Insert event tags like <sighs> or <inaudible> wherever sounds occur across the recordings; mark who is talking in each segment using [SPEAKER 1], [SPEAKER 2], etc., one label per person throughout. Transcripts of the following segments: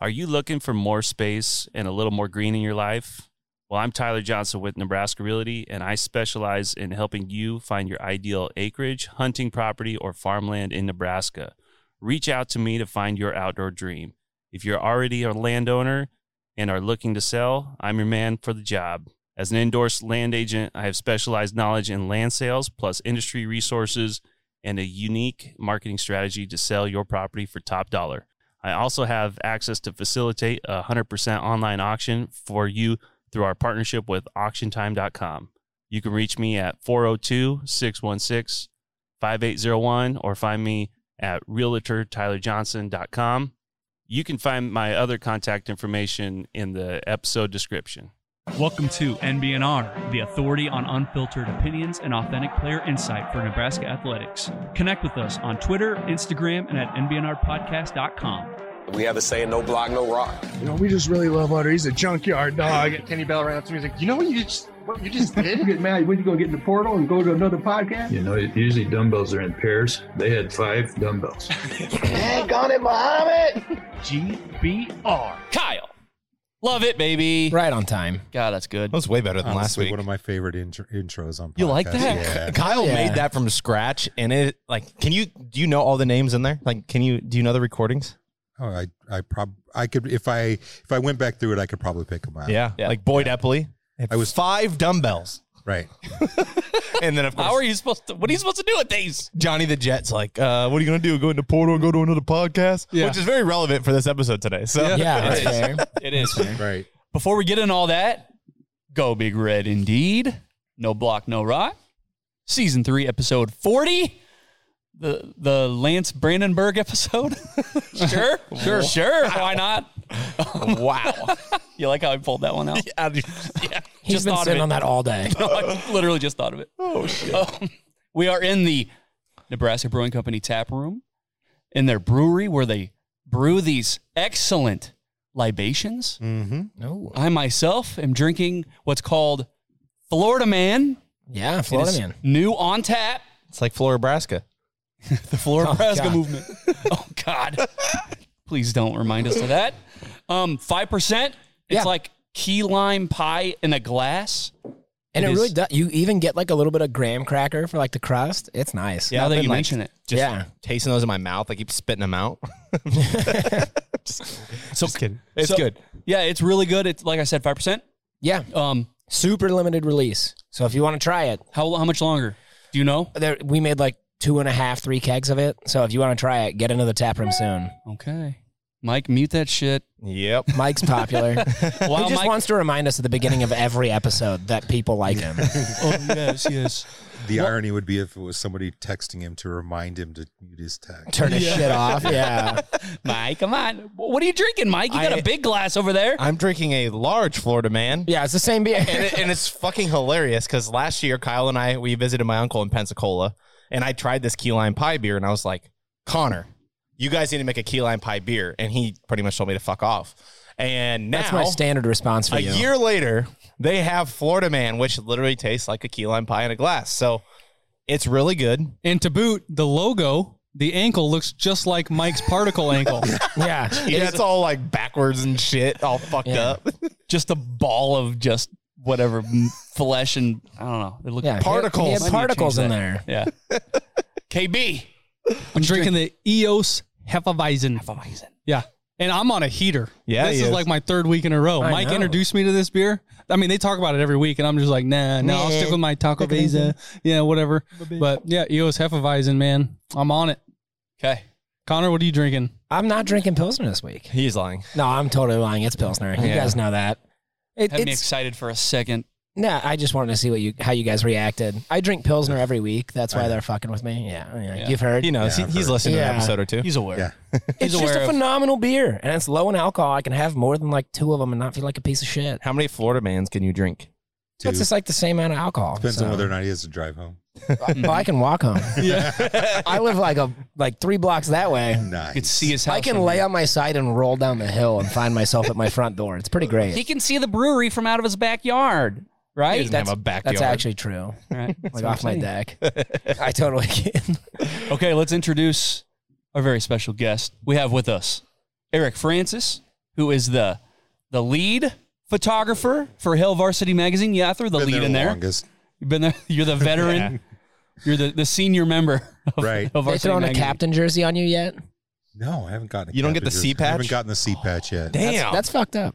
[SPEAKER 1] Are you looking for more space and a little more green in your life? Well, I'm Tyler Johnson with Nebraska Realty, and I specialize in helping you find your ideal acreage, hunting property, or farmland in Nebraska. Reach out to me to find your outdoor dream. If you're already a landowner and are looking to sell, I'm your man for the job. As an endorsed land agent, I have specialized knowledge in land sales, plus industry resources and a unique marketing strategy to sell your property for top dollar. I also have access to facilitate a 100% online auction for you through our partnership with auctiontime.com. You can reach me at 402 616 5801 or find me at realtortylerjohnson.com. You can find my other contact information in the episode description.
[SPEAKER 2] Welcome to NBNR, the authority on unfiltered opinions and authentic player insight for Nebraska athletics. Connect with us on Twitter, Instagram, and at NBNRpodcast.com.
[SPEAKER 3] We have the saying, no block, no rock.
[SPEAKER 4] You know, we just really love Otter. He's a junkyard dog.
[SPEAKER 5] Kenny Bell ran up to me. He's like, you know what you just what you just
[SPEAKER 6] <laughs>
[SPEAKER 5] did?
[SPEAKER 6] get mad when you go get in the portal and go to another podcast.
[SPEAKER 7] You know, usually dumbbells are in pairs. They had five dumbbells.
[SPEAKER 8] Dang on it, Muhammad!
[SPEAKER 5] GBR.
[SPEAKER 9] Kyle. Love it, baby.
[SPEAKER 10] Right on time.
[SPEAKER 9] God, that's good.
[SPEAKER 11] That was way better than
[SPEAKER 12] Honestly,
[SPEAKER 11] last week.
[SPEAKER 12] One of my favorite intro- intros on. Podcast.
[SPEAKER 11] You like
[SPEAKER 12] that?
[SPEAKER 11] Yeah.
[SPEAKER 10] <laughs> Kyle
[SPEAKER 11] Yeah.
[SPEAKER 10] made that from scratch, and it like, can you do you know all the names in there? Like, can you do you know the recordings?
[SPEAKER 12] Oh, I I prob I could if I if I went back through it, I could probably pick them out.
[SPEAKER 10] Yeah,
[SPEAKER 9] Yeah.
[SPEAKER 10] like Boyd Epley.
[SPEAKER 12] I was-
[SPEAKER 10] five dumbbells, <laughs>
[SPEAKER 12] Right.
[SPEAKER 10] and then of
[SPEAKER 9] How are
[SPEAKER 10] course
[SPEAKER 9] you supposed to? What are you supposed to do with these?
[SPEAKER 10] Johnny the Jet's like, uh, "What are you gonna do? Go into Portal and go to another podcast?"
[SPEAKER 5] Yeah.
[SPEAKER 10] Which is very relevant for this episode today. So
[SPEAKER 9] Yeah,
[SPEAKER 10] yeah,
[SPEAKER 9] that's fair. It is.
[SPEAKER 12] Right.
[SPEAKER 9] <laughs> Before we get in all that, go big red indeed. No block, no rock. Season three, episode forty. The the Lance Brandenburg episode. <laughs> sure, sure, sure. Why not?
[SPEAKER 10] <laughs> wow.
[SPEAKER 9] You like how I pulled that one <laughs> out?
[SPEAKER 10] yeah.
[SPEAKER 9] <laughs> He's
[SPEAKER 8] He's been sitting on that all day.
[SPEAKER 9] <laughs> No, I literally just thought of it. Oh shit! we are in the Nebraska Brewing Company tap room in their brewery where they brew these excellent libations.
[SPEAKER 12] Mm-hmm.
[SPEAKER 8] <laughs> No.
[SPEAKER 9] I myself am drinking what's called Florida Man.
[SPEAKER 8] Yeah,
[SPEAKER 9] It
[SPEAKER 8] Florida
[SPEAKER 9] is
[SPEAKER 8] man.
[SPEAKER 9] New on tap.
[SPEAKER 10] It's like Florabraska.
[SPEAKER 9] The Florida Nebraska
[SPEAKER 8] God. <laughs>
[SPEAKER 9] movement. oh God! Please don't remind us of that. Um, five percent. It's
[SPEAKER 8] Yeah.
[SPEAKER 9] like key lime pie in a glass.
[SPEAKER 8] And
[SPEAKER 9] It
[SPEAKER 8] it,
[SPEAKER 9] is-
[SPEAKER 8] really does. You even get like a little bit of graham cracker for like the crust. It's nice.
[SPEAKER 9] now
[SPEAKER 10] I've
[SPEAKER 9] that
[SPEAKER 10] been,
[SPEAKER 9] you
[SPEAKER 10] like,
[SPEAKER 9] mention it,
[SPEAKER 10] Just
[SPEAKER 8] Yeah.
[SPEAKER 10] tasting those in my mouth. I keep spitting them out. <laughs> so kidding. It's
[SPEAKER 9] So-
[SPEAKER 10] good.
[SPEAKER 9] yeah, it's really good. It's like I said, five percent.
[SPEAKER 8] Yeah.
[SPEAKER 9] Um,
[SPEAKER 8] Super limited release. So if you want to try it,
[SPEAKER 9] How how much longer? Do you know?
[SPEAKER 8] there, we made like two and a half, three kegs of it. So if you want to try it, get into the tap room soon.
[SPEAKER 9] Okay. Mike, mute
[SPEAKER 13] <laughs>
[SPEAKER 9] that shit.
[SPEAKER 8] <laughs>
[SPEAKER 10] Yep.
[SPEAKER 8] Mike's popular.
[SPEAKER 10] <laughs>
[SPEAKER 9] Wow,
[SPEAKER 8] he just
[SPEAKER 9] Mike-
[SPEAKER 8] wants to remind us at the beginning of every episode that people like
[SPEAKER 10] <laughs>
[SPEAKER 8] him.
[SPEAKER 9] Oh yes, yes.
[SPEAKER 12] The irony would be if it was somebody texting him to remind him to mute his text.
[SPEAKER 8] Turn his shit off. Yeah.
[SPEAKER 9] Mike, come on. What are you drinking, Mike? You got a
[SPEAKER 10] I-
[SPEAKER 9] big glass over there.
[SPEAKER 10] I'm drinking a large Florida man.
[SPEAKER 8] Yeah, it's the same beer.
[SPEAKER 10] and, it, and it's fucking hilarious because last year Kyle and I we visited my uncle in Pensacola, and I tried this key lime pie beer, and I was like, Connor, you guys need to make a key lime pie beer, and he pretty much told me to fuck off. And now
[SPEAKER 8] That's my standard response for
[SPEAKER 10] a
[SPEAKER 8] you.
[SPEAKER 10] year later, they have Florida Man, which literally tastes like a key lime pie in a glass. So it's really good.
[SPEAKER 13] And to boot, the logo, the ankle looks just like Mike's particle ankle.
[SPEAKER 8] Yeah.
[SPEAKER 10] Yeah, it's all like backwards and shit, all fucked
[SPEAKER 8] Yeah.
[SPEAKER 10] up.
[SPEAKER 9] <laughs> Just a ball of just whatever m- flesh and I don't know. It looked
[SPEAKER 8] Yeah.
[SPEAKER 10] Particles.
[SPEAKER 8] He had
[SPEAKER 10] Why
[SPEAKER 9] do you
[SPEAKER 8] particles
[SPEAKER 9] change
[SPEAKER 8] in there.
[SPEAKER 9] yeah. KB.
[SPEAKER 13] I'm drinking the EOS Hefeweizen. Yeah. And I'm on a heater.
[SPEAKER 10] Yeah,
[SPEAKER 13] This
[SPEAKER 10] he
[SPEAKER 13] is
[SPEAKER 10] is.
[SPEAKER 13] like my third week in a row.
[SPEAKER 8] I
[SPEAKER 13] Mike
[SPEAKER 8] know.
[SPEAKER 13] introduced me to this beer. I mean, they talk about it every week, and I'm just like, nah, no, I'll
[SPEAKER 8] Nah.
[SPEAKER 13] stick with my Taco Beza. Yeah, whatever. But yeah, EOS Hefeweizen, man. I'm on it.
[SPEAKER 9] Okay.
[SPEAKER 13] Connor, what are you drinking?
[SPEAKER 8] I'm not drinking Pilsner this week.
[SPEAKER 10] He's lying.
[SPEAKER 8] No, I'm totally lying. It's Pilsner. You
[SPEAKER 10] Yeah.
[SPEAKER 8] guys know that. It,
[SPEAKER 9] Had me
[SPEAKER 8] it's
[SPEAKER 9] excited for a second.
[SPEAKER 8] nah. I just wanted to see what you how you guys reacted. I drink Pilsner every week. That's why they're fucking with me. Yeah, yeah,
[SPEAKER 9] Yeah.
[SPEAKER 8] you've heard.
[SPEAKER 10] He knows.
[SPEAKER 12] Yeah, I've
[SPEAKER 10] He- he's
[SPEAKER 12] heard.
[SPEAKER 10] listened to
[SPEAKER 8] Yeah.
[SPEAKER 10] an episode or two.
[SPEAKER 9] He's aware.
[SPEAKER 12] Yeah.
[SPEAKER 8] it's
[SPEAKER 9] He's
[SPEAKER 8] just
[SPEAKER 9] aware
[SPEAKER 8] a
[SPEAKER 9] of-
[SPEAKER 8] phenomenal beer, and it's low in alcohol. I can have more than like two of them and not feel like a piece of shit.
[SPEAKER 10] How many Florida Mans can you drink?
[SPEAKER 8] It's just like the same amount of alcohol.
[SPEAKER 12] Depends
[SPEAKER 8] so-
[SPEAKER 12] on whether or not he has to drive home.
[SPEAKER 8] Well, I can walk
[SPEAKER 10] <laughs>
[SPEAKER 8] home. I live like a like three blocks that way.
[SPEAKER 12] Nice.
[SPEAKER 9] You could see his house.
[SPEAKER 8] I can
[SPEAKER 9] from
[SPEAKER 8] lay
[SPEAKER 9] here.
[SPEAKER 8] on my side and roll down the hill and find myself at my front door. It's pretty great.
[SPEAKER 9] He can see the brewery from out of his backyard. Right?
[SPEAKER 10] doesn't have a backyard.
[SPEAKER 8] That's actually true.
[SPEAKER 9] Right.
[SPEAKER 8] Like off my deck. I totally can.
[SPEAKER 9] Okay, let's introduce our very special guest we have with us Eric Francis, who is the the lead photographer for Hill Varsity Magazine. Yeah, I threw the
[SPEAKER 12] Been
[SPEAKER 9] lead
[SPEAKER 12] there
[SPEAKER 9] in
[SPEAKER 12] the
[SPEAKER 9] there.
[SPEAKER 12] longest.
[SPEAKER 9] You've been there. You're the veteran. You're the, the senior member. Of, right. Of
[SPEAKER 8] They
[SPEAKER 9] Varsity
[SPEAKER 8] throwing a
[SPEAKER 9] Magazine.
[SPEAKER 8] captain jersey on you yet?
[SPEAKER 12] No, I haven't gotten.
[SPEAKER 10] You don't get the Oh,
[SPEAKER 12] C
[SPEAKER 10] C patch?
[SPEAKER 12] I haven't gotten the C patch yet.
[SPEAKER 8] That's, that's fucked <laughs> up.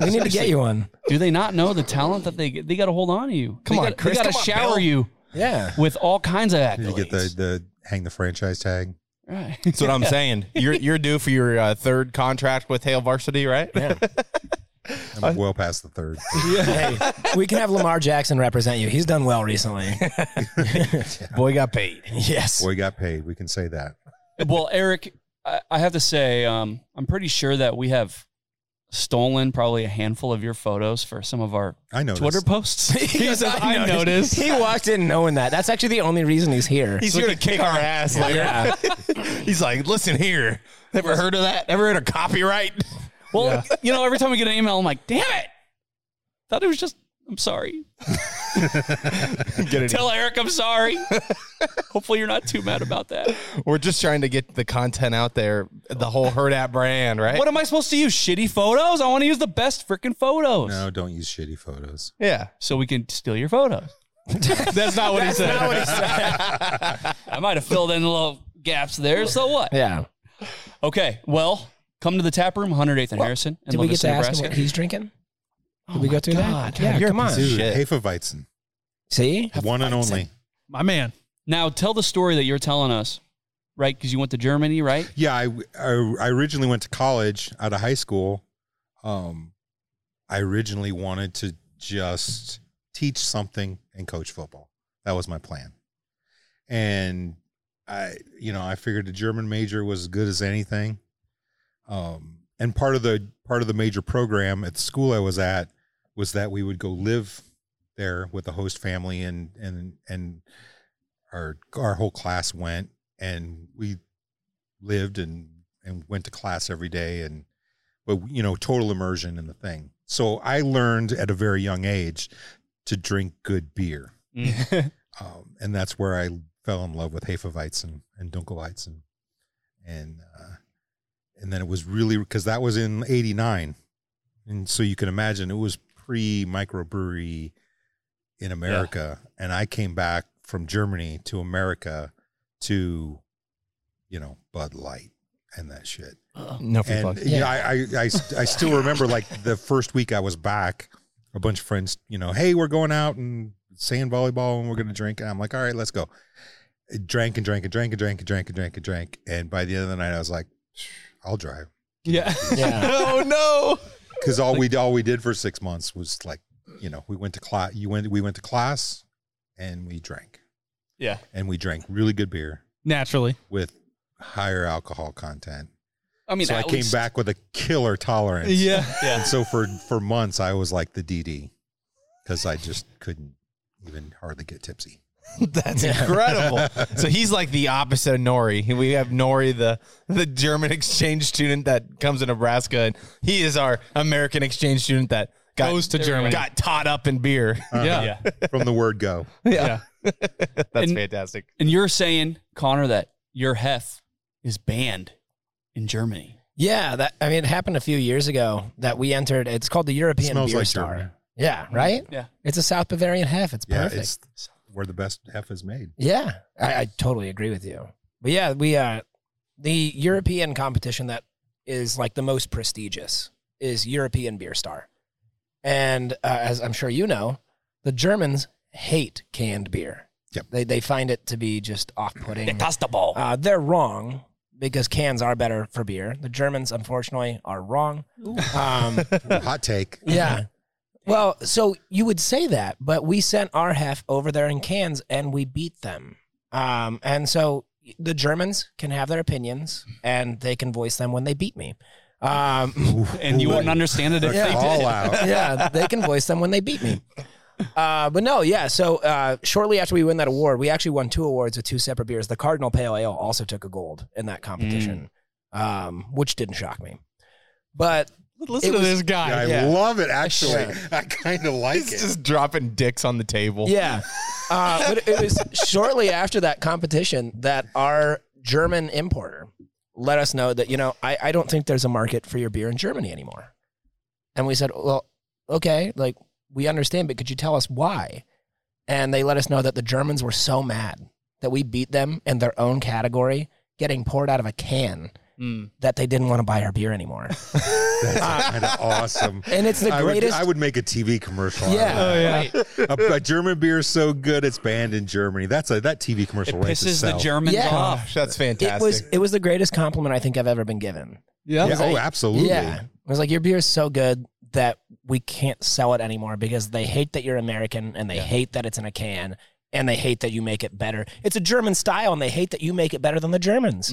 [SPEAKER 8] we need to get you one.
[SPEAKER 9] Do they not know the talent that they get? They got to hold on to you.
[SPEAKER 10] Come
[SPEAKER 9] they
[SPEAKER 10] on,
[SPEAKER 9] gotta-
[SPEAKER 10] Chris,
[SPEAKER 9] They got to
[SPEAKER 10] come on,
[SPEAKER 9] shower
[SPEAKER 10] Bill.
[SPEAKER 9] you.
[SPEAKER 8] Yeah.
[SPEAKER 9] With all kinds of accolades.
[SPEAKER 12] You get the the hang the franchise tag.
[SPEAKER 9] Right. <laughs>
[SPEAKER 10] That's what I'm <laughs> saying. You're you're due for your uh, third contract with Hale Varsity, right?
[SPEAKER 8] Yeah.
[SPEAKER 12] I'm well past the third.
[SPEAKER 8] <laughs> Hey, we can have Lamar Jackson represent you. He's done well <laughs> recently.
[SPEAKER 10] Boy got paid.
[SPEAKER 8] Yes.
[SPEAKER 12] Boy got paid. We can say that.
[SPEAKER 9] well, Eric, I, I have to say, um, I'm pretty sure that we have stolen probably a handful of your photos for some of our
[SPEAKER 12] I noticed.
[SPEAKER 9] Twitter posts. <laughs>
[SPEAKER 8] <laughs> He
[SPEAKER 9] He
[SPEAKER 8] goes,
[SPEAKER 9] says, I noticed.
[SPEAKER 8] He walked in knowing that. That's actually the only reason he's here.
[SPEAKER 10] <laughs> He's here to kick our ass later. He's like, listen here. Ever heard of that? Ever heard of copyright?
[SPEAKER 9] Well, you know, every time we get an email, I'm like, damn it. Thought it was just, I'm sorry.
[SPEAKER 10] Get it.
[SPEAKER 9] Tell Eric I'm sorry. Hopefully you're not too mad about that.
[SPEAKER 10] <laughs> We're just trying to get the content out there, the whole Herd App brand, right?
[SPEAKER 9] What am I supposed to use? Shitty photos? I want to use the best freaking photos.
[SPEAKER 12] No, don't use shitty photos.
[SPEAKER 10] Yeah.
[SPEAKER 9] So we can steal your photos. That's not what he said. I might have filled in the little gaps there. So what?
[SPEAKER 8] Yeah.
[SPEAKER 9] Okay. Well, come to the tap room, 108th and Harrison. And
[SPEAKER 8] Did we get to ask him what he's drinking?
[SPEAKER 9] Oh
[SPEAKER 8] Did we go through that? Yeah, come on.
[SPEAKER 12] Dude,
[SPEAKER 10] Shit.
[SPEAKER 12] Hefeweizen.
[SPEAKER 8] See?
[SPEAKER 12] One and only.
[SPEAKER 13] My man.
[SPEAKER 9] Now tell the story that you're telling us, right? Because you went to Germany, right?
[SPEAKER 12] Yeah, I, I I originally went to college out of high school. Um, I originally wanted to just teach something and coach football. That was my plan. And I, you know, I figured the German major was as good as anything. Um, and part of the part of the major program at the school I was at was that we would go live there with the host family and and and our our whole class went and we lived and and went to class every day and but you know total immersion in the thing so i learned at a very young age to drink good beer um, and that's where i fell in love with hefeweizen and dunkelweizen and uh, and then it was really because that was in 89 and so you can imagine it was pre microbrewery in america and i came back from germany to america to you know bud light and that shit
[SPEAKER 10] No free
[SPEAKER 12] and
[SPEAKER 10] plug.
[SPEAKER 12] yeah, I, I, I, st- I still remember like the first week I was back, a bunch of friends, you know, hey, we're going out and sand volleyball and we're going to drink. And I'm like, all right, let's go. I drank and drank and drank and drank and drank and drank and drank. And by the end of the night, I was like, I'll drive.
[SPEAKER 9] Yeah.
[SPEAKER 8] Yeah.
[SPEAKER 10] Oh no.
[SPEAKER 12] Cause all we, all we did for six months was like, you know, we went to class, you went, we went to class and we drank
[SPEAKER 9] Yeah.
[SPEAKER 12] and we drank really good beer
[SPEAKER 13] Naturally.
[SPEAKER 12] with higher alcohol content.
[SPEAKER 9] I mean,
[SPEAKER 12] so I
[SPEAKER 9] at
[SPEAKER 12] came
[SPEAKER 9] least-
[SPEAKER 12] back with a killer
[SPEAKER 10] <laughs>
[SPEAKER 12] tolerance.
[SPEAKER 13] Yeah.
[SPEAKER 12] And so for for months, I was like the DD because I just couldn't even hardly get tipsy.
[SPEAKER 10] That's incredible. so he's like the opposite of Nori. We have Nori, the the German <laughs> exchange student that comes to Nebraska, and he is our American exchange student that got,
[SPEAKER 13] Goes to
[SPEAKER 10] got
[SPEAKER 13] Germany.
[SPEAKER 10] got taught up in beer.
[SPEAKER 13] Yeah.
[SPEAKER 12] From the word go.
[SPEAKER 13] Yeah.
[SPEAKER 10] <laughs> That's
[SPEAKER 9] And-
[SPEAKER 10] fantastic.
[SPEAKER 9] And you're saying, Connor, that your hef is banned in Germany.
[SPEAKER 8] Yeah, that I mean it happened a few years ago that we entered it's called the European
[SPEAKER 12] Smells
[SPEAKER 8] Beer
[SPEAKER 12] like
[SPEAKER 8] Star.
[SPEAKER 12] Germany.
[SPEAKER 8] Yeah, right?
[SPEAKER 9] Yeah.
[SPEAKER 8] It's a South Bavarian half. It's
[SPEAKER 12] <laughs> Yeah,
[SPEAKER 8] perfect.
[SPEAKER 12] it's where the best hef is made.
[SPEAKER 8] Yeah, I, I totally agree with you. But yeah, we uh, the European competition that is like the most prestigious is European Beer Star, and uh, as I'm sure you know, the Germans hate canned beer.
[SPEAKER 12] Yep.
[SPEAKER 8] They they find it to be just off-putting.
[SPEAKER 9] Detestable.
[SPEAKER 8] Uh, they're wrong because cans are better for beer. The Germans, unfortunately, are wrong. Um,
[SPEAKER 12] Hot take. <laughs>
[SPEAKER 8] yeah. Well, so you would say that, but we sent our half over there in cans and we beat them. Um, and so the Germans can have their opinions and they can voice them when they beat me. Um, <laughs>
[SPEAKER 9] And you wouldn't understand it if
[SPEAKER 8] Yeah.
[SPEAKER 9] they did.
[SPEAKER 8] <laughs>
[SPEAKER 12] All out.
[SPEAKER 8] yeah, they can voice them when they beat me. Uh, but no, yeah. So uh, shortly after we win that award, we actually won two awards with two separate beers. The Cardinal Pale Ale also took a gold in that competition, um, which didn't shock me. But
[SPEAKER 13] Listen
[SPEAKER 8] It
[SPEAKER 13] to
[SPEAKER 8] was-
[SPEAKER 13] this guy.
[SPEAKER 12] I
[SPEAKER 8] Yeah.
[SPEAKER 12] love it, actually.
[SPEAKER 8] Yeah.
[SPEAKER 12] I kind of like
[SPEAKER 10] He's
[SPEAKER 12] it.
[SPEAKER 10] just dropping dicks on the table.
[SPEAKER 8] Yeah. Uh, but it was shortly after that competition that our German importer let us know that, you know, I, I don't think there's a market for your beer in Germany anymore. And we said, well, okay, like we understand, but could you tell us why? And they let us know that the Germans were so mad that we beat them in their own category, getting poured out of a can,
[SPEAKER 13] Hmm.
[SPEAKER 9] Mm.
[SPEAKER 8] that they didn't want to buy our beer
[SPEAKER 12] <laughs>
[SPEAKER 8] anymore. Uh,
[SPEAKER 12] That's kind of awesome.
[SPEAKER 8] And it's the
[SPEAKER 12] I would-
[SPEAKER 8] greatest-
[SPEAKER 12] I would, make a TV commercial.
[SPEAKER 8] Yeah,
[SPEAKER 12] out of that. a, a German beer is so good it's banned in Germany. That's a that TV commercial
[SPEAKER 9] It
[SPEAKER 12] rates
[SPEAKER 9] pisses the Germans
[SPEAKER 8] Yeah.
[SPEAKER 9] off.
[SPEAKER 10] That's
[SPEAKER 8] it was it was the greatest compliment I think I've ever been given.
[SPEAKER 12] Yeah.
[SPEAKER 8] It was
[SPEAKER 12] oh,
[SPEAKER 8] like-
[SPEAKER 12] absolutely.
[SPEAKER 8] Yeah. It was like your beer is so good that we can't sell it anymore because they hate that you're American and they hate that it's in a can and they hate that you make it better. It's a German style and they hate that you make it better than the Germans.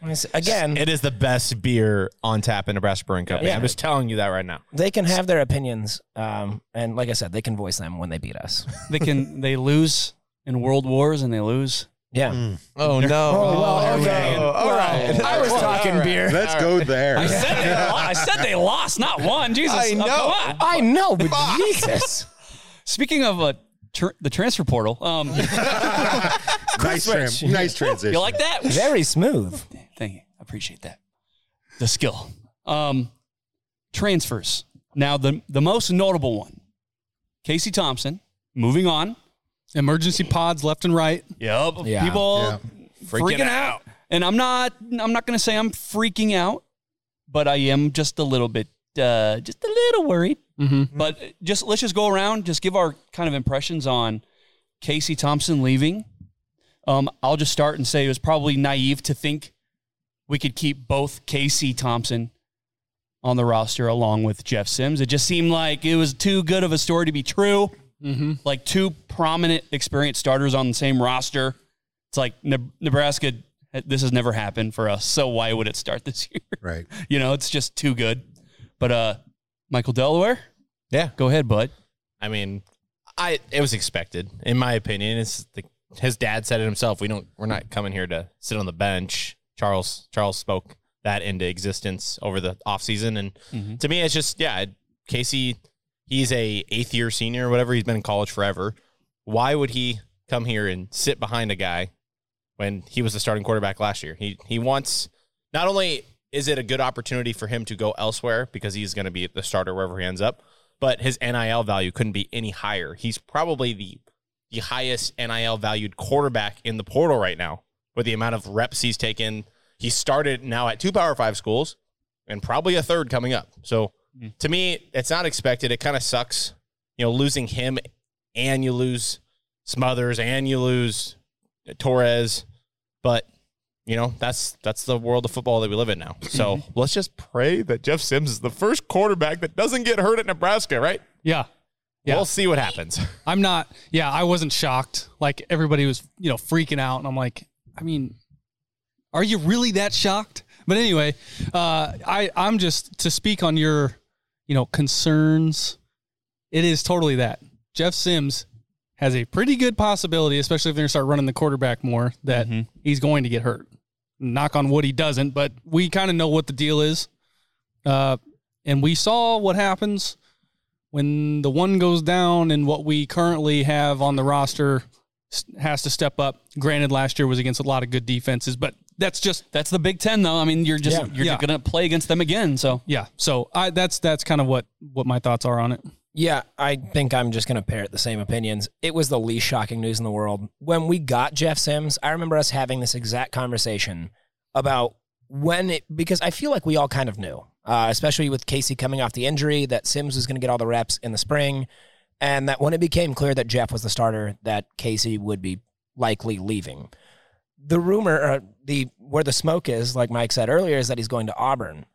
[SPEAKER 8] And it's- Again,
[SPEAKER 10] It is the best beer on tap in Nebraska Brewing Company.
[SPEAKER 8] Yeah.
[SPEAKER 10] I'm just telling you that right now.
[SPEAKER 8] they can have their opinions um, and like I said, they can voice them when they beat us.
[SPEAKER 9] They can they lose in world wars and they lose.
[SPEAKER 8] Yeah.
[SPEAKER 10] Oh no!
[SPEAKER 8] Oh, well, okay.
[SPEAKER 10] All right.
[SPEAKER 8] I was talking beer.
[SPEAKER 12] <laughs> Let's go
[SPEAKER 9] <laughs>
[SPEAKER 12] there.
[SPEAKER 9] I said they
[SPEAKER 12] <laughs>
[SPEAKER 9] lo- I said they lost, not won. Jesus,
[SPEAKER 10] I
[SPEAKER 9] oh, come
[SPEAKER 10] know.
[SPEAKER 9] on.
[SPEAKER 8] I know, but Jesus.
[SPEAKER 9] Speaking of uh, tr- the transfer portal,
[SPEAKER 12] <laughs>
[SPEAKER 9] um,
[SPEAKER 12] nice, tran- nice transition.
[SPEAKER 9] you like that?
[SPEAKER 8] Very smooth.
[SPEAKER 9] Thank you. I appreciate that. The skill. Um, transfers. Now, the, the most notable one Casey Thompson, moving on.
[SPEAKER 13] Emergency pods left and right.
[SPEAKER 9] Yep.
[SPEAKER 8] Yeah.
[SPEAKER 9] People
[SPEAKER 12] Yeah.
[SPEAKER 9] freaking, out. And I'm not, I'm not going to say I'm freaking out, but I am just a little bit, uh, just a little worried.
[SPEAKER 13] Mm-hmm.
[SPEAKER 9] But just let's just go around, just give our kind of impressions on Casey Thompson leaving. Um, I'll just start and say it was probably naive to think we could keep both Casey Thompson on the roster along with Jeff Sims. It just seemed like it was too good of a story to be true. Like two prominent, experienced starters on the same roster. It's like Ne- Nebraska. This has never happened for us, so why would it start this <laughs> year?
[SPEAKER 12] Right.
[SPEAKER 9] you know, it's just too good. But uh, Michael Delaware,
[SPEAKER 10] Yeah.
[SPEAKER 9] go ahead, bud.
[SPEAKER 10] I mean, I it was expected, in my opinion. It's the, his dad said it himself. We don't. We're not coming here to sit on the bench. Charles Charles spoke that into existence over the offseason. and
[SPEAKER 9] Mhm.
[SPEAKER 10] to me, it's just yeah. Casey, he's a eighth year senior, or whatever. He's been in college forever. Why would he come here and sit behind a guy when he was the starting quarterback last year? He he wants not only is it a good opportunity for him to go elsewhere because he's going to be the starter wherever he ends up, but his NIL value couldn't be any higher. He's probably the the highest NIL valued quarterback in the portal right now with the amount of reps he's taken. He started now at two Power Five schools and probably a third coming up. So to me, it's not expected. It kind of sucks, you know, losing him and you lose Smothers and you lose Torres, but you know that's that's the world of football that we live in now. <laughs> So let's just pray that Jeff Sims is the first quarterback that doesn't get hurt at Nebraska, right?
[SPEAKER 13] Yeah. Yeah.
[SPEAKER 10] We'll see what happens.
[SPEAKER 13] I'm not, yeah, I wasn't shocked. Like everybody was, you know, freaking out. And I'm like, I mean, are you really that shocked? But anyway, uh, I, I'm just to speak on your, you know, concerns. It is totally that. Jeff Sims has a pretty good possibility, especially if they're going to start running the quarterback more, that
[SPEAKER 9] Mm-hmm.
[SPEAKER 13] he's going to get hurt. Knock on wood, he doesn't, but we kind of know what the deal is. Uh, and we saw what happens when the one goes down and what we currently have on the roster s- has to step up. Granted, last year was against a lot of good defenses, but that's just
[SPEAKER 9] That's the Big Ten, though. I mean, you're just
[SPEAKER 13] Yeah.
[SPEAKER 9] you're
[SPEAKER 13] Yeah.
[SPEAKER 9] gonna play against them again. So
[SPEAKER 13] yeah. So I that's that's kind of what what my thoughts are on it.
[SPEAKER 8] Yeah, I think I'm just going to parrot the same opinions. It was the least shocking news in the world. When we got Jeff Sims, I remember us having this exact conversation about when it, because I feel like we all kind of knew, uh, especially with Casey coming off the injury, that Sims was going to get all the reps in the spring. And that when it became clear that Jeff was the starter, that Casey would be likely leaving. The rumor, uh, the where the smoke is, like Mike said earlier, is that he's going to Auburn.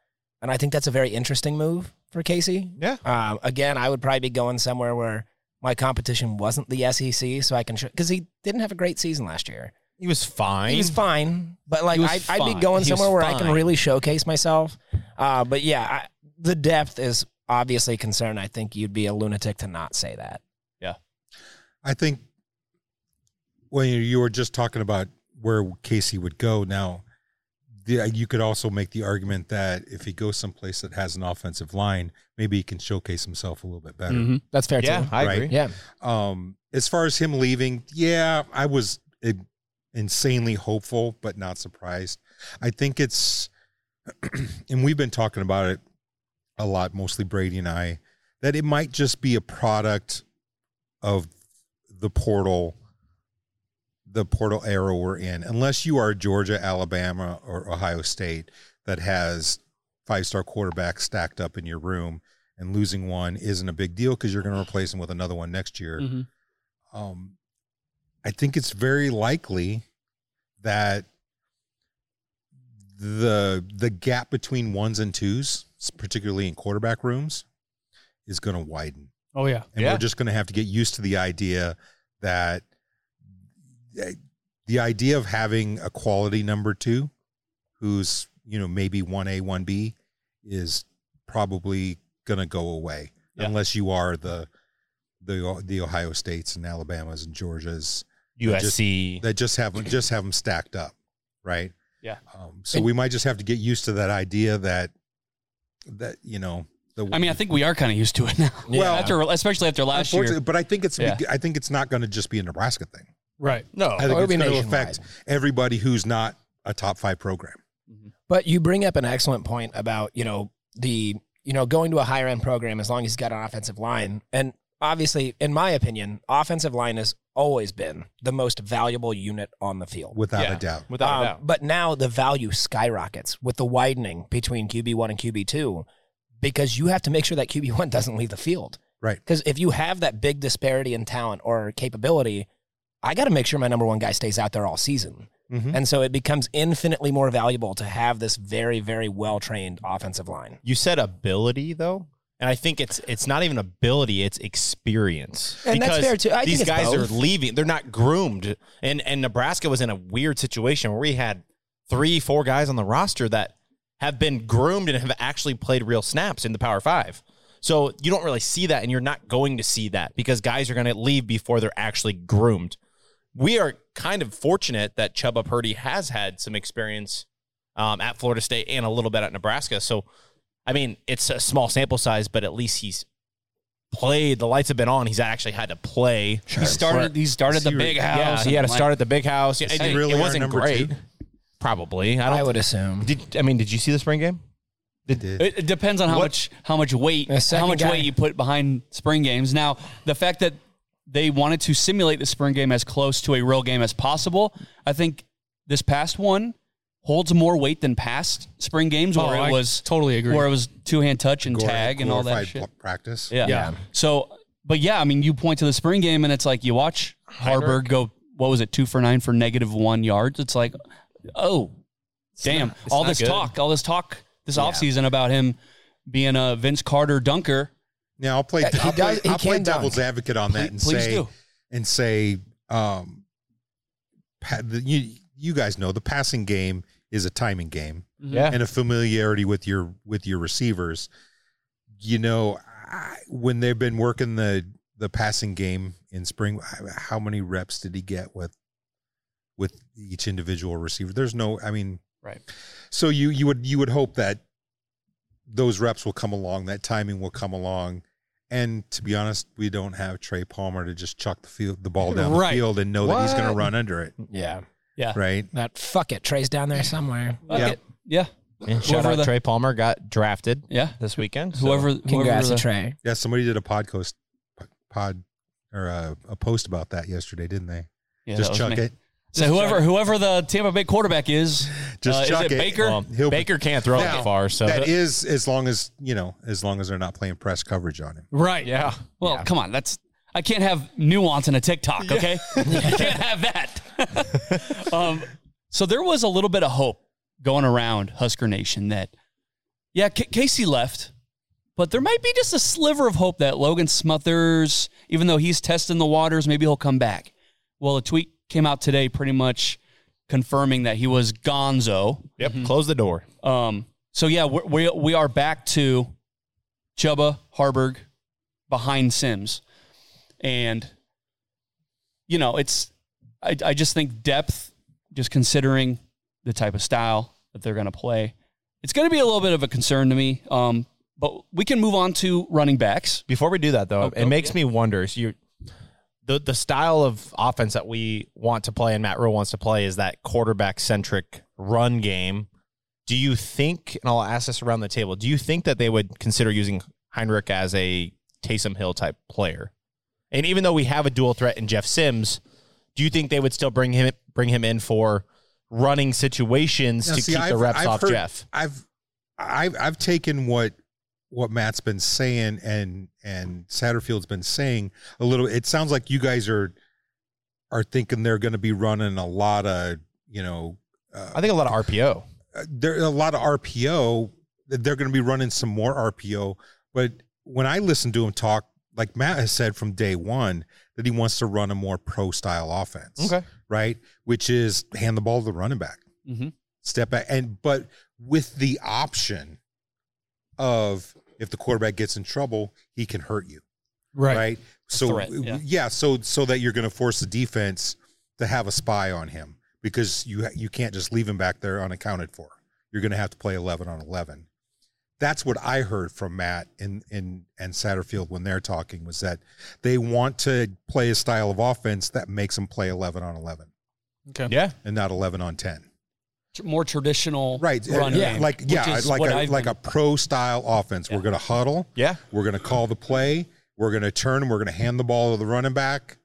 [SPEAKER 8] And I think that's a very interesting move for Casey.
[SPEAKER 10] Yeah.
[SPEAKER 8] Um, again, I would probably be going somewhere where my competition wasn't the SEC, so I can because he didn't have a great season last year.
[SPEAKER 10] He was fine.
[SPEAKER 8] He was fine, but like
[SPEAKER 9] He was
[SPEAKER 8] I, I'd
[SPEAKER 9] fine.
[SPEAKER 8] be going
[SPEAKER 10] He was
[SPEAKER 8] somewhere where I can
[SPEAKER 10] fine.
[SPEAKER 8] really showcase myself. Uh, but yeah, I, the depth is obviously a concern. I think you'd be a lunatic to not say that.
[SPEAKER 12] I think when you- you were just talking about where Casey would go now, the, you could also make the argument that if he goes someplace that has an offensive line, maybe he can showcase himself a little bit
[SPEAKER 13] Mm-hmm.
[SPEAKER 12] better.
[SPEAKER 8] That's fair
[SPEAKER 10] yeah,
[SPEAKER 8] too.
[SPEAKER 10] I
[SPEAKER 9] Mm-hmm.
[SPEAKER 12] Right.
[SPEAKER 10] agree.
[SPEAKER 8] Yeah,
[SPEAKER 12] Um, as far as him leaving, yeah, I was eh, insanely hopeful, but not surprised. I think it's, <clears throat> and we've been talking about it a lot, mostly Brady and I, that it might just be a product of the portal, the portal era we're in. Unless you are Georgia, Alabama, or Ohio State that has five star quarterbacks stacked up in your room, and losing one isn't a big deal because you're going to replace them with another one next year.
[SPEAKER 13] Mhm.
[SPEAKER 12] Um, I think it's very likely that the the gap between ones and twos, particularly in quarterback rooms, is going to widen.
[SPEAKER 13] Oh, yeah.
[SPEAKER 12] And
[SPEAKER 13] Yeah.
[SPEAKER 12] we're just going to have to get used to the idea that eh, the idea of having a quality number two who's, you know, maybe 1A, 1B is probably going to go away unless you are the the the Ohio States and Alabamas and Georgias that just-
[SPEAKER 10] USC.
[SPEAKER 12] that just
[SPEAKER 9] <clears throat>
[SPEAKER 12] have them just have them stacked up, right?
[SPEAKER 13] Yeah.
[SPEAKER 12] Um, so we might just have to get used to that idea that that you know the
[SPEAKER 9] I mean, I think we are kind of used to it <laughs> now.
[SPEAKER 12] Well-
[SPEAKER 9] after especially after last
[SPEAKER 12] Unfortunately,
[SPEAKER 9] year,
[SPEAKER 12] But I think it's
[SPEAKER 9] Yeah.
[SPEAKER 12] I think it's not going to just be a Nebraska thing.
[SPEAKER 9] Oh,
[SPEAKER 13] Right.
[SPEAKER 9] No.
[SPEAKER 12] I think it's going to affect everybody who's not a top five program.
[SPEAKER 8] But you bring up an excellent point about, you know, the, you know, going to a higher end program as long as he's got an offensive line. And obviously, in my opinion, offensive line has always been the most valuable unit on the field.
[SPEAKER 12] Without a Yeah, doubt.
[SPEAKER 10] without a doubt.
[SPEAKER 8] Um, But now the value skyrockets with the widening between QB1 and QB2 because you have to make sure that QB1 <laughs> doesn't leave the field.
[SPEAKER 12] Right.
[SPEAKER 8] Because if you have that big disparity in talent or capability, I got to make sure my number one guy stays out there all season.
[SPEAKER 12] Mhm.
[SPEAKER 8] And so it becomes infinitely more valuable to have this very, very well trained offensive line.
[SPEAKER 10] You said ability though, and I think it's it's not even ability; it's experience.
[SPEAKER 8] And that's fair, too. I think
[SPEAKER 10] these
[SPEAKER 8] it's
[SPEAKER 10] guys
[SPEAKER 8] both.
[SPEAKER 10] are leaving; they're not groomed, and and Nebraska was in a weird situation where we had three, four guys on the roster that have been groomed and have actually played real snaps in the Power Five. So you don't really see that, and you're not going to see that because guys are going to leave before they're actually groomed. We are kind of fortunate that Chuba Purdy has had some experience um, at Florida State and a little bit at Nebraska. So, I mean, it's a small sample size, but at least he's played. The lights have been on. He's actually had to play.
[SPEAKER 9] He started. He started the big house.
[SPEAKER 10] Yeah, he had to
[SPEAKER 9] and, like,
[SPEAKER 10] start at the big house.
[SPEAKER 9] Is
[SPEAKER 10] It,
[SPEAKER 9] he
[SPEAKER 10] it
[SPEAKER 9] really our
[SPEAKER 10] wasn't
[SPEAKER 9] number
[SPEAKER 10] great.
[SPEAKER 9] two?
[SPEAKER 10] Probably. I, don't,
[SPEAKER 8] I would assume.
[SPEAKER 10] Did I mean? Did you see the spring game?
[SPEAKER 12] did.
[SPEAKER 9] It, it depends on how
[SPEAKER 10] What-
[SPEAKER 9] much how much weight how
[SPEAKER 8] second
[SPEAKER 9] much
[SPEAKER 8] guy.
[SPEAKER 9] weight you put behind spring games. Now, the fact that they wanted to simulate the spring game as close to a real game as possible, I think this past one holds more weight than past spring games where
[SPEAKER 13] Oh,
[SPEAKER 9] it
[SPEAKER 13] I
[SPEAKER 9] was
[SPEAKER 13] totally agree.
[SPEAKER 9] where it was two hand touch and
[SPEAKER 12] Glor-
[SPEAKER 9] tag and all that
[SPEAKER 12] glorified
[SPEAKER 9] shit.
[SPEAKER 12] pl- practice.
[SPEAKER 9] Yeah. So, but yeah, I mean, you point to the spring game and it's like you watch Harburg go, what was it, two for nine for negative one yards? It's like, oh, damn.
[SPEAKER 10] not- it's
[SPEAKER 9] all
[SPEAKER 10] not
[SPEAKER 9] this
[SPEAKER 10] good.
[SPEAKER 9] talk, all this talk this offseason about him being a Vince Carter dunker.
[SPEAKER 12] Now I'll play.
[SPEAKER 9] Yeah, he
[SPEAKER 12] I'll play,
[SPEAKER 9] does- he
[SPEAKER 12] I'll play
[SPEAKER 9] can dunk.
[SPEAKER 12] devil's advocate on that and
[SPEAKER 9] Please- please
[SPEAKER 12] say
[SPEAKER 9] do.
[SPEAKER 12] and say, um, pa- the, you you guys know the passing game is a timing game,
[SPEAKER 9] Mhm. Yeah.
[SPEAKER 12] and a familiarity with your with your receivers. You know, I, when they've been working the the passing game in spring, I- how many reps did he get with with each individual receiver? There's no, I mean,
[SPEAKER 9] Right.
[SPEAKER 12] So you you would you would hope that those reps will come along, that timing will come along. And to be honest, we don't have Trey Palmer to just chuck the field the ball down
[SPEAKER 9] Right.
[SPEAKER 12] the field and know that he's going to
[SPEAKER 9] What?
[SPEAKER 12] run under it.
[SPEAKER 8] Yeah.
[SPEAKER 9] Yeah.
[SPEAKER 12] Right.
[SPEAKER 8] That fuck it, Trey's down there somewhere.
[SPEAKER 9] Fuck it. Yeah.
[SPEAKER 10] And shout
[SPEAKER 9] Whoever
[SPEAKER 10] out
[SPEAKER 9] the-
[SPEAKER 10] Trey Palmer got drafted.
[SPEAKER 9] Yeah.
[SPEAKER 10] this weekend.
[SPEAKER 9] Whoever- whoever Congrats to the-
[SPEAKER 8] Trey.
[SPEAKER 12] Yeah. Somebody did a podcast pod or a, a post about that yesterday, didn't they?
[SPEAKER 9] Yeah, that
[SPEAKER 12] just
[SPEAKER 9] was
[SPEAKER 12] chuck
[SPEAKER 9] me.
[SPEAKER 12] it.
[SPEAKER 9] So whoever whoever the Tampa Bay quarterback is,
[SPEAKER 12] Just
[SPEAKER 9] uh, is
[SPEAKER 12] chuck
[SPEAKER 9] it
[SPEAKER 12] it.
[SPEAKER 9] Baker?
[SPEAKER 12] Well, he'll-
[SPEAKER 10] Baker can't throw
[SPEAKER 12] Now,
[SPEAKER 10] it far, so
[SPEAKER 12] that is as long as you know, as long as they're not playing press coverage on him.
[SPEAKER 13] Right.
[SPEAKER 10] Yeah.
[SPEAKER 9] Well, come on, that's I can't have nuance in a TikTok, okay? <laughs> you can't have
[SPEAKER 10] <laughs>
[SPEAKER 9] that. um, so there was a little bit of hope going around Husker Nation that, yeah, K- Casey left, but there might be just a sliver of hope that Logan Smothers, even though he's testing the waters, maybe he'll come back. Well, a tweet came out today, pretty much confirming that he was Gonzo.
[SPEAKER 10] Yep, close the door.
[SPEAKER 9] Um, so yeah, we're, we we are back to Chuba Harburg behind Sims, and you know it's I I just think depth, just considering the type of style that they're going to play, it's going to be a little bit of a concern to me. Um, but we can move on to running backs.
[SPEAKER 10] Before we do that, though,
[SPEAKER 9] Oh,
[SPEAKER 10] it
[SPEAKER 9] oh,
[SPEAKER 10] makes me wonder. So you, the the style of offense that we want to play and Matt Rule wants to play is that quarterback centric run game. Do you think, and I'll ask this around the table, do you think that they would consider using Heinrich as a Taysom Hill type player? And even though we have a dual threat in Jeff Sims, do you think they would still bring him bring him in for running situations
[SPEAKER 12] Now,
[SPEAKER 10] to
[SPEAKER 12] see,
[SPEAKER 10] keep the
[SPEAKER 12] I've-
[SPEAKER 10] reps
[SPEAKER 12] I've
[SPEAKER 10] off
[SPEAKER 12] heard-
[SPEAKER 10] Jeff?
[SPEAKER 12] I've I've I've taken what what Matt's been saying and and Satterfield's been saying a little. It sounds like you guys are are thinking they're going to be running a lot of you know. Uh,
[SPEAKER 10] I think a lot of RPO.
[SPEAKER 12] There a lot of RPO. that They're going to be running some more RPO. But when I listen to him talk, like Matt has said from day one, that he wants to run a more pro style offense.
[SPEAKER 10] Okay.
[SPEAKER 12] right? Which is hand the ball to the running back
[SPEAKER 9] Mm-hmm.
[SPEAKER 12] step back and but with the option of if the quarterback gets in trouble he can hurt you
[SPEAKER 13] Right.
[SPEAKER 12] right so
[SPEAKER 9] threat,
[SPEAKER 12] w-
[SPEAKER 9] yeah.
[SPEAKER 12] yeah. so so that you're going to force the defense to have a spy on him because you ha- you can't just leave him back there unaccounted for you're going to have to play 11 on 11 that's what i heard from matt and and and satterfield when they're talking was that they want to play a style of offense that makes them play 11 on 11
[SPEAKER 13] Okay.
[SPEAKER 10] Yeah.
[SPEAKER 12] and not 11 on 10
[SPEAKER 9] Tr- More traditional
[SPEAKER 12] right
[SPEAKER 9] run
[SPEAKER 12] yeah,
[SPEAKER 9] game,
[SPEAKER 12] like
[SPEAKER 9] which
[SPEAKER 12] yeah
[SPEAKER 9] is
[SPEAKER 12] like
[SPEAKER 9] what
[SPEAKER 12] a,
[SPEAKER 9] I've
[SPEAKER 12] like
[SPEAKER 9] been-
[SPEAKER 12] a pro style offense we're gonna huddle
[SPEAKER 10] Yeah.
[SPEAKER 12] we're gonna call the play we're gonna turn we're gonna hand the ball to the running back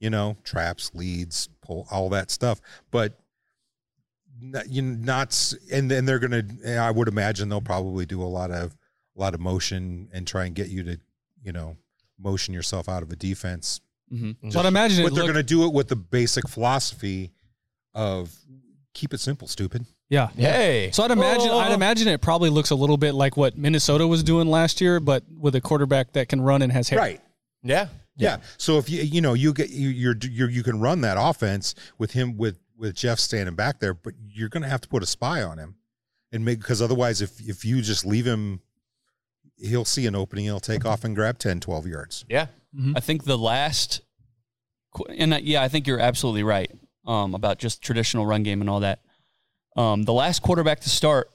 [SPEAKER 12] you know traps leads pull all that stuff but n- you know, not s- and then they're gonna and i would imagine they'll probably do a lot of a lot of motion and try and get you to you know motion yourself out of a defense
[SPEAKER 9] Mm-hmm.
[SPEAKER 13] But imagine it
[SPEAKER 12] but they're
[SPEAKER 13] looked-
[SPEAKER 12] gonna do it with the basic philosophy of keep it simple stupid
[SPEAKER 13] Yeah.
[SPEAKER 10] Hey.
[SPEAKER 13] So I'd imagine
[SPEAKER 9] Oh.
[SPEAKER 13] I'd imagine it probably looks a little bit like what Minnesota was doing last year, but with a quarterback that can run and has hair.
[SPEAKER 12] right
[SPEAKER 10] Yeah.
[SPEAKER 12] Yeah. So if you you know you get you you're, you're you can run that offense with him with with Jeff standing back there, but you're going to have to put a spy on him, and make because otherwise if if you just leave him, he'll see an opening, he'll take off and grab 10, 12 yards.
[SPEAKER 10] Yeah.
[SPEAKER 9] I think the last, qu- and uh, yeah, I think you're absolutely right um, about just traditional run game and all that. Um, the last quarterback to start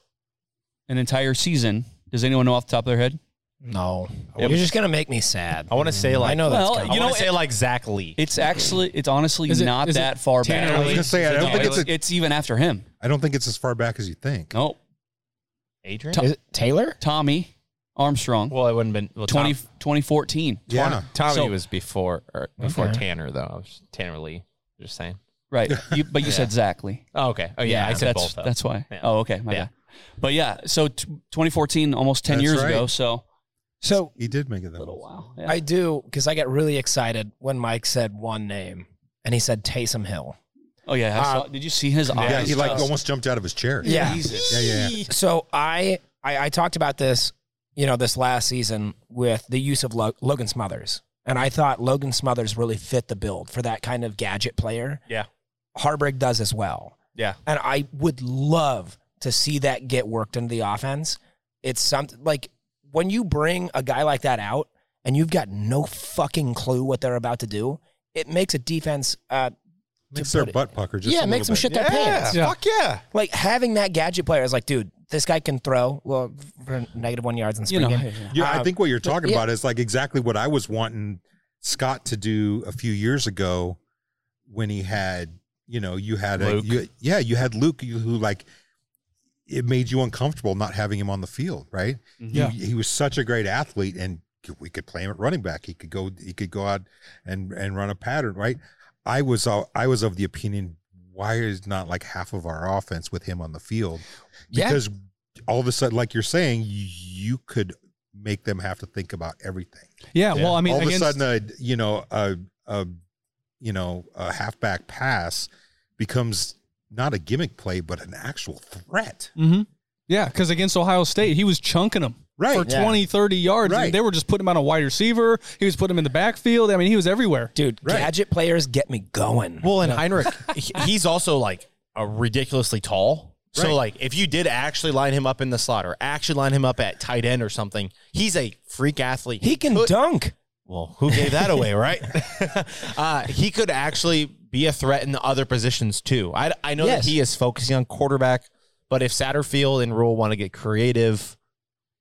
[SPEAKER 9] an entire season. Does anyone know off the top of their head?
[SPEAKER 8] No,
[SPEAKER 10] Yeah,
[SPEAKER 8] you're
[SPEAKER 10] but-
[SPEAKER 8] just gonna make me sad.
[SPEAKER 10] Mm. I want to say like
[SPEAKER 8] I know that's
[SPEAKER 9] Well,
[SPEAKER 8] coming.
[SPEAKER 10] I
[SPEAKER 9] you
[SPEAKER 10] want
[SPEAKER 9] know,
[SPEAKER 10] to say
[SPEAKER 9] it-
[SPEAKER 10] like Zach Lee.
[SPEAKER 9] It's actually, it's honestly
[SPEAKER 13] Is it-
[SPEAKER 9] not
[SPEAKER 13] is it
[SPEAKER 9] that far
[SPEAKER 13] Tanner
[SPEAKER 9] back.
[SPEAKER 12] I was going to say I
[SPEAKER 9] No,
[SPEAKER 12] don't think
[SPEAKER 9] it's,
[SPEAKER 12] it's a,
[SPEAKER 9] it's even after him.
[SPEAKER 12] I don't think it's as far back as you think.
[SPEAKER 9] Nope.
[SPEAKER 10] Adrian.
[SPEAKER 8] Is it Taylor?
[SPEAKER 9] Tommy Armstrong,
[SPEAKER 10] well, it wouldn't have been well,
[SPEAKER 9] 20,
[SPEAKER 10] Tom-
[SPEAKER 9] 2014.
[SPEAKER 12] Yeah.
[SPEAKER 10] Tommy
[SPEAKER 9] So-
[SPEAKER 10] was before or before
[SPEAKER 8] Okay.
[SPEAKER 10] Tanner though. I was- Tanner Lee. Just saying.
[SPEAKER 9] Right. You, but you
[SPEAKER 10] <laughs>
[SPEAKER 9] said Zach Lee.
[SPEAKER 10] Oh, okay. Oh yeah, I said
[SPEAKER 9] that's,
[SPEAKER 10] both. Though.
[SPEAKER 9] That's why.
[SPEAKER 10] Yeah.
[SPEAKER 9] Oh, okay. My
[SPEAKER 10] Yeah.
[SPEAKER 9] bad. But yeah, so t- 2014, almost 10
[SPEAKER 12] That's
[SPEAKER 9] years
[SPEAKER 12] right.
[SPEAKER 9] ago. So
[SPEAKER 8] So
[SPEAKER 12] He did make it
[SPEAKER 10] Oh,
[SPEAKER 12] that.
[SPEAKER 9] little while. Yeah.
[SPEAKER 8] I do because I got really excited when Mike said one name and he said Taysom Hill.
[SPEAKER 9] oh yeah. I
[SPEAKER 8] Uh,
[SPEAKER 9] saw, did you see his eyes?
[SPEAKER 12] Yeah, he like
[SPEAKER 9] Uh,
[SPEAKER 12] almost jumped out of his chair.
[SPEAKER 8] Yeah.
[SPEAKER 9] Jesus.
[SPEAKER 12] Yeah, yeah,
[SPEAKER 8] <laughs> So I, I I talked about this, you know, this last season with the use of Lo- Logan Smothers, and I thought Logan Smothers really fit the build for that kind of gadget player.
[SPEAKER 10] Yeah.
[SPEAKER 8] Harburg does as well,
[SPEAKER 10] Yeah.
[SPEAKER 8] and I would love to see that get worked into the offense. It's something like when you bring a guy like that out and you've got no fucking clue what they're about to do, it makes a defense. Uh,
[SPEAKER 12] Makes
[SPEAKER 8] To
[SPEAKER 12] their
[SPEAKER 8] put it-
[SPEAKER 12] butt pucker. Just
[SPEAKER 8] yeah,
[SPEAKER 12] a
[SPEAKER 8] it makes
[SPEAKER 12] little
[SPEAKER 8] them shit
[SPEAKER 12] bit.
[SPEAKER 8] their pants
[SPEAKER 13] Yeah.
[SPEAKER 10] Fuck yeah.
[SPEAKER 8] like having that gadget player is like, dude, this guy can throw well for negative one yards in the
[SPEAKER 9] You
[SPEAKER 8] spring
[SPEAKER 9] know.
[SPEAKER 8] game.
[SPEAKER 12] Yeah, I
[SPEAKER 8] Uh,
[SPEAKER 12] think what you're talking
[SPEAKER 8] yeah.
[SPEAKER 12] about is like exactly what I was wanting Scott to do a few years ago when he had, you know, you had
[SPEAKER 10] Luke.
[SPEAKER 12] a, you, yeah, you had Luke you- who like it made you uncomfortable not having him on the field, right?
[SPEAKER 13] Yeah.
[SPEAKER 12] He, he was such a great athlete, and we could play him at running back. He could go, he could go out and and run a pattern, right? I was uh, I was of the opinion why is not like half of our offense with him on the field
[SPEAKER 8] Yeah.
[SPEAKER 12] because all of a sudden, like you're saying, you could make them have to think about everything.
[SPEAKER 13] Yeah. Well, I mean,
[SPEAKER 12] all of
[SPEAKER 13] against,
[SPEAKER 12] a sudden, uh, a you know a a you know a halfback pass becomes not a gimmick play, but an actual threat.
[SPEAKER 13] Mhm. Yeah, because against Ohio State, he was chunking them
[SPEAKER 12] Right.
[SPEAKER 13] for
[SPEAKER 8] Yeah.
[SPEAKER 13] twenty, thirty 20, 30 yards. and
[SPEAKER 12] Right.
[SPEAKER 13] they were just putting him on a wide receiver. He was putting him in the backfield. I mean, he was everywhere.
[SPEAKER 8] dude,
[SPEAKER 12] Right.
[SPEAKER 8] gadget players get me going.
[SPEAKER 10] Well, and Heinrich, he- he's also like a ridiculously tall. So
[SPEAKER 12] Right.
[SPEAKER 10] like, if you did actually line him up in the slot or actually line him up at tight end or something, he's a freak athlete.
[SPEAKER 8] he can
[SPEAKER 10] could-
[SPEAKER 8] dunk.
[SPEAKER 10] Well, who gave that away, right? <laughs> uh, he could actually be a threat in the other positions too. I, I know
[SPEAKER 8] Yes.
[SPEAKER 10] that he is focusing on quarterback, but if Satterfield and Rule want to get creative,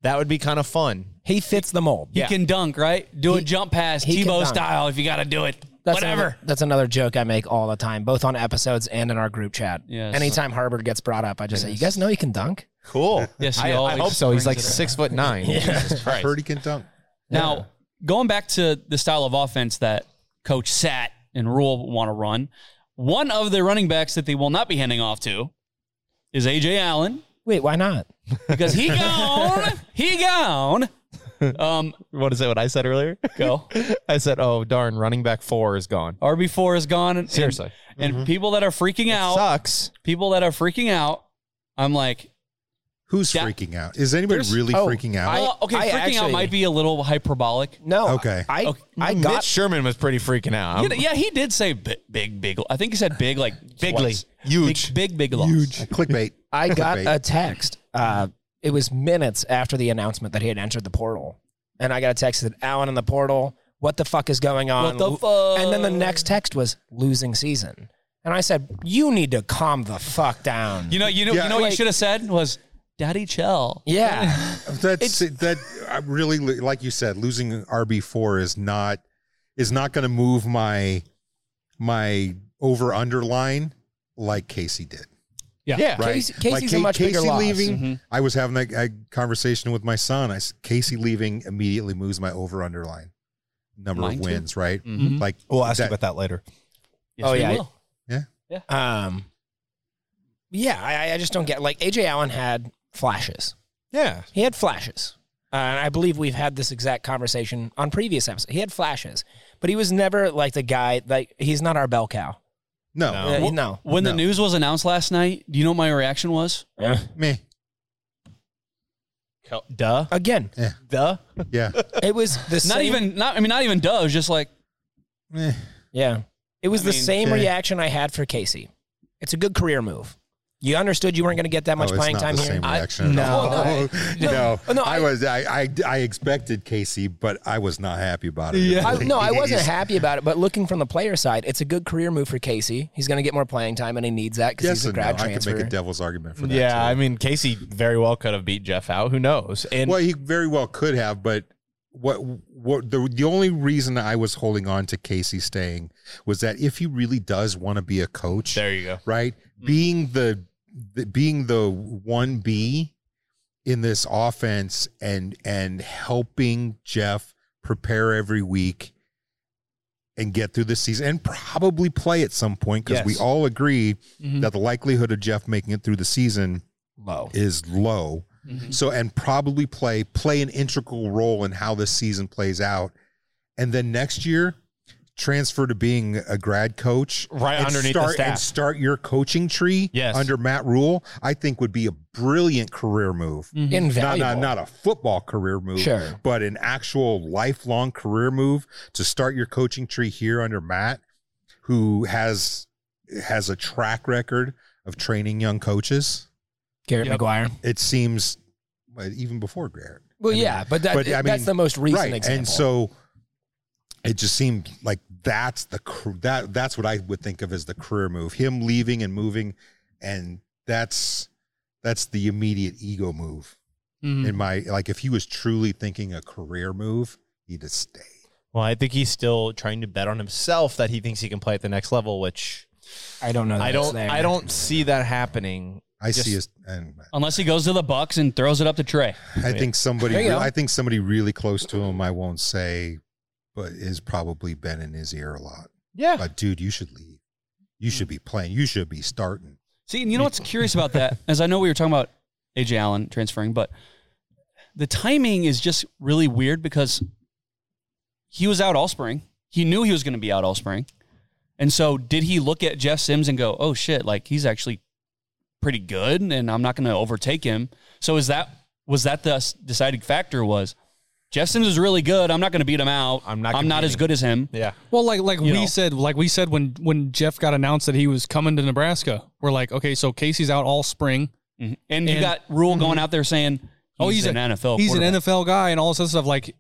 [SPEAKER 10] that would be kind of fun.
[SPEAKER 8] He fits the mold.
[SPEAKER 9] He
[SPEAKER 10] Yeah.
[SPEAKER 9] can dunk, right? Do a
[SPEAKER 8] He-
[SPEAKER 9] jump pass,
[SPEAKER 8] he can
[SPEAKER 9] Tebow
[SPEAKER 8] dunk.
[SPEAKER 9] style, if you got to do it.
[SPEAKER 8] That's
[SPEAKER 9] Whatever.
[SPEAKER 8] Another, that's another joke I make all the time, both on episodes and in our group chat.
[SPEAKER 9] Yes.
[SPEAKER 8] Anytime Harvard gets brought up, I just say, "You guys know he can dunk."
[SPEAKER 10] Cool.
[SPEAKER 9] <laughs> Yes,
[SPEAKER 10] I,
[SPEAKER 9] he
[SPEAKER 10] I
[SPEAKER 9] always
[SPEAKER 10] hope so. He's
[SPEAKER 9] brings
[SPEAKER 10] like
[SPEAKER 9] it up.
[SPEAKER 10] six foot
[SPEAKER 9] <laughs>
[SPEAKER 10] nine. Jesus Christ.
[SPEAKER 12] Purdy can dunk.
[SPEAKER 9] Now, going back to the style of offense that Coach Sat and Rule want to run, one of their running backs that they will not be handing off to is AJ Allen
[SPEAKER 8] Wait, why not?
[SPEAKER 9] because he gone, he gone. Um,
[SPEAKER 10] What is that? What I said <laughs> earlier?
[SPEAKER 9] go
[SPEAKER 10] I said, "Oh darn, running back four is gone."
[SPEAKER 9] RB four is gone. And,
[SPEAKER 10] Seriously.
[SPEAKER 9] and, and people that are freaking out,
[SPEAKER 10] Sucks.
[SPEAKER 9] people that are freaking out, I'm like,
[SPEAKER 12] Who's
[SPEAKER 9] Yeah.
[SPEAKER 12] freaking out? Is anybody
[SPEAKER 9] There's-
[SPEAKER 12] really
[SPEAKER 8] oh,
[SPEAKER 12] freaking out?
[SPEAKER 8] I-
[SPEAKER 9] well, okay, freaking out
[SPEAKER 8] actually-
[SPEAKER 9] might be a little hyperbolic.
[SPEAKER 8] No.
[SPEAKER 12] okay.
[SPEAKER 8] I
[SPEAKER 9] Okay.
[SPEAKER 8] I
[SPEAKER 10] Mitch
[SPEAKER 8] got
[SPEAKER 10] Sherman was pretty freaking out.
[SPEAKER 9] Yeah, yeah, he did say big, big, big. I think he said big, like
[SPEAKER 10] Bigly.
[SPEAKER 9] twice.
[SPEAKER 10] Huge.
[SPEAKER 9] big, big, big loss. Huge.
[SPEAKER 12] Clickbait.
[SPEAKER 8] I got
[SPEAKER 12] Clickbait.
[SPEAKER 8] a text. Uh, it was minutes after the announcement that he had entered the portal, and I got a text that Allen in the portal. What the fuck is going on?
[SPEAKER 9] What the fuck?
[SPEAKER 8] And then the next text was losing season, and I said, "You need to calm the fuck down."
[SPEAKER 9] You know, you know,
[SPEAKER 12] Yeah,
[SPEAKER 9] you know what you
[SPEAKER 12] like-
[SPEAKER 9] should have said was, "Daddy, chill."
[SPEAKER 8] yeah,
[SPEAKER 12] That's that. I really like you said. Losing RB four is not is not going to move my my over underline like Casey did.
[SPEAKER 10] <laughs> Yeah.
[SPEAKER 12] Right.
[SPEAKER 8] Casey- Casey's a much
[SPEAKER 12] Casey
[SPEAKER 8] bigger loss.
[SPEAKER 12] leaving.
[SPEAKER 10] Mm-hmm.
[SPEAKER 12] I was having that uh, conversation with my son. I s- Casey leaving immediately moves my over underline number
[SPEAKER 9] Mine
[SPEAKER 12] of
[SPEAKER 9] too.
[SPEAKER 12] wins. Right.
[SPEAKER 9] Mhm.
[SPEAKER 12] Like
[SPEAKER 10] Mm-hmm. We'll ask you
[SPEAKER 12] that-
[SPEAKER 10] about that later.
[SPEAKER 9] Yes,
[SPEAKER 8] Oh,
[SPEAKER 9] we
[SPEAKER 8] yeah.
[SPEAKER 9] will.
[SPEAKER 8] um, yeah. I, I just don't get like AJ Allen had flashes.
[SPEAKER 10] Yeah.
[SPEAKER 8] He had flashes. Uh, and I believe we've had this exact conversation on previous episodes. He had flashes, but he was never like the guy, like, he's not our bell cow.
[SPEAKER 12] no,
[SPEAKER 10] No.
[SPEAKER 8] Uh,
[SPEAKER 9] Wh-
[SPEAKER 8] no.
[SPEAKER 9] When the
[SPEAKER 12] No.
[SPEAKER 9] news was announced last night, do you know what my reaction was?
[SPEAKER 12] me.
[SPEAKER 10] Duh.
[SPEAKER 8] Again,
[SPEAKER 10] Duh. <laughs>
[SPEAKER 12] Yeah.
[SPEAKER 8] it was
[SPEAKER 9] <laughs>
[SPEAKER 8] the
[SPEAKER 9] Not
[SPEAKER 8] same-
[SPEAKER 9] even, not I mean, not even does. Just like
[SPEAKER 12] Eh.
[SPEAKER 8] Yeah. It was
[SPEAKER 9] I
[SPEAKER 8] the
[SPEAKER 9] mean,
[SPEAKER 8] same
[SPEAKER 12] okay.
[SPEAKER 8] reaction I had for Casey. It's a good career move. You understood you weren't going to get that much
[SPEAKER 12] Oh, it's
[SPEAKER 8] playing
[SPEAKER 12] not
[SPEAKER 8] time
[SPEAKER 12] the
[SPEAKER 8] here.
[SPEAKER 12] Same
[SPEAKER 8] I-
[SPEAKER 12] reaction. at
[SPEAKER 8] no,
[SPEAKER 12] all. <laughs> no,
[SPEAKER 8] no, <laughs> no,
[SPEAKER 12] I,
[SPEAKER 8] I-
[SPEAKER 12] was. I, I I expected Casey, but I was not happy about it.
[SPEAKER 8] I,
[SPEAKER 12] <laughs> It
[SPEAKER 8] no, I wasn't
[SPEAKER 12] is-
[SPEAKER 8] happy about it, but looking from the player side, it's a good career move for Casey. He's going to get more playing time, and he needs that because
[SPEAKER 12] Yes
[SPEAKER 8] he's a
[SPEAKER 12] and no.
[SPEAKER 8] grad
[SPEAKER 12] I could
[SPEAKER 8] transfer.
[SPEAKER 12] make a devil's argument for that.
[SPEAKER 10] yeah,
[SPEAKER 12] too.
[SPEAKER 10] I mean, Casey very well could have beat Jeff out. Who knows? And
[SPEAKER 12] well, he very well could have, but what what the the only reason I was holding on to Casey staying was that if he really does want to be a coach,
[SPEAKER 10] there Mm. you go.
[SPEAKER 12] right? Being the, the being the one B in this offense and and helping Jeff prepare every week and get through the season and probably play at some point because we
[SPEAKER 10] Yes. Mm-hmm.
[SPEAKER 12] all agree that the likelihood of Jeff making it through the season
[SPEAKER 8] Low.
[SPEAKER 12] is low. So and probably play play an integral role in how this season plays out. And then next year, transfer to being a grad coach
[SPEAKER 10] Right
[SPEAKER 12] and
[SPEAKER 10] underneath the
[SPEAKER 12] start,
[SPEAKER 10] staff.
[SPEAKER 12] and start your coaching tree
[SPEAKER 10] Yes.
[SPEAKER 12] under Matt Rule, I think would be a brilliant career move. Not,
[SPEAKER 8] Invaluable.
[SPEAKER 12] not not a football career move,
[SPEAKER 8] Sure.
[SPEAKER 12] but an actual lifelong career move to start your coaching tree here under Matt, who has has a track record of training young coaches.
[SPEAKER 8] Garrett
[SPEAKER 13] Yep.
[SPEAKER 8] McGuire.
[SPEAKER 12] It seems well, even before Garrett.
[SPEAKER 8] Well,
[SPEAKER 12] I mean,
[SPEAKER 8] yeah, but, that,
[SPEAKER 12] but, I
[SPEAKER 8] that's
[SPEAKER 12] mean,
[SPEAKER 8] the most recent example.
[SPEAKER 12] And so it just seemed like that's the cr- that that's what I would think of as the career move. Him leaving and moving, and that's that's the immediate ego move
[SPEAKER 13] Mhm.
[SPEAKER 9] mm-hmm.
[SPEAKER 12] in my like. If he was truly thinking a career move, he'd have stayed.
[SPEAKER 10] Well, I think he's still trying to bet on himself that he thinks he can play at the next level, which
[SPEAKER 8] I don't know. That
[SPEAKER 10] I
[SPEAKER 8] it's
[SPEAKER 10] don't.
[SPEAKER 8] There.
[SPEAKER 10] I don't see that happening.
[SPEAKER 12] I see
[SPEAKER 10] Just-
[SPEAKER 12] his and
[SPEAKER 9] unless he goes to the Bucks and throws it up to Trey.
[SPEAKER 12] I think somebody.
[SPEAKER 8] There you
[SPEAKER 12] re-
[SPEAKER 8] go.
[SPEAKER 12] I think somebody really close to him. I won't say, but is probably been in his ear a lot.
[SPEAKER 10] Yeah.
[SPEAKER 12] But dude, you should leave. You should be playing. You should be starting.
[SPEAKER 9] See, and you know what's curious about that? As I know we were talking about AJ Allen transferring, but the timing is just really weird because he was out all spring. He knew he was going to be out all spring. And so did he look at Jeff Sims and go, oh shit, like he's actually pretty good and I'm not going to overtake him. So is that, was that the s- deciding factor was Jeff Sims is really good. I'm not going to beat him out.
[SPEAKER 10] I'm not
[SPEAKER 9] I'm not
[SPEAKER 10] competing.
[SPEAKER 9] as good as him.
[SPEAKER 10] Yeah.
[SPEAKER 13] Well, like like we
[SPEAKER 9] know.
[SPEAKER 13] said, like we said when when Jeff got announced that he was coming to Nebraska, we're like, okay, so Casey's out all spring.
[SPEAKER 9] Mhm. And you
[SPEAKER 13] And-
[SPEAKER 9] got Rule going out there saying,
[SPEAKER 13] Oh, he's
[SPEAKER 9] an
[SPEAKER 13] a-
[SPEAKER 9] NFL.
[SPEAKER 13] He's an
[SPEAKER 9] quarterback.
[SPEAKER 13] NFL guy and all this other stuff. Like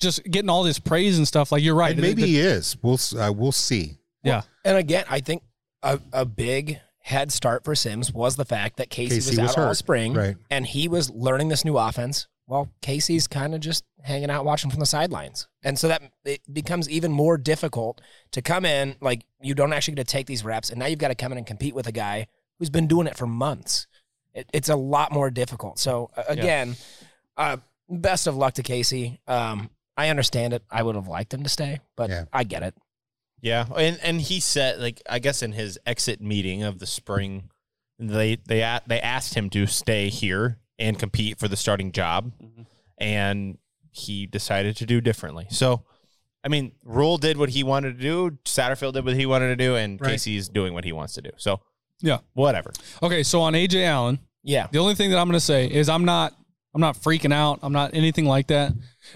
[SPEAKER 13] just getting all this praise and stuff. Like you're right.
[SPEAKER 12] And
[SPEAKER 13] The-
[SPEAKER 12] maybe
[SPEAKER 13] the-
[SPEAKER 12] he is. We'll s- uh, we'll see.
[SPEAKER 13] yeah.
[SPEAKER 8] And again, I think a, a big head start for Sims was the fact that Casey,
[SPEAKER 12] Casey
[SPEAKER 8] was out
[SPEAKER 12] was
[SPEAKER 8] all
[SPEAKER 12] hurt,
[SPEAKER 8] spring,
[SPEAKER 12] right.
[SPEAKER 8] and he was learning this new offense, well, Casey's kind of just hanging out watching from the sidelines. And so that it becomes even more difficult to come in. Like, you don't actually get to take these reps. And now you've got to come in and compete with a guy who's been doing it for months. It, it's a lot more difficult. So, uh, again, uh, best of luck to Casey. Um, I understand it. I would have liked him to stay, but I get it.
[SPEAKER 10] Yeah, and and he said like I guess in his exit meeting of the spring, they they a- they asked him to stay here and compete for the starting job,
[SPEAKER 13] Mm-hmm.
[SPEAKER 10] and he decided to do differently. So, I mean, Rule did what he wanted to do, Satterfield did what he wanted to do, and
[SPEAKER 13] Right.
[SPEAKER 10] Casey's doing what he wants to do. So,
[SPEAKER 13] Yeah.
[SPEAKER 10] whatever.
[SPEAKER 13] Okay, so on AJ Allen,
[SPEAKER 8] yeah.
[SPEAKER 13] The only thing that I'm going to say is I'm not I'm not freaking out. I'm not anything like that.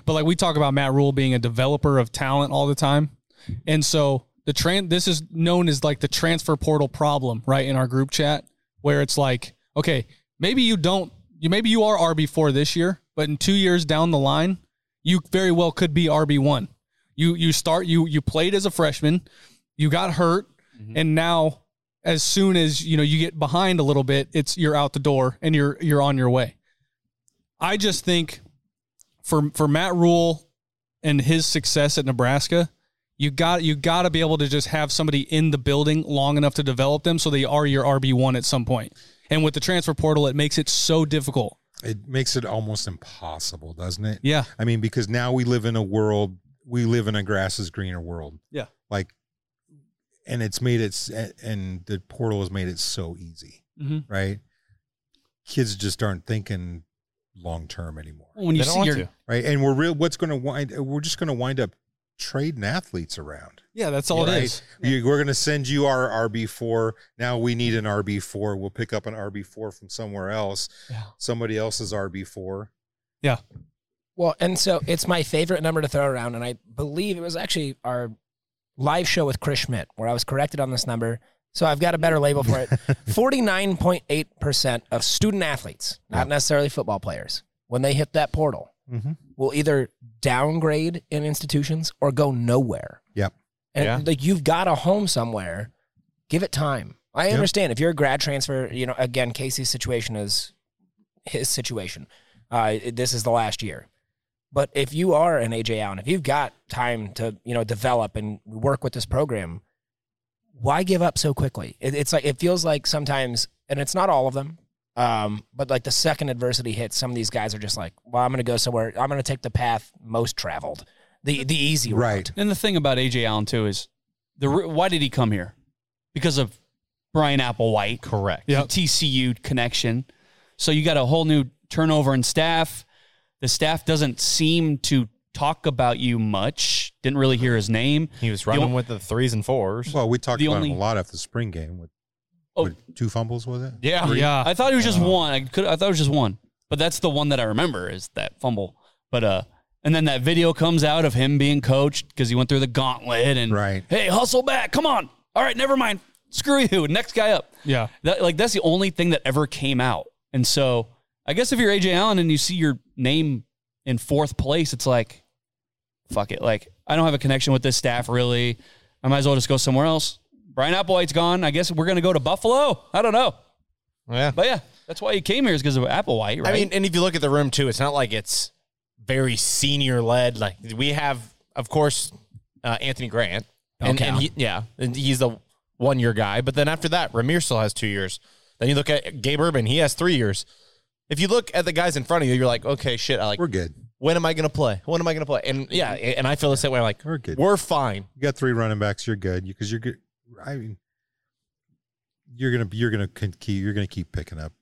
[SPEAKER 13] But like we talk about Matt Rule being a developer of talent all the time. And so the tran this is known as like the transfer portal problem, right, in our group chat where it's like, okay, maybe you don't you maybe you are RB4 this year, but in 2 years down the line, you very well could be RB1. You you start you you played as a freshman, you got hurt, and now as soon as you know you get behind a little bit, it's you're out the door and you're you're on your way. I just think for for Matt Rule and his success at Nebraska, you got you got to be able to just have somebody in the building long enough to develop them so they are your RB one at some point. And with the transfer portal, it makes it so difficult.
[SPEAKER 12] It makes it almost impossible, doesn't it?
[SPEAKER 13] Yeah.
[SPEAKER 12] I mean, because now we live in a world, we live in a grass is greener world.
[SPEAKER 13] Yeah.
[SPEAKER 12] Like, and it's made it, s- and the portal has made it so easy,
[SPEAKER 13] Mhm.
[SPEAKER 12] right? Kids just aren't thinking long term anymore.
[SPEAKER 13] Well, when you They don't see want your- to.
[SPEAKER 12] right, and we're real, what's going to wind, we're just going to wind up trading athletes around.
[SPEAKER 13] Yeah, that's all
[SPEAKER 12] Right?
[SPEAKER 13] it is.
[SPEAKER 12] You, we're going to send you our RB4. Now we need an RB4. We'll pick up an RB4 from somewhere else. Somebody else's RB4.
[SPEAKER 13] Yeah.
[SPEAKER 8] Well, and so it's my favorite number to throw around, and I believe it was actually our live show with Chris Schmidt where I was corrected on this number. So I've got a better label for it. Forty-nine point eight percent of student athletes, not necessarily football players, when they hit that portal,
[SPEAKER 12] Mhm.
[SPEAKER 8] will either downgrade in institutions or go nowhere.
[SPEAKER 12] Yep.
[SPEAKER 8] And
[SPEAKER 12] Yeah.
[SPEAKER 8] like you've got a home somewhere, give it time. I
[SPEAKER 12] Yep.
[SPEAKER 8] understand if you're a grad transfer, you know, again, Casey's situation is his situation. Uh, it- this is the last year. But if you are an AJ Allen, if you've got time to, you know, develop and work with this program, why give up so quickly? It, it's like it feels like sometimes, and it's not all of them, um, but like the second adversity hits, some of these guys are just like, "Well, I'm going to go somewhere. I'm going to take the path most traveled, the the easy route." Right.
[SPEAKER 9] And the thing about AJ Allen too is the re- why did he come here? Because of Brian Applewhite,
[SPEAKER 10] correct?
[SPEAKER 9] The TCU connection. So you got a whole new turnover in staff. The staff doesn't seem to talk about you much. Didn't really hear his name.
[SPEAKER 10] He was
[SPEAKER 9] running
[SPEAKER 10] with the threes and fours.
[SPEAKER 12] Well, we talked
[SPEAKER 9] The
[SPEAKER 12] about
[SPEAKER 9] only- Oh.
[SPEAKER 12] him a lot after the spring game with, with two fumbles, was it?
[SPEAKER 9] Yeah,
[SPEAKER 12] Three?
[SPEAKER 9] yeah. I thought it was just one. I could. I thought it was just one, but that's the one that I remember is that fumble. But uh, and then that video comes out of him being coached because he went through the gauntlet and
[SPEAKER 12] right.
[SPEAKER 9] Hey, hustle back! Come on! All right, never mind. Screw you. Next guy up.
[SPEAKER 13] Yeah.
[SPEAKER 9] That like that's the only thing that ever came out. And so I guess if you're AJ Allen and you see your name in fourth place, it's like, fuck it. Like I don't have a connection with this staff really. I might as well just go somewhere else. Brian Applewhite's gone. I guess we're gonna go to Buffalo. I don't know.
[SPEAKER 10] Yeah.
[SPEAKER 9] But yeah, that's why he came here is because of Applewhite, right?
[SPEAKER 10] I mean, and if you look at the room too, it's not like it's very senior led. Like we have, of course, uh, Anthony Grant, and,
[SPEAKER 9] Okay.
[SPEAKER 10] and he, yeah, and he's the one year guy. But then after that, Ramir still has two years. Then you look at Gabe Urban; he has three years. If you look at the guys in front of you, you're like, okay, shit, I like
[SPEAKER 12] we're good.
[SPEAKER 10] When am I gonna play? When am I gonna play? And yeah, and I feel the same way. I'm like,
[SPEAKER 12] we're good.
[SPEAKER 10] We're fine.
[SPEAKER 12] You got three running backs. You're good because you're good. I mean, you're gonna you're gonna con- keep you're gonna keep picking up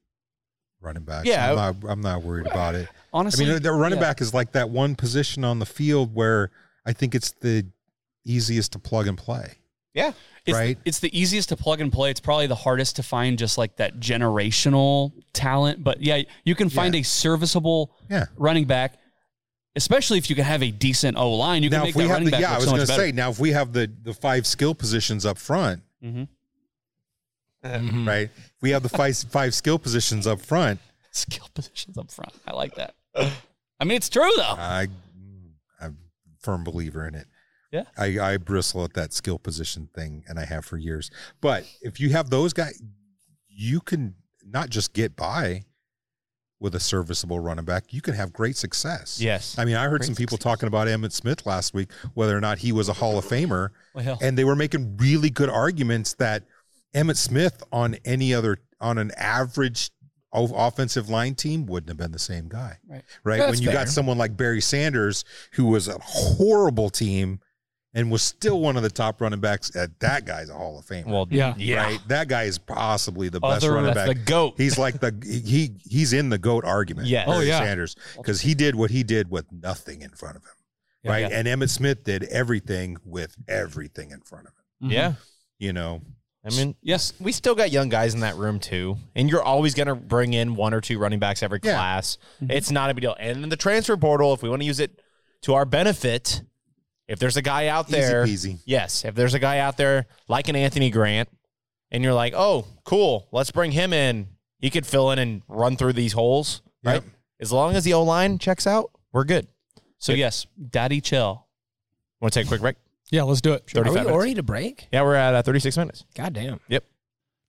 [SPEAKER 12] running backs.
[SPEAKER 9] Yeah.
[SPEAKER 12] I'm not, I'm not worried about it.
[SPEAKER 9] Honestly,
[SPEAKER 12] I mean, the running
[SPEAKER 9] yeah.
[SPEAKER 12] back is like that one position on the field where I think it's the easiest to plug and play.
[SPEAKER 10] Yeah.
[SPEAKER 9] It's,
[SPEAKER 12] Right.
[SPEAKER 9] It's the easiest to plug and play. It's probably the hardest to find just like that generational talent. But yeah, you can find a serviceable
[SPEAKER 12] Yeah.
[SPEAKER 9] running back, especially if you can have a decent O line. You can
[SPEAKER 12] now,
[SPEAKER 9] make
[SPEAKER 12] if
[SPEAKER 9] that
[SPEAKER 12] we have
[SPEAKER 9] running
[SPEAKER 12] the
[SPEAKER 9] back
[SPEAKER 12] yeah, I
[SPEAKER 9] look
[SPEAKER 12] was
[SPEAKER 9] so
[SPEAKER 12] gonna
[SPEAKER 9] much better.
[SPEAKER 12] say now if we have the the five skill positions up front,
[SPEAKER 9] Mhm.
[SPEAKER 12] right? If we have the five <laughs> five skill positions up front.
[SPEAKER 9] Skill positions up front. I like that. I mean, it's true though.
[SPEAKER 12] I, I'm a firm believer in it.
[SPEAKER 9] Yeah.
[SPEAKER 12] I, I bristle at that skill position thing, and I have for years. But if you have those guys, you can not just get by. with a serviceable running back, you can have great success.
[SPEAKER 10] Yes.
[SPEAKER 12] I mean, I heard
[SPEAKER 10] Great
[SPEAKER 12] some people talking about Emmett Smith last week, whether or not he was a Hall of Famer.
[SPEAKER 9] Well.
[SPEAKER 12] And they were making really good arguments that Emmett Smith on any other, on an average o- offensive line team wouldn't have been the same guy.
[SPEAKER 13] Right.
[SPEAKER 12] Right.
[SPEAKER 13] That's
[SPEAKER 12] when you
[SPEAKER 13] fair.
[SPEAKER 12] got someone like Barry Sanders, who was a horrible team and was still one of the top running backs, uh, that guy's a Hall of Famer.
[SPEAKER 10] Well,
[SPEAKER 13] Yeah.
[SPEAKER 10] yeah.
[SPEAKER 12] Right. That guy is possibly the best
[SPEAKER 10] Other-
[SPEAKER 12] running
[SPEAKER 10] that's
[SPEAKER 12] back.
[SPEAKER 10] the GOAT.
[SPEAKER 12] He's like the he he's in the goat argument.
[SPEAKER 10] Yes. Oh,
[SPEAKER 12] Barry
[SPEAKER 10] yeah.
[SPEAKER 12] Sanders because he did what he did with nothing in front of him,
[SPEAKER 10] Yeah,
[SPEAKER 12] right?
[SPEAKER 10] yeah.
[SPEAKER 12] And Emmett Smith did everything with everything in front of him.
[SPEAKER 10] Yeah.
[SPEAKER 12] You know,
[SPEAKER 10] I mean, yes, we still got young guys in that room too, and you're always going to bring in one or two running backs every class.
[SPEAKER 12] Mm-hmm.
[SPEAKER 10] It's not a big deal. And in the transfer portal, if we want to use it to our benefit, if there's a guy out
[SPEAKER 12] Easy
[SPEAKER 10] there,
[SPEAKER 12] peasy.
[SPEAKER 10] yes, if there's a guy out there like an Anthony Grant, and you're like, oh, cool, let's bring him in. He could fill in and run through these holes, right? As long as the O line checks out, we're good.
[SPEAKER 9] So yes, Daddy Chill.
[SPEAKER 10] Want to take a quick break?
[SPEAKER 13] Yeah, let's do it.
[SPEAKER 10] Sure.
[SPEAKER 8] Are we
[SPEAKER 10] 35 minutes.
[SPEAKER 8] already to break?
[SPEAKER 10] Yeah, we're at uh, 36 minutes.
[SPEAKER 8] God damn.
[SPEAKER 10] Yep.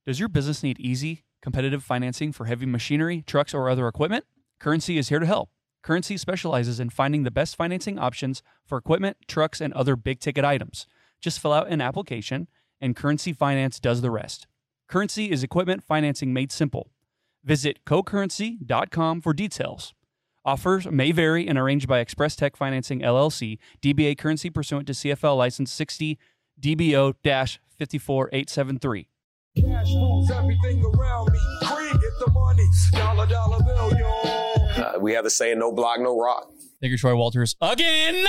[SPEAKER 2] Does your business need easy, competitive financing for heavy machinery, trucks, or other equipment? Currency is here to help. Currency specializes in finding the best financing options for equipment, trucks, and other big ticket items. Just fill out an application, and Currency Finance does the rest. Currency is equipment financing made simple. Visit cocurrency.com for details. Offers may vary and arranged by Express Tech Financing LLC, DBA currency pursuant to CFL license 60 DBO 54873.
[SPEAKER 11] Cash moves everything around me. Green, get the money. Dollar, dollar bill, yo.
[SPEAKER 3] Uh, we have a saying no block, no rock.
[SPEAKER 9] Thank you, Troy Walters. Again.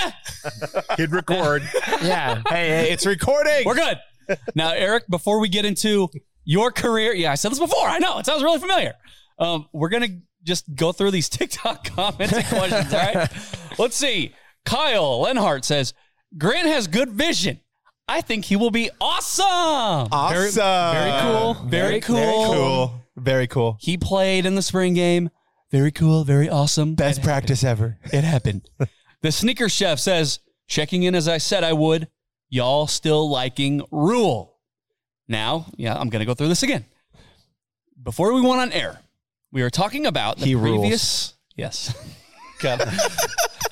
[SPEAKER 12] Hit
[SPEAKER 10] <laughs>
[SPEAKER 12] record.
[SPEAKER 9] yeah.
[SPEAKER 10] Hey, hey, it's recording.
[SPEAKER 9] We're good. Now, Eric, before we get into your career, yeah, I said this before. I know. It sounds really familiar. Um, we're going to just go through these <laughs> TikTok comments and questions, all right? Let's see. Kyle Lenhart says, Grant has good vision. I think he will be awesome.
[SPEAKER 10] Awesome.
[SPEAKER 9] Very, very cool. Very, cool.
[SPEAKER 10] Very cool. Very cool.
[SPEAKER 9] He played in the spring game. Very cool. Very awesome. Best
[SPEAKER 10] practice ever.
[SPEAKER 9] It happened. the sneaker chef says, checking in as I said I would. Y'all still liking rule. Now, yeah, I'm going to go through this again. Before we went on air, we were talking about the
[SPEAKER 10] He rules.
[SPEAKER 9] previous.
[SPEAKER 12] <laughs>
[SPEAKER 9] Yes. God.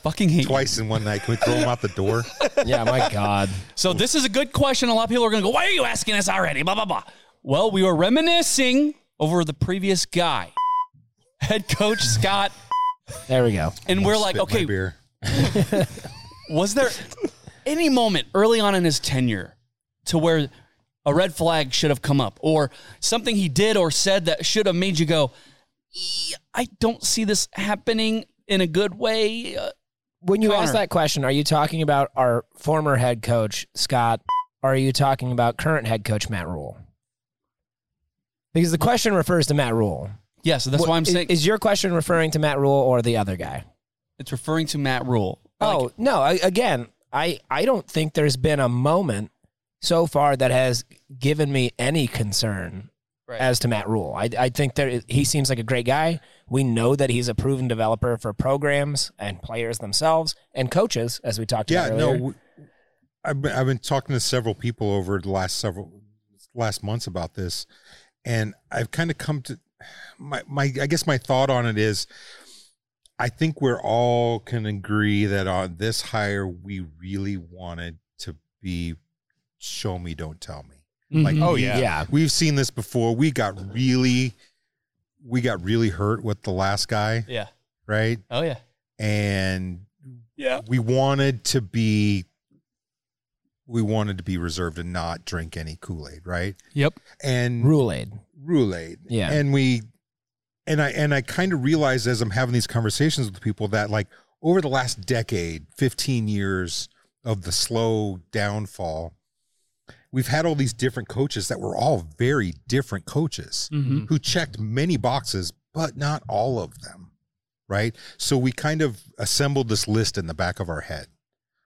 [SPEAKER 9] Fucking hate
[SPEAKER 12] twice in one night. Can we throw him out the
[SPEAKER 10] <laughs>
[SPEAKER 12] door?
[SPEAKER 9] Yeah, my God. So this is a good question. A lot of people are going to go, why are you asking us already? Blah, blah, blah. Well, we were reminiscing over the previous guy, head coach Scott.
[SPEAKER 8] There we go.
[SPEAKER 9] And we're like,
[SPEAKER 12] Spit my
[SPEAKER 9] okay,
[SPEAKER 12] beer.
[SPEAKER 9] was there any moment early on in his tenure to where a red flag should have come up or something he did or said that should have made you go, "Ee, I don't see this happening in a good way? Uh,
[SPEAKER 8] When you ask
[SPEAKER 9] Connor.
[SPEAKER 8] that question, are you talking about our former head coach, Scott? Or are you talking about current head coach, Matt Rule? Because the question refers to Matt Rule.
[SPEAKER 9] Yeah, so that's
[SPEAKER 8] What-
[SPEAKER 9] why I'm
[SPEAKER 8] is-
[SPEAKER 9] saying
[SPEAKER 8] Is your question referring to Matt Rule or the other guy?
[SPEAKER 9] it's referring to Matt Rule.
[SPEAKER 8] oh no! I, again, I I don't think there's been a moment so far that has given me any concern
[SPEAKER 9] Right.
[SPEAKER 8] as to Matt Rule. I I think there he seems like a great guy. We know that he's a proven developer for programs and players themselves and coaches, as we talked
[SPEAKER 12] yeah
[SPEAKER 8] about.
[SPEAKER 12] no
[SPEAKER 8] earlier.
[SPEAKER 12] w- I've been, I've been talking to several people over the last several last months about this and i've kind of come to my, my i guess my thought on it is i think we're all can agree that on this hire we really wanted to be show me don't tell me like
[SPEAKER 10] Mhm. Oh,
[SPEAKER 12] we-
[SPEAKER 10] yeah. Yeah.
[SPEAKER 12] we've seen this before we got really we got really hurt with the last guy
[SPEAKER 9] Yeah.
[SPEAKER 12] right
[SPEAKER 9] Oh, yeah.
[SPEAKER 12] and
[SPEAKER 9] Yeah.
[SPEAKER 12] we wanted to be we wanted to be reserved and not drink any Kool-Aid, right?
[SPEAKER 13] Yep.
[SPEAKER 12] And
[SPEAKER 8] Ruleade.
[SPEAKER 12] Roulade.
[SPEAKER 8] Yeah.
[SPEAKER 12] And we and I and I kind of realized as I'm having these conversations with people that like over the last decade, 15 years of the slow downfall, we've had all these different coaches that were all very different coaches
[SPEAKER 13] Mhm.
[SPEAKER 12] who checked many boxes, but not all of them. Right. So we kind of assembled this list in the back of our head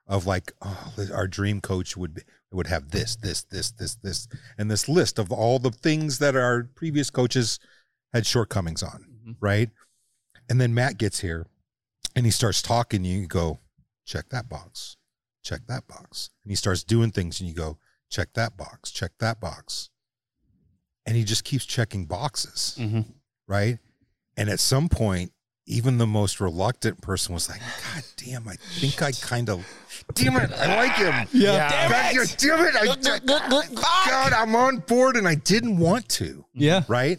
[SPEAKER 12] of like, oh, our dream coach would be, would have this, this, this, this, this, and this list of all the things that our previous coaches had shortcomings on. Right. And then Matt gets here and he starts talking. And you go, check that box, check that box. And he starts doing things and you go, check that box, check Mm-hmm. that box. And he just keeps checking boxes. Right. And at some point, even the most reluctant person was like, God damn, I think I kind of, <laughs> damn it, I like <laughs> him.
[SPEAKER 11] Yeah. Damn
[SPEAKER 12] God,
[SPEAKER 11] it.
[SPEAKER 12] Damn it. I, God, I'm on board and I didn't want to.
[SPEAKER 13] Yeah.
[SPEAKER 12] Right.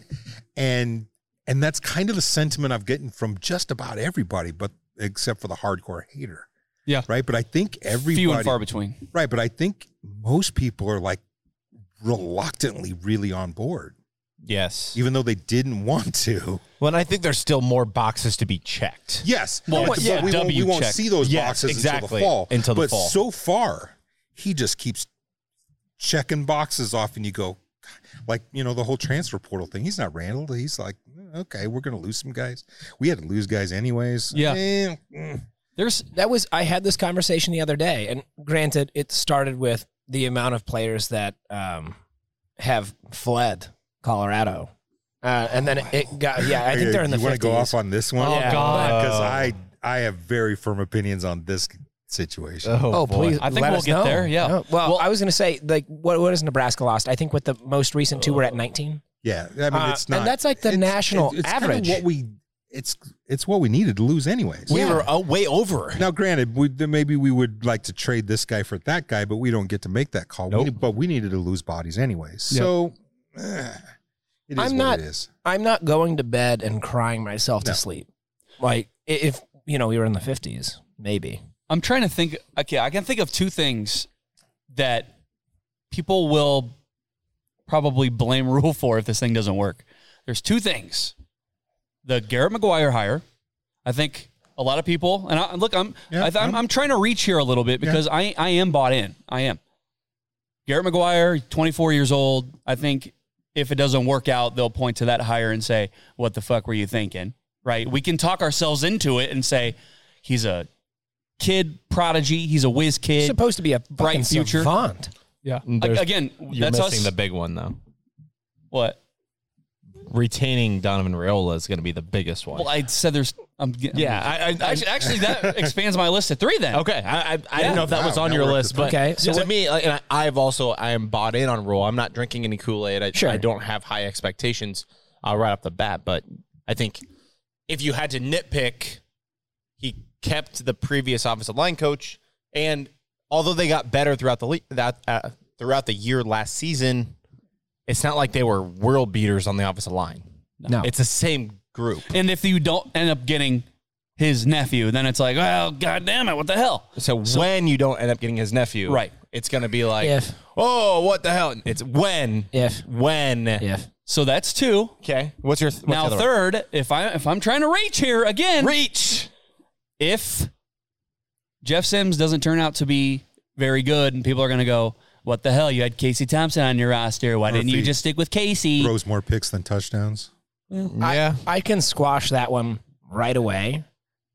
[SPEAKER 12] And, and that's kind of the sentiment I've gotten from just about everybody, but except for the hardcore hater.
[SPEAKER 13] Yeah.
[SPEAKER 12] Right. But I think everybody,
[SPEAKER 9] Few and far between.
[SPEAKER 12] Right. But I think most people are like reluctantly really on board,
[SPEAKER 10] Yes.
[SPEAKER 12] even though they didn't want to.
[SPEAKER 10] Well, and I think there's still more boxes to be checked.
[SPEAKER 12] Yes.
[SPEAKER 10] Well,
[SPEAKER 12] But-
[SPEAKER 10] yeah,
[SPEAKER 12] but we, won't, we
[SPEAKER 10] W
[SPEAKER 12] won't
[SPEAKER 10] check.
[SPEAKER 12] see those
[SPEAKER 10] Yes,
[SPEAKER 12] boxes until
[SPEAKER 10] exactly,
[SPEAKER 12] the fall.
[SPEAKER 10] until the
[SPEAKER 12] but
[SPEAKER 10] fall.
[SPEAKER 12] so far, he just keeps checking boxes off, and you go, like, you know, the whole transfer portal thing. He's not Randall. He's like, "Mm, okay, we're going to lose some guys. We had to lose guys anyways. Eh,
[SPEAKER 13] There's
[SPEAKER 8] that was I had this conversation the other day, and granted, it started with the amount of players that um, have fled Colorado, uh, and then it got yeah. I
[SPEAKER 12] Okay,
[SPEAKER 8] think they're in the
[SPEAKER 12] you want to go off
[SPEAKER 8] 50s.
[SPEAKER 12] on this one?
[SPEAKER 8] Oh, Yeah.
[SPEAKER 10] Uh,
[SPEAKER 8] God.
[SPEAKER 12] Because I, I have very firm opinions on this situation.
[SPEAKER 8] Oh, please!
[SPEAKER 9] I think
[SPEAKER 8] let
[SPEAKER 9] we'll
[SPEAKER 8] us
[SPEAKER 9] get
[SPEAKER 8] know.
[SPEAKER 9] there, yeah.
[SPEAKER 8] No, Well, I was going to say, like, what what has Nebraska lost? I think with the most recent two, we're at 19.
[SPEAKER 12] Yeah, Uh, I mean,
[SPEAKER 8] Uh,
[SPEAKER 12] it's not.
[SPEAKER 8] and that's like the
[SPEAKER 12] it's-
[SPEAKER 8] national
[SPEAKER 12] it's, it's kinda
[SPEAKER 8] average.
[SPEAKER 12] what we, it's it's what we needed to lose anyways.
[SPEAKER 10] We were uh, way over.
[SPEAKER 12] Now, granted, we, then maybe we would like to trade this guy for that guy, but we don't get to make that call. We, but we needed to lose bodies anyways. So eh, it is
[SPEAKER 8] I'm
[SPEAKER 12] what
[SPEAKER 8] not.
[SPEAKER 12] it is.
[SPEAKER 8] I'm not going to bed and crying myself to sleep. Like i- if you know we were in the 50s, maybe.
[SPEAKER 9] I'm trying to think. Okay, I can think of two things that people will probably blame <laughs> Rule for if this thing doesn't work. There's two things: the Garrett McGuire hire. I think a lot of people, and I, look, I'm, I th- I'm I'm trying to reach here a little bit because I I am bought in. I am. Garrett McGuire, 24 years old. I think if it doesn't work out, they'll point to that hire and say, "What the fuck were you thinking?" Right? We can talk ourselves into it and say he's a kid prodigy. He's a whiz kid.
[SPEAKER 8] Supposed to be a fucking
[SPEAKER 9] bright future.
[SPEAKER 8] savant.
[SPEAKER 13] Yeah.
[SPEAKER 10] There's-
[SPEAKER 9] again,
[SPEAKER 10] you're
[SPEAKER 9] that's
[SPEAKER 10] missing
[SPEAKER 9] us.
[SPEAKER 10] the big one though.
[SPEAKER 9] What?
[SPEAKER 10] Retaining Donovan Raiola is going to be the biggest one.
[SPEAKER 9] Well, I said there's. I'm, getting-
[SPEAKER 10] Yeah, I- I-
[SPEAKER 9] actually, actually, <laughs> that expands my list to three. Then
[SPEAKER 10] Okay, I I, I
[SPEAKER 9] Yeah.
[SPEAKER 10] didn't know if that
[SPEAKER 9] Wow,
[SPEAKER 10] was on
[SPEAKER 9] now
[SPEAKER 10] your
[SPEAKER 9] we're up
[SPEAKER 10] list,
[SPEAKER 9] to
[SPEAKER 10] but
[SPEAKER 9] three. Okay,
[SPEAKER 10] okay.
[SPEAKER 9] so
[SPEAKER 10] So
[SPEAKER 9] what-
[SPEAKER 10] to me, like, and I, I've also I am bought in on roll. I'm not drinking any Kool Aid. I, I don't have high expectations uh, right off the bat, but I think if you had to nitpick, he kept the previous offensive line coach, and although they got better throughout the le- that uh, throughout the year last season, it's not like they were world beaters on the offensive line.
[SPEAKER 8] No.
[SPEAKER 10] it's the same group.
[SPEAKER 9] And if you don't end up getting his nephew, then it's like, well, god damn it, what the hell?
[SPEAKER 10] So, when you don't end up getting his nephew,
[SPEAKER 9] Right.
[SPEAKER 10] It's gonna be like,
[SPEAKER 8] If.
[SPEAKER 10] oh, what the hell? It's when,
[SPEAKER 8] If.
[SPEAKER 10] when,
[SPEAKER 8] if.
[SPEAKER 9] So that's two.
[SPEAKER 10] Okay. What's your what's
[SPEAKER 9] now
[SPEAKER 10] the other one?
[SPEAKER 9] third? If I if I'm trying to reach here again,
[SPEAKER 10] reach.
[SPEAKER 9] If Jeff Sims doesn't turn out to be very good, and people are going to go, "What the hell? You had Casey Thompson on your roster. Why didn't you
[SPEAKER 12] Murphy.
[SPEAKER 9] just stick with Casey?"
[SPEAKER 12] Throws more picks than touchdowns.
[SPEAKER 10] Yeah.
[SPEAKER 8] I, I can squash that one right away.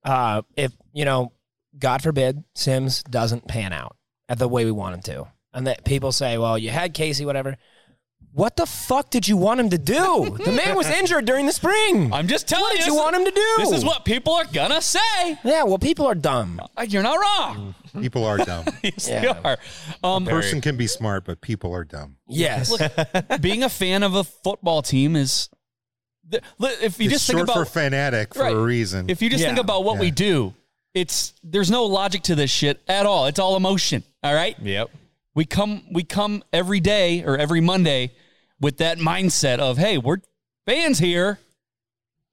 [SPEAKER 8] Uh, if, you know, God forbid Sims doesn't pan out at the way we want him to. And that people say, well, you had Casey, whatever. What the fuck did you want him to do? the
[SPEAKER 9] <laughs>
[SPEAKER 8] man was injured during the spring.
[SPEAKER 9] I'm just telling
[SPEAKER 8] What did
[SPEAKER 9] you,
[SPEAKER 8] you
[SPEAKER 9] this
[SPEAKER 8] want
[SPEAKER 9] is-
[SPEAKER 8] him to do?
[SPEAKER 9] This is what people are gonna say.
[SPEAKER 8] Yeah, well, people are dumb.
[SPEAKER 9] Uh, You're not
[SPEAKER 8] Mm.
[SPEAKER 9] wrong.
[SPEAKER 12] People are dumb.
[SPEAKER 9] <laughs> Yes, they are. Um,
[SPEAKER 12] Person can be smart, but people are dumb.
[SPEAKER 8] Yes.
[SPEAKER 9] Look, being a fan of a football team is. th- li- If you
[SPEAKER 12] it's
[SPEAKER 9] just think
[SPEAKER 12] short
[SPEAKER 9] about
[SPEAKER 12] for fanatic for
[SPEAKER 9] Right.
[SPEAKER 12] a reason.
[SPEAKER 9] If you just think about what we do, it's there's no logic to this shit at all. It's all emotion. All right.
[SPEAKER 10] Yep.
[SPEAKER 9] We come we come every day or every Monday with that mindset of hey, we're fans here.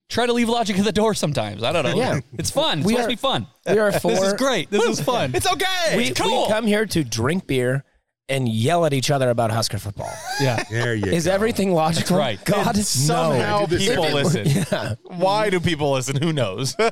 [SPEAKER 9] Try to leave logic at the door sometimes. I don't know.
[SPEAKER 8] Yeah.
[SPEAKER 9] It's fun. It's
[SPEAKER 8] We
[SPEAKER 9] supposed
[SPEAKER 8] are-
[SPEAKER 9] to be fun.
[SPEAKER 8] we
[SPEAKER 9] <laughs>
[SPEAKER 8] are
[SPEAKER 9] This is
[SPEAKER 8] for-
[SPEAKER 9] great. This is fun.
[SPEAKER 10] It's okay.
[SPEAKER 8] we,
[SPEAKER 9] it's cool.
[SPEAKER 8] we come here to drink beer and yell at each other about Husker football.
[SPEAKER 9] yeah.
[SPEAKER 12] There you
[SPEAKER 8] Is
[SPEAKER 12] go.
[SPEAKER 8] everything logical?
[SPEAKER 9] right.
[SPEAKER 8] God, no.
[SPEAKER 10] Somehow
[SPEAKER 12] I did this
[SPEAKER 10] people
[SPEAKER 12] every-
[SPEAKER 10] listen.
[SPEAKER 8] Yeah.
[SPEAKER 10] Why do people listen? Who knows? <laughs>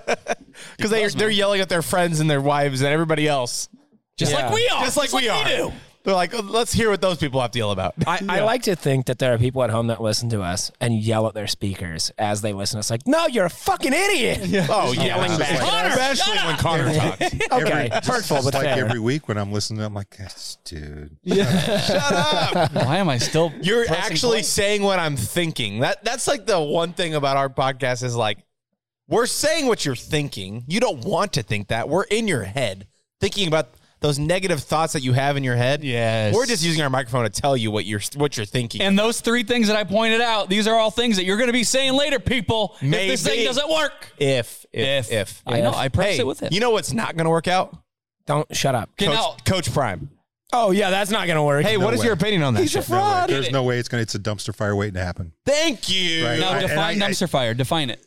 [SPEAKER 10] Because they they're yelling at their friends and their wives and everybody else,
[SPEAKER 9] Just
[SPEAKER 8] Yeah.
[SPEAKER 9] like we are.
[SPEAKER 10] just like we are. <laughs>
[SPEAKER 9] do.
[SPEAKER 10] They're like, "Oh, let's hear what those people have to yell about. <laughs>
[SPEAKER 8] I, I like to think that there are people at home that listen to us and yell at their speakers as they listen. It's like, no, you're a fucking
[SPEAKER 12] <laughs>
[SPEAKER 8] idiot.
[SPEAKER 10] Oh,
[SPEAKER 8] Yelling
[SPEAKER 10] yeah.
[SPEAKER 8] back.
[SPEAKER 9] Connor,
[SPEAKER 10] Especially when Connor talks.
[SPEAKER 8] Okay,
[SPEAKER 12] Every- just-
[SPEAKER 8] hurtful,
[SPEAKER 12] just
[SPEAKER 8] but
[SPEAKER 12] like
[SPEAKER 8] fair.
[SPEAKER 12] every week when I'm listening, I'm like, "Yes, dude.
[SPEAKER 9] Why am I still
[SPEAKER 10] You're
[SPEAKER 9] pressing
[SPEAKER 10] actually
[SPEAKER 9] play?
[SPEAKER 10] saying what I'm thinking. That that's like the one thing about our podcast is like we're saying what you're thinking. You don't want to think that. We're in your head thinking about those negative thoughts that you have in your head.
[SPEAKER 9] Yes.
[SPEAKER 10] We're just using our microphone to tell you what you're what you're thinking.
[SPEAKER 9] And those three things that I pointed out, these are all things that you're going to be saying later, people. If this
[SPEAKER 10] Maybe.
[SPEAKER 9] thing doesn't work.
[SPEAKER 10] If if if,
[SPEAKER 9] I know, I prefaced
[SPEAKER 10] Hey,
[SPEAKER 9] it with it.
[SPEAKER 10] You know what's not going to work out?
[SPEAKER 8] Don't shut up.
[SPEAKER 10] Coach,
[SPEAKER 9] now-
[SPEAKER 10] Coach Prime.
[SPEAKER 8] Oh yeah, that's not gonna work.
[SPEAKER 10] Hey,
[SPEAKER 12] No
[SPEAKER 10] what is
[SPEAKER 12] way.
[SPEAKER 10] your opinion on that?
[SPEAKER 12] He's a
[SPEAKER 10] shit?
[SPEAKER 12] fraud. There's no way it's gonna. It's a dumpster fire waiting to happen.
[SPEAKER 10] Thank you.
[SPEAKER 12] Right.
[SPEAKER 9] Now
[SPEAKER 12] I- and
[SPEAKER 9] define
[SPEAKER 12] I- I-
[SPEAKER 9] dumpster fire. Define it.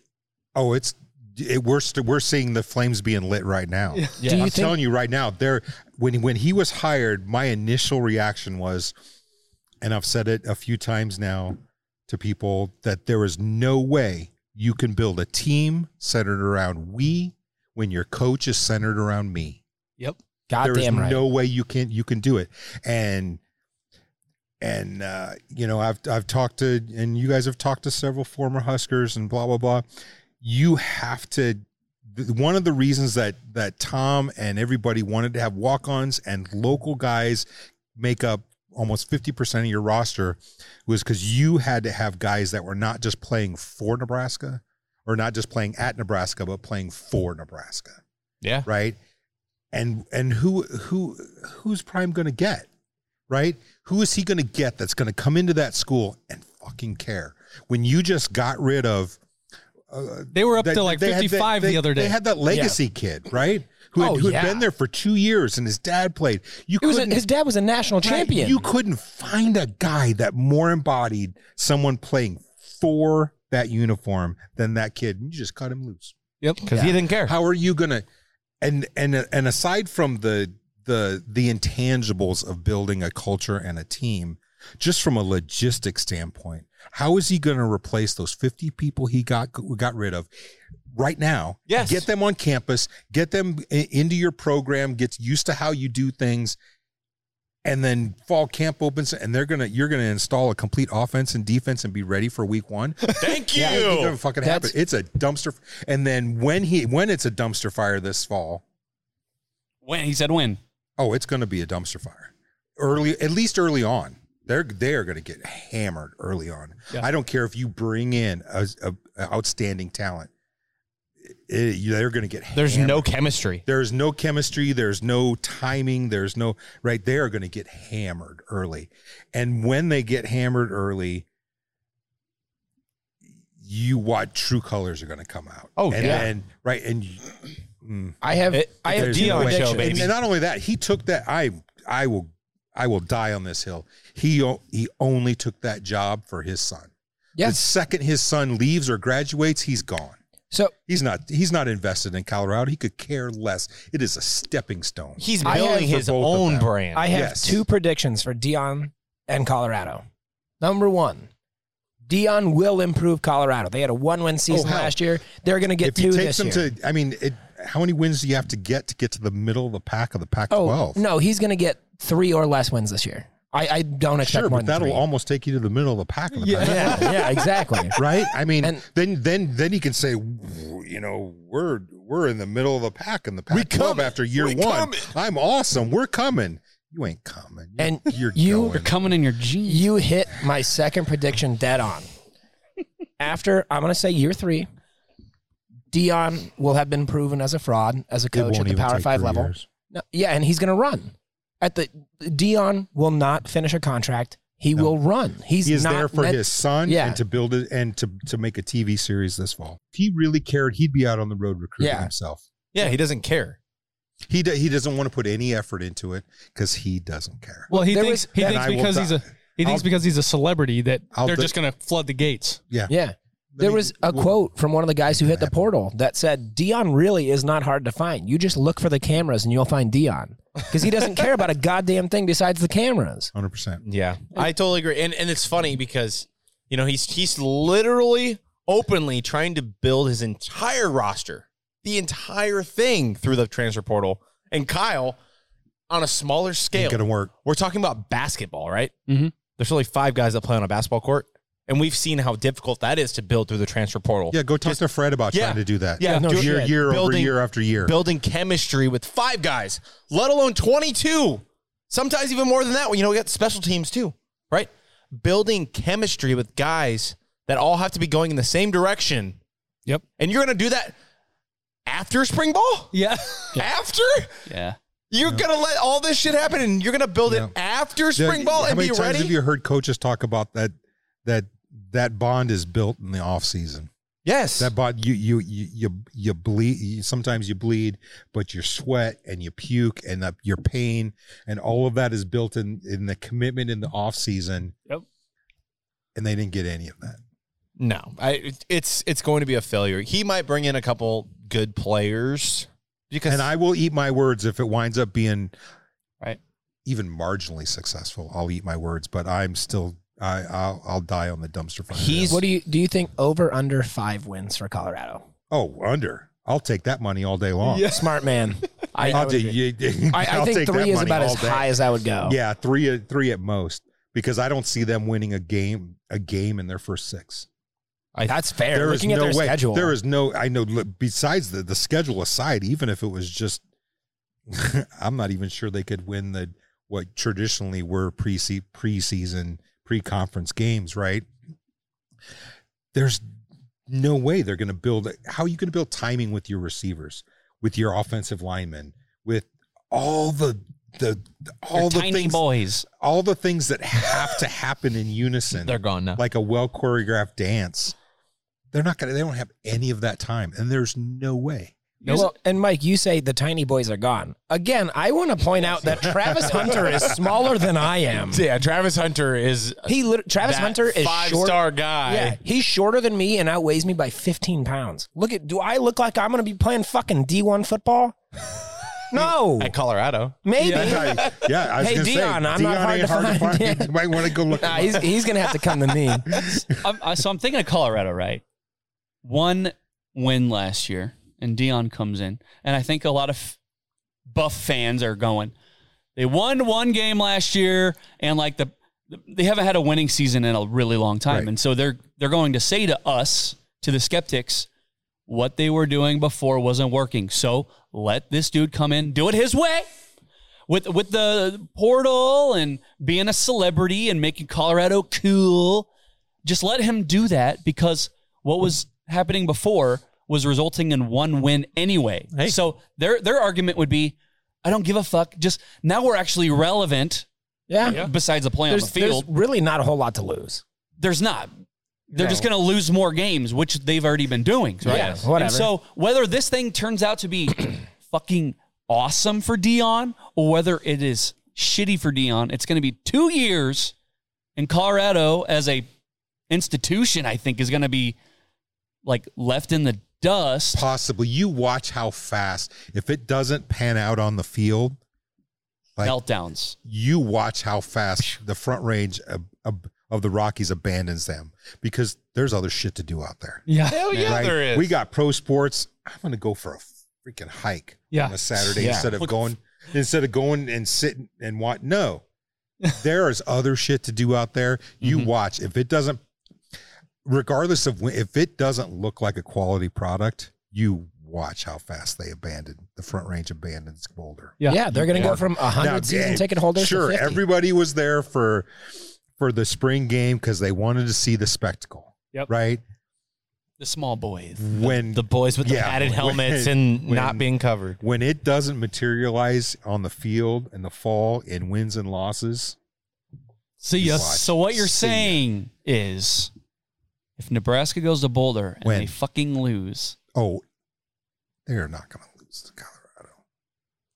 [SPEAKER 12] Oh, it's it, we're st- we're seeing the flames being lit right now.
[SPEAKER 8] Do you
[SPEAKER 12] I'm
[SPEAKER 8] think-
[SPEAKER 12] telling you right now, there when when he was hired, my initial reaction was, and I've said it a few times now to people that there is no way you can build a team centered around we when your coach is centered around me.
[SPEAKER 13] Yep.
[SPEAKER 12] There is
[SPEAKER 8] Goddamn right.
[SPEAKER 12] no way you can you can do it. And and uh, you know, I've I've talked to and you guys have talked to several former Huskers and blah blah blah. You have to th- one of the reasons that that Tom and everybody wanted to have walk-ons and local guys make up almost 50% of your roster was cuz you had to have guys that were not just playing for Nebraska or not just playing at Nebraska but playing for Nebraska
[SPEAKER 10] Yeah.
[SPEAKER 12] right and and who who who's prime going to get right who is he going to get that's going to come into that school and fucking care when you just got rid of
[SPEAKER 13] They were up
[SPEAKER 12] that-
[SPEAKER 13] to like
[SPEAKER 12] they had that-
[SPEAKER 13] 55
[SPEAKER 12] they-
[SPEAKER 13] the other day.
[SPEAKER 12] they had that legacy kid right who had,
[SPEAKER 8] Oh,
[SPEAKER 12] who had
[SPEAKER 8] yeah.
[SPEAKER 12] been there for two years and his dad played you
[SPEAKER 8] He was a,
[SPEAKER 12] couldn't
[SPEAKER 8] his dad was a national
[SPEAKER 12] right,
[SPEAKER 8] champion.
[SPEAKER 12] you couldn't find a guy that more embodied someone playing for that uniform than that kid you just cut him loose
[SPEAKER 13] Yep.
[SPEAKER 10] Because he didn't care.
[SPEAKER 12] how are you gonna and and and aside from the the the intangibles of building a culture and a team just from a logistic standpoint how is he gonna replace those 50 people he got got rid of right now
[SPEAKER 10] Yes.
[SPEAKER 12] get them on campus get them i- into your program get used to how you do things and then fall camp opens and they're gonna you're gonna install a complete offense and defense and be ready for week one
[SPEAKER 10] <laughs> Thank you.
[SPEAKER 12] yeah, it doesn't fucking happen. It's a dumpster. f- And then when he when it's a dumpster fire this fall,
[SPEAKER 9] When he said when.
[SPEAKER 12] oh, it's going to be a dumpster fire. Early, at least early on, they're they are going to get hammered early on. I don't care if you bring in a, a- a outstanding talent, It- you- they're going to get.
[SPEAKER 10] There's
[SPEAKER 12] hammered.
[SPEAKER 10] no chemistry.
[SPEAKER 12] There's no chemistry. There's no timing. There's no right. They are going to get hammered early, and when they get hammered early, you what true colors are going to come out.
[SPEAKER 10] Oh,
[SPEAKER 12] and,
[SPEAKER 10] yeah.
[SPEAKER 12] and right and mm,
[SPEAKER 8] I have
[SPEAKER 10] It-
[SPEAKER 8] I have
[SPEAKER 10] there's
[SPEAKER 8] deep
[SPEAKER 10] no way.
[SPEAKER 8] predictions.
[SPEAKER 10] Show, baby.
[SPEAKER 12] and not only that, he took that. I I will I will die on this hill. He o- he only took that job for his son. The
[SPEAKER 8] Yes.
[SPEAKER 12] second his son leaves or graduates, he's gone.
[SPEAKER 8] So
[SPEAKER 12] He's not. He's not invested in Colorado. He could care less. It is a stepping stone.
[SPEAKER 10] He's
[SPEAKER 8] I have
[SPEAKER 10] building
[SPEAKER 12] for
[SPEAKER 10] his
[SPEAKER 12] both of
[SPEAKER 10] own
[SPEAKER 12] them.
[SPEAKER 10] brand.
[SPEAKER 8] I have
[SPEAKER 12] Yes.
[SPEAKER 8] two predictions for Dion and Colorado. Number one, Dion will improve Colorado. They had a one-win season
[SPEAKER 12] Oh, hell.
[SPEAKER 8] last year. They're going to get
[SPEAKER 12] if he
[SPEAKER 8] two this
[SPEAKER 12] takes them
[SPEAKER 8] year.
[SPEAKER 12] to, I mean, it, how many wins do you have to get to get to the middle of the pack of the Pac-12?
[SPEAKER 8] oh no, he's going to get three or less wins this year. I, I don't expect
[SPEAKER 12] sure,
[SPEAKER 8] more than
[SPEAKER 12] but that'll
[SPEAKER 8] three.
[SPEAKER 12] almost take you to the middle of the pack of the Pac-12.
[SPEAKER 8] yeah, yeah,
[SPEAKER 12] <laughs>
[SPEAKER 8] exactly.
[SPEAKER 12] right? I mean,
[SPEAKER 8] And-
[SPEAKER 12] then then then he can say, you know, we're we're in the middle of the pack in the pack club
[SPEAKER 10] coming.
[SPEAKER 12] after year
[SPEAKER 10] We
[SPEAKER 12] one.
[SPEAKER 10] coming.
[SPEAKER 12] I'm awesome. We're coming. You ain't coming. You're,
[SPEAKER 8] And
[SPEAKER 12] you're
[SPEAKER 8] you-
[SPEAKER 12] going.
[SPEAKER 9] Coming in your jeans.
[SPEAKER 8] You hit my second prediction dead on. After I'm going to say year three, Dion will have been proven as a fraud as a
[SPEAKER 12] It
[SPEAKER 8] coach
[SPEAKER 12] won't
[SPEAKER 8] at the
[SPEAKER 12] even
[SPEAKER 8] Power
[SPEAKER 12] take
[SPEAKER 8] Five
[SPEAKER 12] three
[SPEAKER 8] level.
[SPEAKER 12] years.
[SPEAKER 8] No, yeah, and he's going to run. At the Dion will not finish a contract. He will run. He's
[SPEAKER 12] He is
[SPEAKER 8] not
[SPEAKER 12] there for
[SPEAKER 8] meant-
[SPEAKER 12] his son
[SPEAKER 8] Yeah.
[SPEAKER 12] and to build it and to to make a TV series this fall. If he really cared, he'd be out on the road recruiting
[SPEAKER 8] Yeah.
[SPEAKER 12] himself.
[SPEAKER 10] yeah, he doesn't care.
[SPEAKER 12] He do, he doesn't want to put any effort into it because he doesn't care.
[SPEAKER 13] Well, he
[SPEAKER 8] There
[SPEAKER 13] thinks
[SPEAKER 8] was-
[SPEAKER 13] he
[SPEAKER 12] And
[SPEAKER 13] thinks
[SPEAKER 12] I will
[SPEAKER 13] because he's
[SPEAKER 12] die.
[SPEAKER 13] a he thinks
[SPEAKER 12] I'll-
[SPEAKER 13] because he's a celebrity that
[SPEAKER 12] I'll
[SPEAKER 13] they're
[SPEAKER 12] do-
[SPEAKER 13] just going to flood the gates.
[SPEAKER 12] Yeah,
[SPEAKER 8] Yeah.
[SPEAKER 12] Let
[SPEAKER 8] There
[SPEAKER 12] me-
[SPEAKER 8] was a
[SPEAKER 12] we'll-
[SPEAKER 8] quote from one of the guys who hit the
[SPEAKER 12] happen.
[SPEAKER 8] portal that said, Dion really is not hard to find. You just look for the cameras and you'll find Dion. Because he doesn't care
[SPEAKER 12] <laughs>
[SPEAKER 8] about a goddamn thing besides the cameras.
[SPEAKER 12] Hundred percent.
[SPEAKER 10] Yeah, I totally agree. And and it's funny because you know he's he's literally openly trying to build his entire roster, the entire thing through the transfer portal. And Kyle, on a smaller scale,
[SPEAKER 12] Ain't gonna work.
[SPEAKER 10] we're talking about basketball, right?
[SPEAKER 9] Mhm.
[SPEAKER 10] There's only five guys that play on a basketball court, and we've seen how difficult that is to build through the transfer portal.
[SPEAKER 12] Yeah, go talk to Fred about
[SPEAKER 10] Yeah.
[SPEAKER 12] trying to do that.
[SPEAKER 10] Yeah, Yeah, no
[SPEAKER 12] year
[SPEAKER 10] shit.
[SPEAKER 12] year
[SPEAKER 10] Building-
[SPEAKER 12] over year after year.
[SPEAKER 10] building chemistry with five guys, let alone 22. Sometimes even more than that. When you know, we got special teams too, right? Building chemistry with guys that all have to be going in the same direction.
[SPEAKER 13] Yep.
[SPEAKER 10] <laughs> And you're going to do that after spring ball?
[SPEAKER 13] Yeah.
[SPEAKER 10] After?
[SPEAKER 9] Yeah.
[SPEAKER 10] You're gonna let all this shit happen, and you're gonna build it after spring ball
[SPEAKER 12] How
[SPEAKER 10] and
[SPEAKER 12] many
[SPEAKER 10] be
[SPEAKER 12] times
[SPEAKER 10] ready.
[SPEAKER 12] have you heard coaches talk about that? That that bond is built in the off season.
[SPEAKER 10] Yes,
[SPEAKER 12] that bond you you you you, you bleed. You, sometimes you bleed, but you sweat and you puke and the, your pain and all of that is built in in the commitment in the off season.
[SPEAKER 2] Yep.
[SPEAKER 12] And they didn't get any of that.
[SPEAKER 10] No, I, it's it's going to be a failure. He might bring in a couple good players because
[SPEAKER 12] and I will eat my words if it winds up being
[SPEAKER 10] right
[SPEAKER 12] even marginally successful. I'll eat my words, but I'm still I I'll, I'll die on the dumpster fire.
[SPEAKER 8] what do you do? You think over under five wins for Colorado?
[SPEAKER 12] Oh, under. I'll take that money all day long.
[SPEAKER 8] Yeah. Smart
[SPEAKER 12] <laughs>
[SPEAKER 8] man. I- I
[SPEAKER 12] I'll
[SPEAKER 8] would
[SPEAKER 12] do-
[SPEAKER 8] agree.
[SPEAKER 12] you- <laughs>
[SPEAKER 8] I- I
[SPEAKER 12] I'll
[SPEAKER 8] think
[SPEAKER 12] take that
[SPEAKER 8] three is
[SPEAKER 12] money
[SPEAKER 8] about
[SPEAKER 12] all
[SPEAKER 8] as high as I would go.
[SPEAKER 12] Yeah, three at three at most because I don't see them winning a game a game in their first six.
[SPEAKER 8] That's fair.
[SPEAKER 12] There is
[SPEAKER 8] Looking at
[SPEAKER 12] no
[SPEAKER 8] their
[SPEAKER 12] way.
[SPEAKER 8] schedule,
[SPEAKER 12] There is no. I know. look, Besides the the schedule aside, even if it was just, <laughs> I'm not even sure they could win the what traditionally were pre preseason pre conference games. Right? There's no way they're going to build. How are you going to build timing with your receivers, with your offensive linemen, with all the the all
[SPEAKER 9] Your
[SPEAKER 12] the
[SPEAKER 9] tiny
[SPEAKER 12] things
[SPEAKER 9] boys.
[SPEAKER 12] all the things that have to happen in unison.
[SPEAKER 10] They're gone now.
[SPEAKER 12] Like a well choreographed dance. They're not gonna they don't have any of that time. And there's no way.
[SPEAKER 8] Well, and Mike, you say the tiny boys are gone. Again, I want to point out
[SPEAKER 12] <laughs>
[SPEAKER 8] that Travis Hunter is smaller than I am.
[SPEAKER 10] Yeah, Travis Hunter is
[SPEAKER 8] He lit- Travis
[SPEAKER 10] that
[SPEAKER 8] Hunter is
[SPEAKER 10] five
[SPEAKER 8] short-
[SPEAKER 10] star guy.
[SPEAKER 8] Yeah, he's shorter than me and outweighs me by 15 pounds. Look at do I look like I'm going to be playing fucking D1 football? No,
[SPEAKER 10] at Colorado.
[SPEAKER 8] maybe.
[SPEAKER 12] Yeah, yeah, I was
[SPEAKER 8] hey
[SPEAKER 12] gonna say,
[SPEAKER 8] Dion, I'm
[SPEAKER 12] Dion
[SPEAKER 8] not hard
[SPEAKER 12] ain't
[SPEAKER 8] to
[SPEAKER 12] hard to
[SPEAKER 8] find.
[SPEAKER 12] find. You might want to go look.
[SPEAKER 8] Nah, he's he's going to have to come to me.
[SPEAKER 9] I'm, I, so I'm thinking of Colorado, right? One win last year, and Dion comes in, and I think a lot of Buff fans are going. They won one game last year, and like the they haven't had a winning season in a really long time, and so they're they're going to say to us to the skeptics what they were doing before wasn't working. So let this dude come in, do it his way. With, with the portal and being a celebrity and making Colorado cool, just let him do that because what was happening before was resulting in one win anyway. So their their argument would be, I don't give a fuck. Just now we're actually relevant.
[SPEAKER 8] Yeah.
[SPEAKER 9] Besides the play
[SPEAKER 8] There's,
[SPEAKER 9] on the
[SPEAKER 8] there's
[SPEAKER 9] field,
[SPEAKER 8] really not a whole lot to lose.
[SPEAKER 9] there's not. They're just
[SPEAKER 8] No.
[SPEAKER 9] going to lose more games, which they've already been doing. Right?
[SPEAKER 8] Yeah, whatever.
[SPEAKER 9] And so whether this thing turns out to be <clears throat> fucking awesome for Dion or whether it is shitty for Dion, it's going to be two years in Colorado as a institution. I think is going to be like left in the dust.
[SPEAKER 12] Possibly. You watch how fast if it doesn't pan out on the field, like,
[SPEAKER 9] meltdowns.
[SPEAKER 12] You watch how fast the front range of, of, of the Rockies abandons them because there's other shit to do out there.
[SPEAKER 13] Yeah.
[SPEAKER 10] Hell yeah,
[SPEAKER 12] Like,
[SPEAKER 10] there is.
[SPEAKER 12] We got pro sports. I'm gonna go for a freaking hike
[SPEAKER 13] Yeah.
[SPEAKER 12] on a Saturday
[SPEAKER 10] Yeah.
[SPEAKER 12] instead of
[SPEAKER 10] Look-
[SPEAKER 12] going instead of going and sitting and want no. there is other shit to do out there. You watch if it doesn't, regardless of when, if it doesn't look like a quality product, you watch how fast they abandon the front range abandons Boulder.
[SPEAKER 8] Yeah. Yeah, they're gonna go from 100
[SPEAKER 12] Now,
[SPEAKER 8] season
[SPEAKER 12] yeah,
[SPEAKER 8] ticket holders to
[SPEAKER 12] Sure,
[SPEAKER 8] 50.
[SPEAKER 12] everybody was there for for the spring game because they wanted to see the spectacle.
[SPEAKER 2] Yep.
[SPEAKER 12] Right
[SPEAKER 9] The small boys.
[SPEAKER 12] when
[SPEAKER 10] the boys with the padded
[SPEAKER 12] <laughs>
[SPEAKER 10] helmets and not being covered.
[SPEAKER 12] when it doesn't materialize on the field in the fall in wins and losses
[SPEAKER 9] See
[SPEAKER 12] ya.
[SPEAKER 9] So what you're saying is, if Nebraska goes to Boulder and
[SPEAKER 12] When?
[SPEAKER 9] they fucking lose,
[SPEAKER 12] oh they're not gonna lose to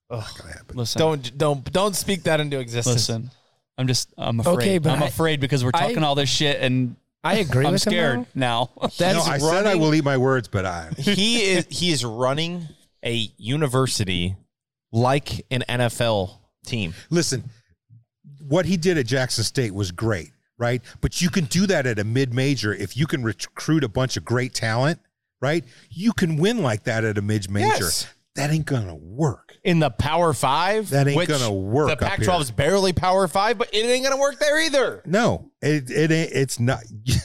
[SPEAKER 12] Colorado.
[SPEAKER 9] listen,
[SPEAKER 10] Don't don't don't speak that into existence.
[SPEAKER 9] listen. I'm just I'm afraid.
[SPEAKER 10] Okay, but
[SPEAKER 9] I'm
[SPEAKER 10] I-
[SPEAKER 9] afraid because we're
[SPEAKER 10] I-
[SPEAKER 9] talking all this shit and
[SPEAKER 10] I agree
[SPEAKER 9] I'm
[SPEAKER 10] with him,
[SPEAKER 9] scared now.
[SPEAKER 12] No, I said I will eat my words but I <laughs>
[SPEAKER 10] <laughs> he is he is running a university like an NFL team.
[SPEAKER 12] listen what he did at Jackson State was great right but you can do that at a mid-major if you can recruit a bunch of great talent right you can win like that at a mid-major
[SPEAKER 10] Yes.
[SPEAKER 12] that ain't gonna work
[SPEAKER 10] In the Power Five,
[SPEAKER 12] That ain't
[SPEAKER 10] which
[SPEAKER 12] gonna work
[SPEAKER 10] The
[SPEAKER 12] up here.
[SPEAKER 10] Pac-12 is barely Power Five, but it ain't gonna work there either.
[SPEAKER 12] No, it it ain't. It's not. <laughs>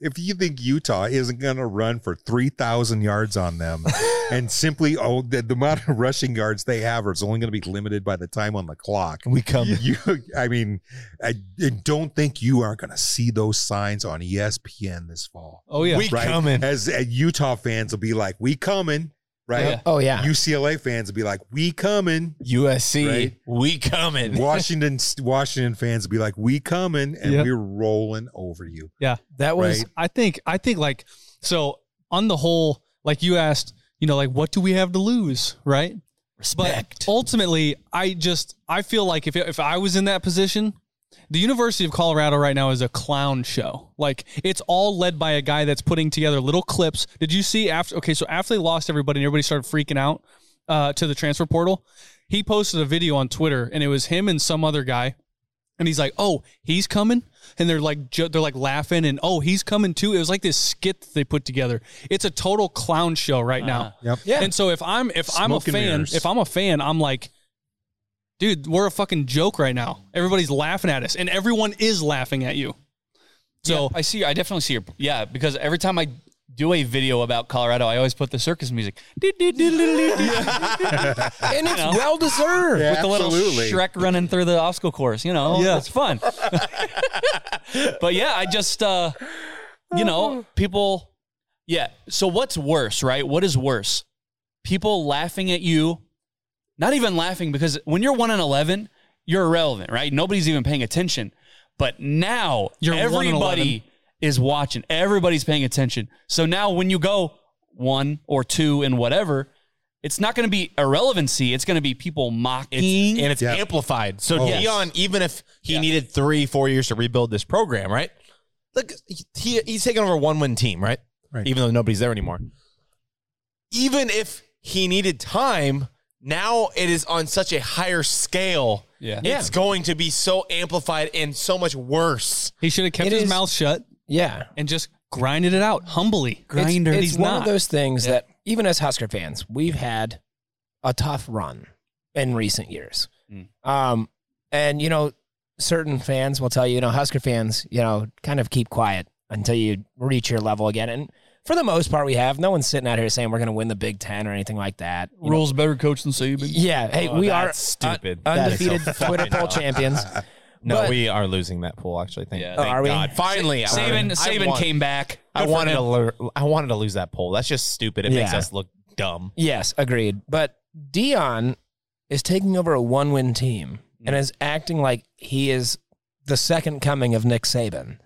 [SPEAKER 12] if you think Utah isn't going to run for three thousand yards
[SPEAKER 13] <laughs>
[SPEAKER 12] on them, and simply oh, the, the amount of rushing yards they have is only going to be limited by the time on the clock.
[SPEAKER 10] We come.
[SPEAKER 12] You, I mean, I, I don't think you aren't going to see those signs on E ESPN this fall.
[SPEAKER 13] Oh, yeah. We
[SPEAKER 12] Right?
[SPEAKER 13] coming.
[SPEAKER 12] As uh, Utah fans will be like, "We coming." right?
[SPEAKER 8] Yeah. Oh,
[SPEAKER 12] <laughs>
[SPEAKER 8] yeah.
[SPEAKER 12] UCLA fans would be like, "We
[SPEAKER 13] <laughs>
[SPEAKER 12] coming."
[SPEAKER 10] USC,
[SPEAKER 12] Right?
[SPEAKER 10] we coming.
[SPEAKER 12] Washington Washington fans would be like, "We coming," and
[SPEAKER 13] Yep.
[SPEAKER 12] we're rolling over you.
[SPEAKER 13] Yeah.
[SPEAKER 8] That
[SPEAKER 12] was- Right.
[SPEAKER 13] I think I think like so on the whole, like you asked, you know, like what do we have to lose, right? Respect. But ultimately, I just I feel like if if I was in that position, the University of Colorado right now is a clown show. Like it's all led by a guy that's putting together little clips. Did you see after okay, so after they lost everybody and everybody started freaking out uh, to the transfer portal, he posted a video on Twitter and it was him and some other guy and he's like, "Oh, he's coming," and they're like, jo- they're like laughing, and "Oh, he's coming too." It was like this skit that they put together. It's a total clown show right
[SPEAKER 9] Uh-huh.
[SPEAKER 13] now.
[SPEAKER 12] Yep.
[SPEAKER 8] Yeah.
[SPEAKER 13] And so if I'm if I'm a
[SPEAKER 12] Smoke and
[SPEAKER 13] fan,
[SPEAKER 12] mirrors.
[SPEAKER 13] if I'm a fan, I'm like, dude, we're a fucking joke right now. Everybody's laughing at us, and everyone is laughing at you. So
[SPEAKER 9] I see. I definitely see your yeah. Because every time I do a video about Colorado, I always put the
[SPEAKER 13] <laughs>
[SPEAKER 9] circus music
[SPEAKER 8] and it's
[SPEAKER 9] know.
[SPEAKER 8] well deserved.
[SPEAKER 9] with the little Shrek running through the obstacle course. You know,
[SPEAKER 13] Yeah.
[SPEAKER 9] it's fun. <laughs> but yeah, I just uh, you know, people. Yeah. So what's worse, right? What is worse? People laughing at you, not even laughing because when you're one in eleven, you're irrelevant, right? Nobody's even paying attention. But now
[SPEAKER 13] You're one in
[SPEAKER 9] everybody
[SPEAKER 13] 11.
[SPEAKER 9] is watching. Everybody's paying attention. So now when you go one or two and whatever, it's not going to be irrelevancy. It's going to be people mocking.
[SPEAKER 10] It's, and it's
[SPEAKER 12] Yeah.
[SPEAKER 10] amplified. So
[SPEAKER 12] Oh.
[SPEAKER 10] Dion, even if he needed three, four years to rebuild this program, right? Look, he, he's taking over a one-win team, right?
[SPEAKER 12] Right.
[SPEAKER 10] Even though nobody's there anymore. Even if he needed time, now it is on such a higher scale.
[SPEAKER 9] Yeah.
[SPEAKER 10] It's going to be so amplified and so much worse.
[SPEAKER 13] he should have kept
[SPEAKER 8] It
[SPEAKER 13] his
[SPEAKER 8] is-
[SPEAKER 13] mouth shut
[SPEAKER 8] Yeah.
[SPEAKER 13] and just grinded it out humbly.
[SPEAKER 8] It's-
[SPEAKER 9] Grinder.
[SPEAKER 8] It's,
[SPEAKER 13] He's
[SPEAKER 8] one
[SPEAKER 13] not.
[SPEAKER 8] of those things that even as Husker fans, we've had a tough run in recent years.
[SPEAKER 9] Mm.
[SPEAKER 8] Um, and you know, certain fans will tell you, you know, Husker fans, you know, kind of keep quiet until you reach your level again. And for the most part, we have no one's sitting out here saying we're going to win the Big Ten or anything like that. You know,
[SPEAKER 9] Rules better coach than Saban.
[SPEAKER 8] yeah. Hey,
[SPEAKER 10] Oh,
[SPEAKER 8] we
[SPEAKER 10] that's
[SPEAKER 8] are
[SPEAKER 10] stupid.
[SPEAKER 8] un-
[SPEAKER 10] That is so
[SPEAKER 8] undefeated Twitter
[SPEAKER 10] fucking
[SPEAKER 8] poll
[SPEAKER 10] dumb.
[SPEAKER 8] champions.
[SPEAKER 10] No,
[SPEAKER 8] But-
[SPEAKER 10] we are losing that pool. Actually, thank,
[SPEAKER 9] Yeah.
[SPEAKER 10] thank
[SPEAKER 8] Oh, are we?
[SPEAKER 10] God. Finally, I-
[SPEAKER 9] Saban,
[SPEAKER 10] I
[SPEAKER 9] Saban
[SPEAKER 10] want-
[SPEAKER 9] came back.
[SPEAKER 10] I wanted to. lo- I wanted to lose that poll. That's just stupid. It makes
[SPEAKER 8] Yeah.
[SPEAKER 10] us look dumb.
[SPEAKER 8] Yes, agreed. But Dion is taking over a one win team and is acting like he is the second coming of Nick Saban.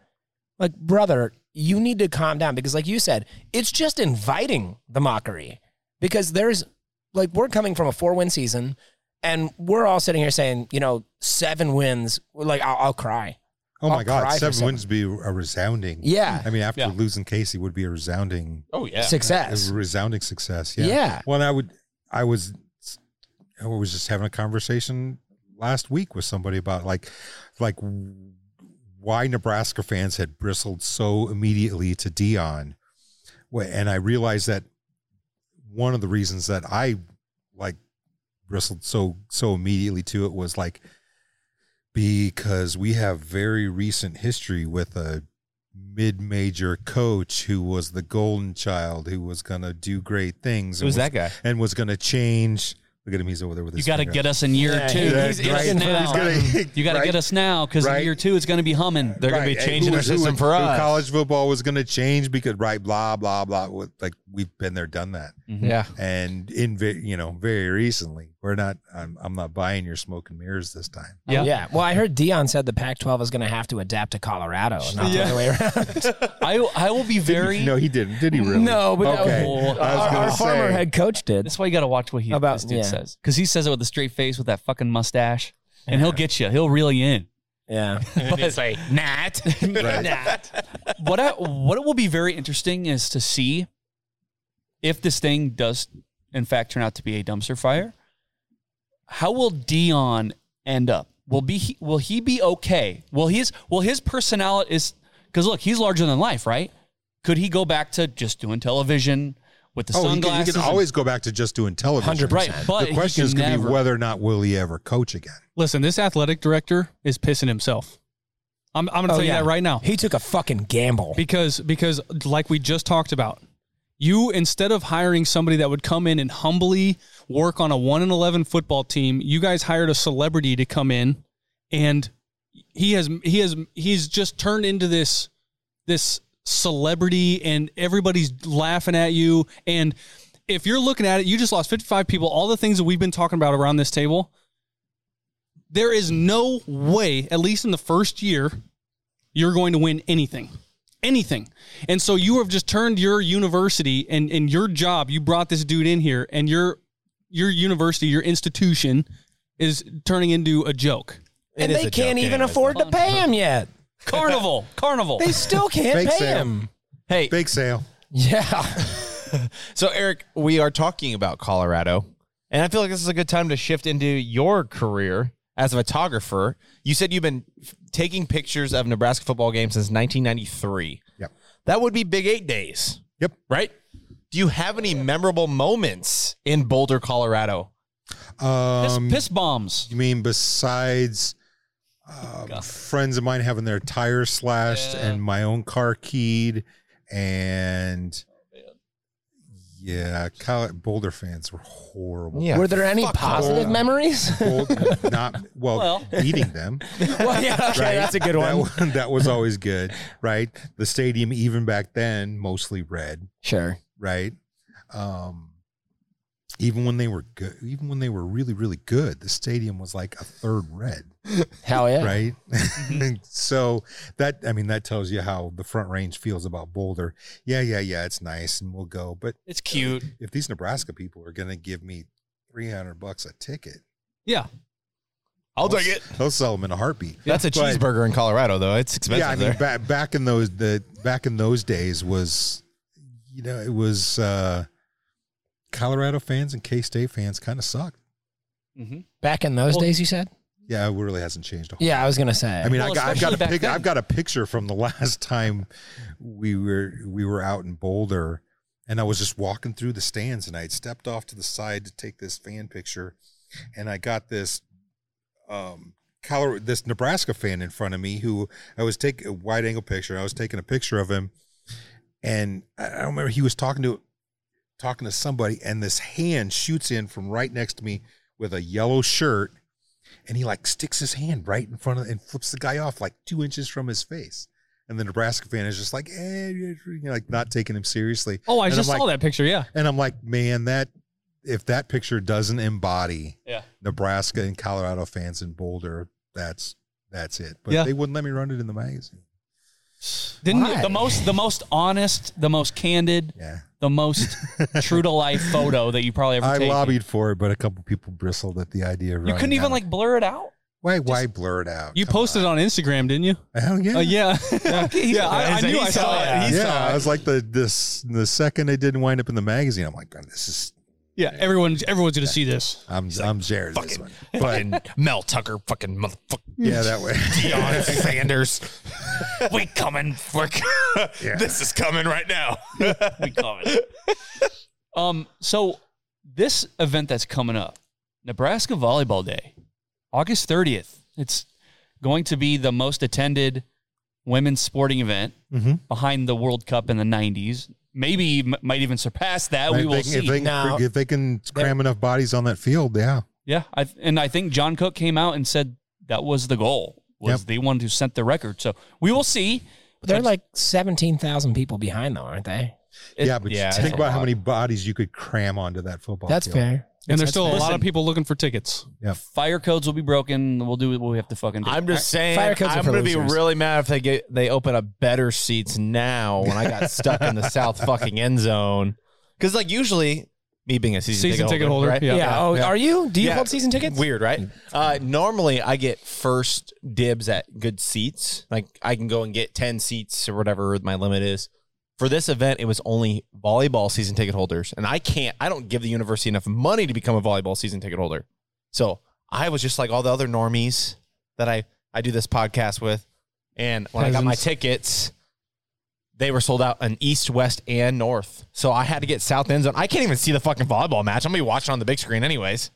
[SPEAKER 8] Like, brother, you need to calm down because, like you said, it's just inviting the mockery because there's like we're coming from a four win season and we're all sitting here saying, you know, seven wins, like, I'll, I'll cry.
[SPEAKER 12] Oh my
[SPEAKER 8] I'll
[SPEAKER 12] God,
[SPEAKER 8] cry for
[SPEAKER 12] seven
[SPEAKER 8] seven.
[SPEAKER 12] wins would be a resounding.
[SPEAKER 8] Yeah.
[SPEAKER 12] I mean, after
[SPEAKER 9] Yeah.
[SPEAKER 12] losing Casey would be a resounding,
[SPEAKER 10] Oh yeah.
[SPEAKER 12] a
[SPEAKER 8] Success.
[SPEAKER 12] resounding success. Yeah.
[SPEAKER 8] Yeah.
[SPEAKER 12] Well, and I would, I was, I was just having a conversation last week with somebody about like, like why Nebraska fans had bristled so immediately to Dion, Wh- and I realized that one of the reasons that I like bristled so so immediately to it was like because we have very recent history with a mid-major coach who was the golden child who was going to do great things and
[SPEAKER 10] Who's that guy?
[SPEAKER 12] and was going to change look at him he's over there with
[SPEAKER 9] You
[SPEAKER 12] his
[SPEAKER 9] got to
[SPEAKER 12] finger.
[SPEAKER 9] get us in year
[SPEAKER 8] Yeah,
[SPEAKER 9] two.
[SPEAKER 8] he's-
[SPEAKER 12] Yeah,
[SPEAKER 9] He's us
[SPEAKER 12] he's gonna-
[SPEAKER 9] now.
[SPEAKER 12] he's gonna-
[SPEAKER 9] you got to
[SPEAKER 12] right.
[SPEAKER 9] get us now because
[SPEAKER 12] Right.
[SPEAKER 9] year two is going to be humming.
[SPEAKER 10] They're going to be
[SPEAKER 12] Right.
[SPEAKER 10] changing
[SPEAKER 12] Who-
[SPEAKER 10] their
[SPEAKER 12] who-
[SPEAKER 10] system for
[SPEAKER 12] who
[SPEAKER 10] us.
[SPEAKER 12] college football was going to change because right blah blah blah With- like we've been there done that
[SPEAKER 10] Yeah.
[SPEAKER 12] and in ve- you know very recently we're not I'm, I'm not buying your smoke and mirrors this time
[SPEAKER 13] Yeah.
[SPEAKER 8] Yeah. Well, I heard Dion said the Pac 12 is going to have to adapt to Colorado, not the other way around.
[SPEAKER 9] I I will be very.
[SPEAKER 12] no he didn't did he really
[SPEAKER 8] No, but that
[SPEAKER 12] okay
[SPEAKER 9] was-
[SPEAKER 12] I was
[SPEAKER 8] our,
[SPEAKER 12] gonna
[SPEAKER 8] our former
[SPEAKER 12] say.
[SPEAKER 8] head coach did.
[SPEAKER 9] That's why you got to watch what he
[SPEAKER 8] About-
[SPEAKER 9] this dude
[SPEAKER 8] yeah.
[SPEAKER 9] says because he says it with a straight face with that fucking mustache, and he'll get you. He'll reel you in.
[SPEAKER 8] Yeah.
[SPEAKER 10] it's like Nat.
[SPEAKER 12] Right.
[SPEAKER 9] what I, what it will be very interesting is to see if this thing does in fact turn out to be a dumpster fire. How will Dion end up? Will be will he be okay? Will his will his personality is because look he's larger than life, right? Could he go back to just doing television with the
[SPEAKER 12] Oh, he can, he
[SPEAKER 9] sunglasses?
[SPEAKER 12] can
[SPEAKER 9] and-
[SPEAKER 12] always go back to just doing television.
[SPEAKER 8] 100%.
[SPEAKER 9] right, but
[SPEAKER 12] the question is
[SPEAKER 9] he can
[SPEAKER 12] going to be
[SPEAKER 9] never-
[SPEAKER 12] whether or not will he ever coach again.
[SPEAKER 13] Listen, this athletic director is pissing himself. I'm I'm gonna
[SPEAKER 8] Oh,
[SPEAKER 13] tell
[SPEAKER 8] yeah.
[SPEAKER 13] you that right now.
[SPEAKER 8] He took a fucking gamble.
[SPEAKER 13] because because like we just talked about you instead of hiring somebody that would come in and humbly work on a 1 and 11 football team you guys hired a celebrity to come in and he has he has he's just turned into this this celebrity and everybody's laughing at you and if you're looking at it, you just lost 55 people. All the things that we've been talking about around this table, there is no way, at least in the first year, you're going to win anything. Anything. And so you have just turned your university and, and your job, you brought this dude in here, and your your university, your institution is turning into a joke.
[SPEAKER 8] <laughs> and they can't even afford to pay him yet.
[SPEAKER 13] <laughs>
[SPEAKER 2] Carnival, carnival.
[SPEAKER 8] They still can't
[SPEAKER 12] Fake
[SPEAKER 8] pay
[SPEAKER 12] sale.
[SPEAKER 8] him.
[SPEAKER 2] Hey,
[SPEAKER 12] big sale.
[SPEAKER 8] Yeah.
[SPEAKER 10] So, Eric, we are talking about Colorado, and I feel like this is a good time to shift into your career as a photographer. You said you've been f- taking pictures of Nebraska football games since 1993.
[SPEAKER 12] Yep.
[SPEAKER 10] That would be Big Eight days.
[SPEAKER 12] Yep.
[SPEAKER 10] Right? Do you have any memorable moments in Boulder, Colorado?
[SPEAKER 12] Um,
[SPEAKER 2] piss bombs.
[SPEAKER 12] You mean besides um, friends of mine having their tires slashed and my own car keyed and
[SPEAKER 8] Oh,
[SPEAKER 12] yeah, Cal- Boulder fans were horrible.
[SPEAKER 8] Were there any positive
[SPEAKER 12] Boulder-
[SPEAKER 8] memories?
[SPEAKER 12] Boulder- not well,
[SPEAKER 8] Well.
[SPEAKER 12] eating them.
[SPEAKER 8] <laughs> well, yeah, okay,
[SPEAKER 12] right?
[SPEAKER 8] that's a good
[SPEAKER 12] That
[SPEAKER 8] one.
[SPEAKER 12] one- <laughs> that was always good, right? The stadium, even back then, mostly red.
[SPEAKER 8] Sure.
[SPEAKER 12] right? Um, even when they were good, even when they were really, really good, the stadium was like a third red,
[SPEAKER 8] Hell yeah.
[SPEAKER 12] right?
[SPEAKER 10] Mm-hmm.
[SPEAKER 12] <laughs> so that, I mean, that tells you how the front range feels about Boulder. Yeah, yeah, yeah, it's nice and we'll go. But
[SPEAKER 9] It's cute.
[SPEAKER 12] if these Nebraska people are going to give me 300 bucks a ticket,
[SPEAKER 13] Yeah.
[SPEAKER 10] I'll
[SPEAKER 12] they'll-
[SPEAKER 10] take it.
[SPEAKER 12] They'll sell them in a heartbeat.
[SPEAKER 10] That's a
[SPEAKER 12] But-
[SPEAKER 10] cheeseburger in Colorado, though. It's expensive
[SPEAKER 12] yeah, I mean,
[SPEAKER 10] there.
[SPEAKER 12] back back in those the back in those days was, you know, it was uh, Colorado fans and K State fans kind of sucked.
[SPEAKER 8] Back in those days, you said?
[SPEAKER 12] Yeah, it really hasn't changed. A whole.
[SPEAKER 8] Yeah, I was gonna say.
[SPEAKER 12] I mean,
[SPEAKER 8] Well,
[SPEAKER 12] I got, I've got
[SPEAKER 8] especially
[SPEAKER 12] a
[SPEAKER 8] back
[SPEAKER 12] pic-
[SPEAKER 8] then.
[SPEAKER 12] I've got a picture from the <laughs> last time we were we were out in Boulder, and I was just walking through the stands, and I had stepped off to the side to take this fan picture, and I got this, um, Colorado, this Nebraska fan in front of me who I was taking a wide angle picture. I was taking a picture of him, and I I remember he was talking to talking to somebody, and this hand shoots in from right next to me with a yellow shirt and he like sticks his hand right in front of and flips the guy off like two inches from his face. And the Nebraska fan is just like, eh, you know, like not taking him seriously.
[SPEAKER 13] Oh, I
[SPEAKER 12] And I'm
[SPEAKER 13] just
[SPEAKER 12] like-
[SPEAKER 13] saw that picture. Yeah.
[SPEAKER 12] And I'm like, man, that if that picture doesn't embody
[SPEAKER 9] Yeah.
[SPEAKER 12] Nebraska and Colorado fans in Boulder, that's that's it. But
[SPEAKER 13] Yeah.
[SPEAKER 12] they wouldn't let me run it in the magazine.
[SPEAKER 13] Didn't
[SPEAKER 9] The most, the most honest, the most candid,
[SPEAKER 12] Yeah.
[SPEAKER 9] the
[SPEAKER 12] <laughs>
[SPEAKER 9] most true to life photo that you probably ever.
[SPEAKER 12] I
[SPEAKER 9] taken.
[SPEAKER 12] lobbied for it, but a couple people bristled at the idea of
[SPEAKER 9] You couldn't
[SPEAKER 12] running
[SPEAKER 9] even
[SPEAKER 12] out.
[SPEAKER 9] like blur it out.
[SPEAKER 12] why why blur it out?
[SPEAKER 13] You posted on. Instagram, didn't you?
[SPEAKER 12] Hell yeah.
[SPEAKER 13] Oh,
[SPEAKER 9] <laughs>
[SPEAKER 13] yeah. yeah. I, I knew I saw it.
[SPEAKER 12] yeah, I was like the this the second it didn't wind up in the magazine, I'm like, God, this is
[SPEAKER 13] Yeah, everyone, everyone's gonna see this.
[SPEAKER 12] I'm I'm Jared. This one.
[SPEAKER 10] Fucking Mel Tucker, fucking motherfucker.
[SPEAKER 12] Yeah, that way. <laughs>
[SPEAKER 10] Deion Sanders. we coming for <laughs> this is coming right now.
[SPEAKER 9] we coming. um, so this event that's coming up, Nebraska Volleyball Day, August 30th. It's going to be the most attended women's sporting event
[SPEAKER 12] Mhm.
[SPEAKER 9] behind the World Cup in the 90s. Maybe m- might even surpass that. we
[SPEAKER 12] if,
[SPEAKER 9] will
[SPEAKER 12] they, can-
[SPEAKER 9] see.
[SPEAKER 12] if, they, can- if they can cram enough bodies on that field, yeah.
[SPEAKER 9] yeah, I, and I think John Cook came out and said that was the goal. Was
[SPEAKER 12] Yep.
[SPEAKER 9] they wanted to set the record. So we will see.
[SPEAKER 8] They're like seventeen thousand people behind though, aren't they?
[SPEAKER 9] It-
[SPEAKER 12] yeah, but
[SPEAKER 9] yeah,
[SPEAKER 12] think
[SPEAKER 9] it's a
[SPEAKER 12] about how
[SPEAKER 9] lot.
[SPEAKER 12] many bodies you could cram onto that football
[SPEAKER 8] That's
[SPEAKER 12] field.
[SPEAKER 8] fair.
[SPEAKER 13] And
[SPEAKER 8] That's-
[SPEAKER 13] there's still a
[SPEAKER 8] that's
[SPEAKER 13] lot
[SPEAKER 8] fair.
[SPEAKER 13] of people looking for tickets.
[SPEAKER 9] Fire codes will be broken. We'll do what we have to fucking do.
[SPEAKER 10] I'm just saying,
[SPEAKER 8] Fire codes are
[SPEAKER 10] I'm
[SPEAKER 8] for
[SPEAKER 10] going to be
[SPEAKER 8] losers.
[SPEAKER 10] really mad if they get they open up better seats now when I got stuck in the south fucking end zone. Because like usually, me being a season,
[SPEAKER 13] Season
[SPEAKER 10] ticket,
[SPEAKER 13] ticket holder,
[SPEAKER 10] right?
[SPEAKER 13] yeah.
[SPEAKER 8] Yeah. Oh,
[SPEAKER 10] Yeah.
[SPEAKER 8] are you? Do you
[SPEAKER 10] Yeah.
[SPEAKER 8] hold season tickets?
[SPEAKER 10] Weird, right? Uh, normally, I get first dibs at good seats. Like I can go and get ten seats or whatever my limit is. For this event, it was only volleyball season ticket holders, and I can't. I don't give the university enough money to become a volleyball season ticket holder. So I was just like all the other normies that I I do this podcast with, and when I got my
[SPEAKER 13] Peasants.
[SPEAKER 10] tickets. They were sold out in east, west, and north. So I had to get south end zone. I can't even see the fucking volleyball match. I'm gonna be watching on the big screen anyways.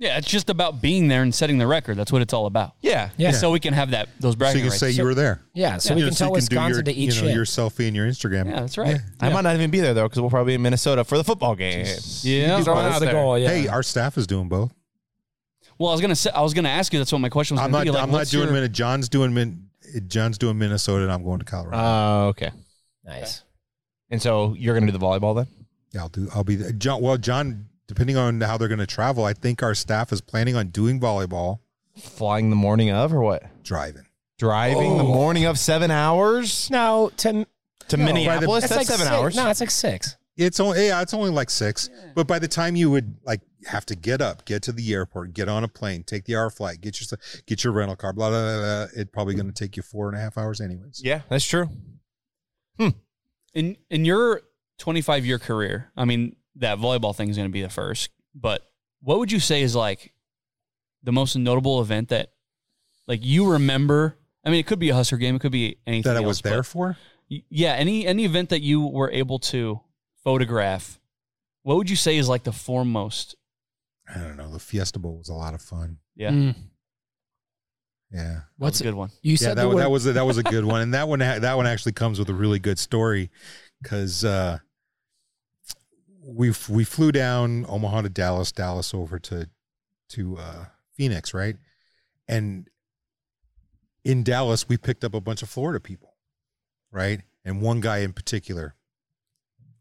[SPEAKER 9] Yeah, it's just about being there and setting the record. That's what it's all about.
[SPEAKER 10] Yeah.
[SPEAKER 8] Yeah.
[SPEAKER 9] So we can have that those
[SPEAKER 12] So
[SPEAKER 9] bragging
[SPEAKER 12] you can
[SPEAKER 9] rights.
[SPEAKER 12] say you were there.
[SPEAKER 8] Yeah, so we
[SPEAKER 12] You know,
[SPEAKER 8] can tell
[SPEAKER 12] you do
[SPEAKER 8] Wisconsin
[SPEAKER 12] your,
[SPEAKER 8] to E eat
[SPEAKER 12] you know,
[SPEAKER 8] shit.
[SPEAKER 12] your selfie and your Instagram.
[SPEAKER 9] yeah, that's right.
[SPEAKER 10] I might not even be there though, because we'll probably be in Minnesota for the football game.
[SPEAKER 13] Yeah.
[SPEAKER 10] Throwing out the goal.
[SPEAKER 12] Hey, our staff is doing both.
[SPEAKER 9] Well, I was gonna say, I was gonna ask you. That's what my question was.
[SPEAKER 12] I'm
[SPEAKER 9] gonna be,
[SPEAKER 12] not.
[SPEAKER 9] like,
[SPEAKER 12] I'm not
[SPEAKER 9] what's
[SPEAKER 12] doing.
[SPEAKER 9] your-
[SPEAKER 12] Min- John's doing. Min- John's doing
[SPEAKER 9] Uh,
[SPEAKER 12] Minnesota, and I'm going to Colorado.
[SPEAKER 10] Oh, okay.
[SPEAKER 8] Nice.
[SPEAKER 10] And so you're gonna do the volleyball then?
[SPEAKER 12] Yeah, I'll do. I'll be there. John. Well, John, depending on how they're going to travel, I think our staff is planning on doing volleyball.
[SPEAKER 10] Flying the morning of, or what?
[SPEAKER 12] Driving.
[SPEAKER 10] Driving the morning of seven hours?
[SPEAKER 8] Oh. No, to
[SPEAKER 10] To
[SPEAKER 12] No, by the-
[SPEAKER 10] Minneapolis? That's, seven
[SPEAKER 8] six,
[SPEAKER 10] hours.
[SPEAKER 8] No, it's like six.
[SPEAKER 12] It's only yeah, it's only like six. But by the time you would like have to get up, get to the airport, get on a plane, take the hour flight, get your st- get your rental car, blah blah blah. blah. It's probably going to take you four and a half hours anyways.
[SPEAKER 10] Yeah, that's true.
[SPEAKER 9] In in your 25 year career, I mean, that volleyball thing is going to be the first, but what would you say is like the most notable event that like you remember? I mean, it could be a Husker game, it could be anything
[SPEAKER 12] That I was
[SPEAKER 9] else,
[SPEAKER 12] there
[SPEAKER 9] but-
[SPEAKER 12] for?
[SPEAKER 9] Y- Yeah, any any event that you were able to photograph. What would you say is like the foremost?
[SPEAKER 12] I don't know. The Fiesta Bowl was a lot of fun.
[SPEAKER 9] Yeah.
[SPEAKER 12] Yeah,
[SPEAKER 9] What's a good one?
[SPEAKER 12] yeah, that, wa- that was a, that was a good one, and that one ha- that one actually comes with a really good story because uh, we f- we flew down Omaha to Dallas, Dallas over to to uh, Phoenix, right? And in Dallas, we picked up a bunch of Florida people, right? And one guy in particular,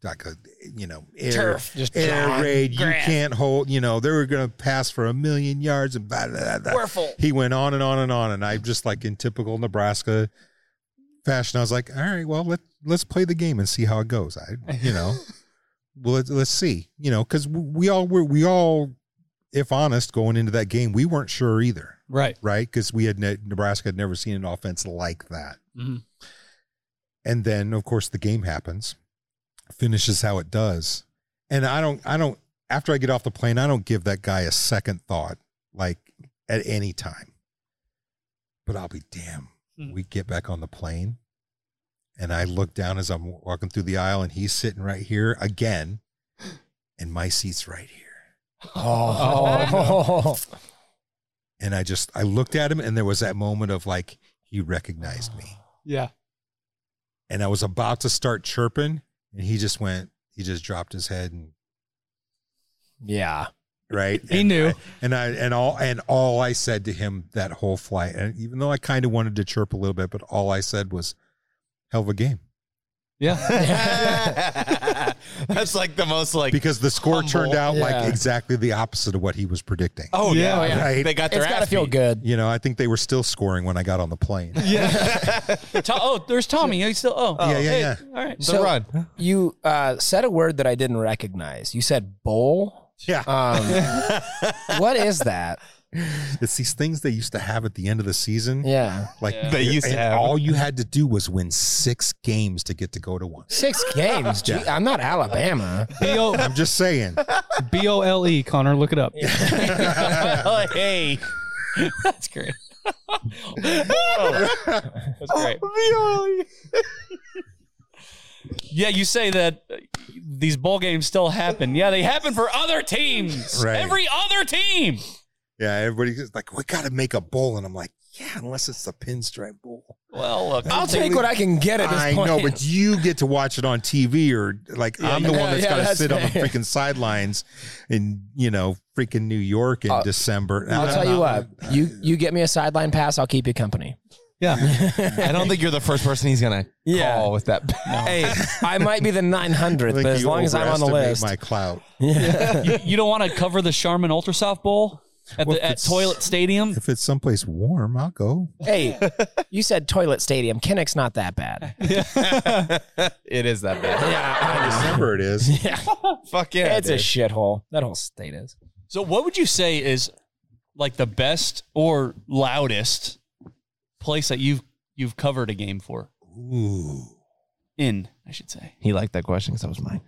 [SPEAKER 12] like a you know air,
[SPEAKER 8] Turf, just
[SPEAKER 12] air
[SPEAKER 8] John
[SPEAKER 12] raid, you
[SPEAKER 8] Grant.
[SPEAKER 12] can't hold. You know they were going to pass for a million yards and blah, blah, blah, blah.
[SPEAKER 8] Werfel.
[SPEAKER 12] He went on and on and on, and I just like in typical Nebraska fashion, I was like, all right, well let let's play the game and see how it goes. I you know, well let's, let's see, you know, because we all were we all, if honest, going into that game, we weren't sure either,
[SPEAKER 13] Right.
[SPEAKER 12] right? Because we had ne- Nebraska had never seen an offense like that.
[SPEAKER 9] Mhm.
[SPEAKER 12] And then, of course, the game happens, finishes how it does. And I don't, I don't, after I get off the plane, I don't give that guy a second thought, like at any time. But I'll be damn. We get back on the plane and I look down as I'm walking through the aisle and he's sitting right here again. And my seat's right here.
[SPEAKER 8] <laughs> Oh.
[SPEAKER 12] And I just, I looked at him and there was that moment of like, he recognized me.
[SPEAKER 13] Yeah.
[SPEAKER 12] and I was about to start chirping, and he just went, he just dropped his head and
[SPEAKER 8] yeah,
[SPEAKER 12] right.
[SPEAKER 13] He
[SPEAKER 12] And
[SPEAKER 13] knew.
[SPEAKER 12] I- and I and all and all I said to him that whole flight, and even though I kind of wanted to chirp a little bit, but all I said was, "Hell of a game,"
[SPEAKER 10] <laughs> That's like the most like
[SPEAKER 12] because the score
[SPEAKER 10] humble-
[SPEAKER 12] turned out
[SPEAKER 10] Yeah.
[SPEAKER 12] like exactly the opposite of what he was predicting.
[SPEAKER 10] Oh yeah,
[SPEAKER 8] Oh, yeah.
[SPEAKER 10] Right? they got their
[SPEAKER 8] it's
[SPEAKER 10] ass
[SPEAKER 8] got to feel
[SPEAKER 10] beat.
[SPEAKER 8] good.
[SPEAKER 12] You know, I think they were still scoring when I got on the plane.
[SPEAKER 9] <laughs> To- oh, there's Tommy. He's still. Oh,
[SPEAKER 12] Yeah, yeah,
[SPEAKER 9] hey,
[SPEAKER 12] yeah.
[SPEAKER 9] All right.
[SPEAKER 10] The run.
[SPEAKER 8] You uh, said a word that I didn't recognize. You said bowl.
[SPEAKER 12] Yeah. <laughs>
[SPEAKER 8] Um, what is that?
[SPEAKER 12] It's these things they used to have at the end of the season.
[SPEAKER 8] Yeah.
[SPEAKER 12] Like
[SPEAKER 10] They used to
[SPEAKER 12] and
[SPEAKER 10] have.
[SPEAKER 12] all you had to do was win six games to get to go to one.
[SPEAKER 8] Six games. Gee, I'm not Alabama.
[SPEAKER 13] <laughs> B O
[SPEAKER 12] I'm just
[SPEAKER 10] <laughs>
[SPEAKER 12] saying.
[SPEAKER 13] B O L E, Connor, look it up.
[SPEAKER 9] <laughs> Well, Oh, hey, that's great. Whoa. That's
[SPEAKER 13] <laughs>
[SPEAKER 9] great.
[SPEAKER 13] E.
[SPEAKER 9] yeah, you say that uh, these bowl games still happen. Yeah, they happen for other teams.
[SPEAKER 12] Right.
[SPEAKER 9] Every other team.
[SPEAKER 12] Yeah, everybody's like, we got to make a bowl. And I'm like, yeah, unless it's the pinstripe bowl.
[SPEAKER 9] Well, look.
[SPEAKER 8] I'll take what I can get at this
[SPEAKER 12] I
[SPEAKER 8] point.
[SPEAKER 12] know, but you get to watch it on TV, or like I'm the
[SPEAKER 8] yeah,
[SPEAKER 12] one that's
[SPEAKER 8] yeah,
[SPEAKER 12] got to
[SPEAKER 8] that's
[SPEAKER 12] sit on the
[SPEAKER 8] fair.
[SPEAKER 12] freaking sidelines in, you know, freaking New York in
[SPEAKER 8] Uh,
[SPEAKER 12] December.
[SPEAKER 8] I'll tell you what. You you get me a sideline pass, I'll keep you company.
[SPEAKER 13] Yeah.
[SPEAKER 10] I don't think you're the first person he's gonna
[SPEAKER 8] <laughs> Yeah.
[SPEAKER 10] call with that.
[SPEAKER 8] Hey, <laughs> I might be the
[SPEAKER 12] I
[SPEAKER 8] 900th,
[SPEAKER 12] think
[SPEAKER 8] but as
[SPEAKER 12] you
[SPEAKER 8] long as I'm on the
[SPEAKER 12] overestimate
[SPEAKER 8] list,
[SPEAKER 12] my clout.
[SPEAKER 9] You, you don't want to cover the Charmin Ultrasoft Bowl at,
[SPEAKER 12] Well,
[SPEAKER 9] the, at
[SPEAKER 12] it's-
[SPEAKER 9] Toilet Stadium.
[SPEAKER 12] If it's someplace warm, I'll go.
[SPEAKER 8] hey, you said toilet stadium. Kinnick's not that bad.
[SPEAKER 10] <laughs> it is
[SPEAKER 8] <laughs>
[SPEAKER 10] that bad.
[SPEAKER 8] Yeah,
[SPEAKER 12] In December it
[SPEAKER 8] <laughs>
[SPEAKER 12] is.
[SPEAKER 8] yeah.
[SPEAKER 10] Fuck yeah,
[SPEAKER 8] it's a
[SPEAKER 10] dude.
[SPEAKER 8] shithole. That whole state is.
[SPEAKER 9] So, what would you say is like the best or loudest place that you've you've covered a game for?
[SPEAKER 12] Ooh.
[SPEAKER 9] In, I should say.
[SPEAKER 10] he liked that question because that was mine.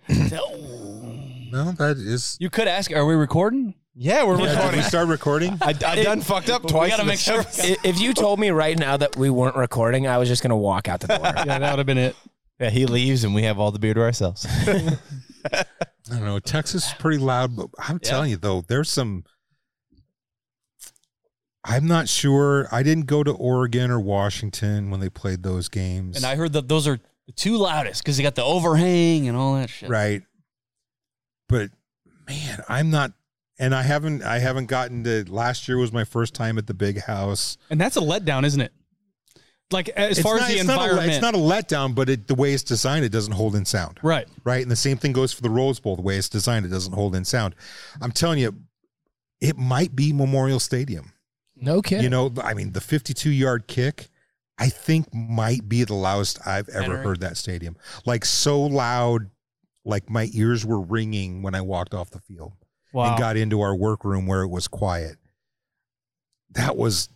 [SPEAKER 12] No, that
[SPEAKER 8] <laughs>
[SPEAKER 12] is.
[SPEAKER 9] You could ask, are we recording?
[SPEAKER 10] Yeah,
[SPEAKER 12] Yeah,
[SPEAKER 10] we're
[SPEAKER 12] did we
[SPEAKER 10] recording.
[SPEAKER 12] start recording?
[SPEAKER 10] I, I done fucked up twice.
[SPEAKER 9] gotta
[SPEAKER 10] in
[SPEAKER 9] make
[SPEAKER 10] this
[SPEAKER 9] sure-
[SPEAKER 10] episode.
[SPEAKER 8] I- If you told me right now that we weren't recording, I was just gonna walk out
[SPEAKER 9] <laughs>
[SPEAKER 8] the door.
[SPEAKER 13] Yeah, that would have been it.
[SPEAKER 10] Yeah, he leaves and we have all the beer to ourselves.
[SPEAKER 12] I don't know. Texas is pretty loud, but I'm telling you though, there's some. I'm not sure. I didn't go to Oregon or Washington when they played those games.
[SPEAKER 9] And I heard that those are the two loudest because they got the overhang and all that shit.
[SPEAKER 12] right, but man, I'm not. And I haven't. I haven't gotten to. Last year was my first time at the big house.
[SPEAKER 13] And that's a letdown, isn't it? like as
[SPEAKER 12] It's
[SPEAKER 13] far
[SPEAKER 12] not-
[SPEAKER 13] as the
[SPEAKER 12] it's
[SPEAKER 13] environment.
[SPEAKER 12] Not a, it's not a letdown, but it, the way it's designed, it doesn't hold in sound.
[SPEAKER 13] Right.
[SPEAKER 12] Right. And the same thing goes for the Rose Bowl. The way it's designed, it doesn't hold in sound. I'm telling you, it might be Memorial Stadium.
[SPEAKER 8] No kidding.
[SPEAKER 12] You know, I mean, the 52 yard kick, I think might be the loudest I've ever
[SPEAKER 13] Entering.
[SPEAKER 12] heard that stadium. Like so loud, like my ears were ringing when I walked off the field
[SPEAKER 13] Wow.
[SPEAKER 12] and got into our workroom where it was quiet. That was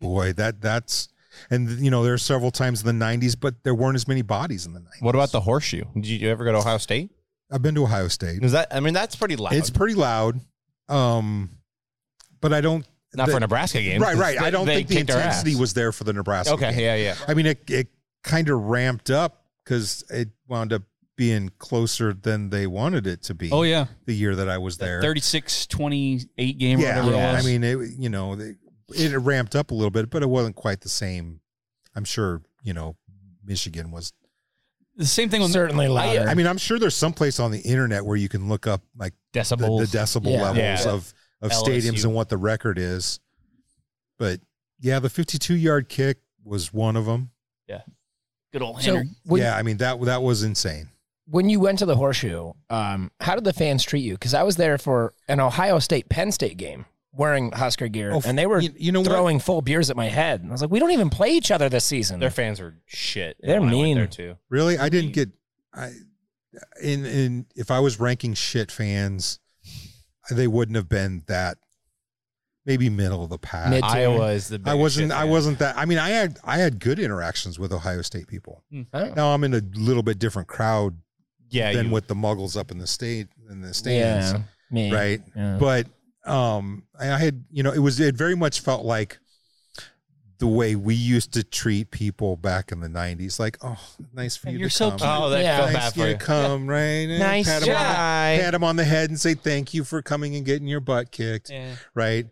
[SPEAKER 12] boy that that's and you know there are several times in the 90s but there weren't as many bodies in the 90s
[SPEAKER 10] What about the horseshoe? Did you, you ever go to Ohio State?
[SPEAKER 12] i've been to ohio state
[SPEAKER 10] Is that? I mean, that's pretty loud.
[SPEAKER 12] it's pretty loud um but i don't
[SPEAKER 10] Not for a Nebraska game,
[SPEAKER 12] right right
[SPEAKER 10] 'cause
[SPEAKER 12] i don't
[SPEAKER 10] they
[SPEAKER 12] think the
[SPEAKER 10] kicked our
[SPEAKER 12] intensity
[SPEAKER 10] ass.
[SPEAKER 12] was there for the nebraska
[SPEAKER 10] Okay,
[SPEAKER 12] game.
[SPEAKER 10] yeah, yeah.
[SPEAKER 12] i mean it, it kind of ramped up because it wound up being closer than they wanted it to be
[SPEAKER 2] Oh, yeah.
[SPEAKER 12] the year that i was there
[SPEAKER 2] 36 28 game or
[SPEAKER 12] yeah,
[SPEAKER 2] whatever it
[SPEAKER 12] I
[SPEAKER 2] was.
[SPEAKER 12] mean, it, you know, they, it ramped up a little bit, but it wasn't quite the same. I'm sure, you know, Michigan was
[SPEAKER 9] The same thing with
[SPEAKER 8] certainly louder.
[SPEAKER 12] I, mean, I'm sure there's some place on the internet where you can look up like the-
[SPEAKER 9] Decibels.
[SPEAKER 12] the, decibel
[SPEAKER 9] Yeah.
[SPEAKER 12] levels
[SPEAKER 9] Yeah.
[SPEAKER 12] of of
[SPEAKER 9] LSU.
[SPEAKER 12] stadiums and what the record is. But yeah, the 52 yard kick was one of them.
[SPEAKER 9] yeah. Good old
[SPEAKER 8] So
[SPEAKER 9] Henry.
[SPEAKER 8] when-
[SPEAKER 12] yeah, I mean that that was insane.
[SPEAKER 8] when you went to the horseshoe, um, how did the fans treat you? Because I was there for an Ohio State Penn State game wearing Husker gear,
[SPEAKER 10] Oh,
[SPEAKER 8] and they were
[SPEAKER 10] you-
[SPEAKER 8] you,
[SPEAKER 10] you know
[SPEAKER 8] know
[SPEAKER 10] what?
[SPEAKER 8] throwing full beers at my head. And I was like, we don't even play each other this season.
[SPEAKER 10] Their fans are shit.
[SPEAKER 8] They're
[SPEAKER 10] when I went
[SPEAKER 8] mean.
[SPEAKER 10] there too.
[SPEAKER 12] Really, I didn't get. I in in if I was ranking shit fans, they wouldn't have been that. Maybe middle of the pack.
[SPEAKER 10] Mid-tier. Iowa is the
[SPEAKER 12] I
[SPEAKER 10] biggest
[SPEAKER 12] wasn't.
[SPEAKER 10] shit
[SPEAKER 12] I
[SPEAKER 10] fan.
[SPEAKER 12] wasn't that. I mean, I had I had good interactions with Ohio State people.
[SPEAKER 10] Hmm,
[SPEAKER 8] Oh.
[SPEAKER 12] Now I'm in a little bit different crowd.
[SPEAKER 10] Yeah,
[SPEAKER 12] than
[SPEAKER 10] you-
[SPEAKER 12] with the Muggles up in the state in the stands.
[SPEAKER 8] Yeah, me.
[SPEAKER 12] Right.
[SPEAKER 8] Yeah.
[SPEAKER 12] But um, I I had you know it was it very much felt like the way we used to treat people back in the 90s like oh nice for
[SPEAKER 9] And
[SPEAKER 12] you
[SPEAKER 9] you're
[SPEAKER 12] to
[SPEAKER 9] so
[SPEAKER 12] come.
[SPEAKER 9] cute. Oh, that Yeah. felt
[SPEAKER 12] nice
[SPEAKER 9] bad
[SPEAKER 12] you
[SPEAKER 9] for
[SPEAKER 12] to
[SPEAKER 9] you.
[SPEAKER 12] come right And
[SPEAKER 9] Nice
[SPEAKER 12] pat him, on
[SPEAKER 9] guy.
[SPEAKER 12] the, pat him on the head and say thank you for coming and getting your butt kicked
[SPEAKER 9] Yeah.
[SPEAKER 12] right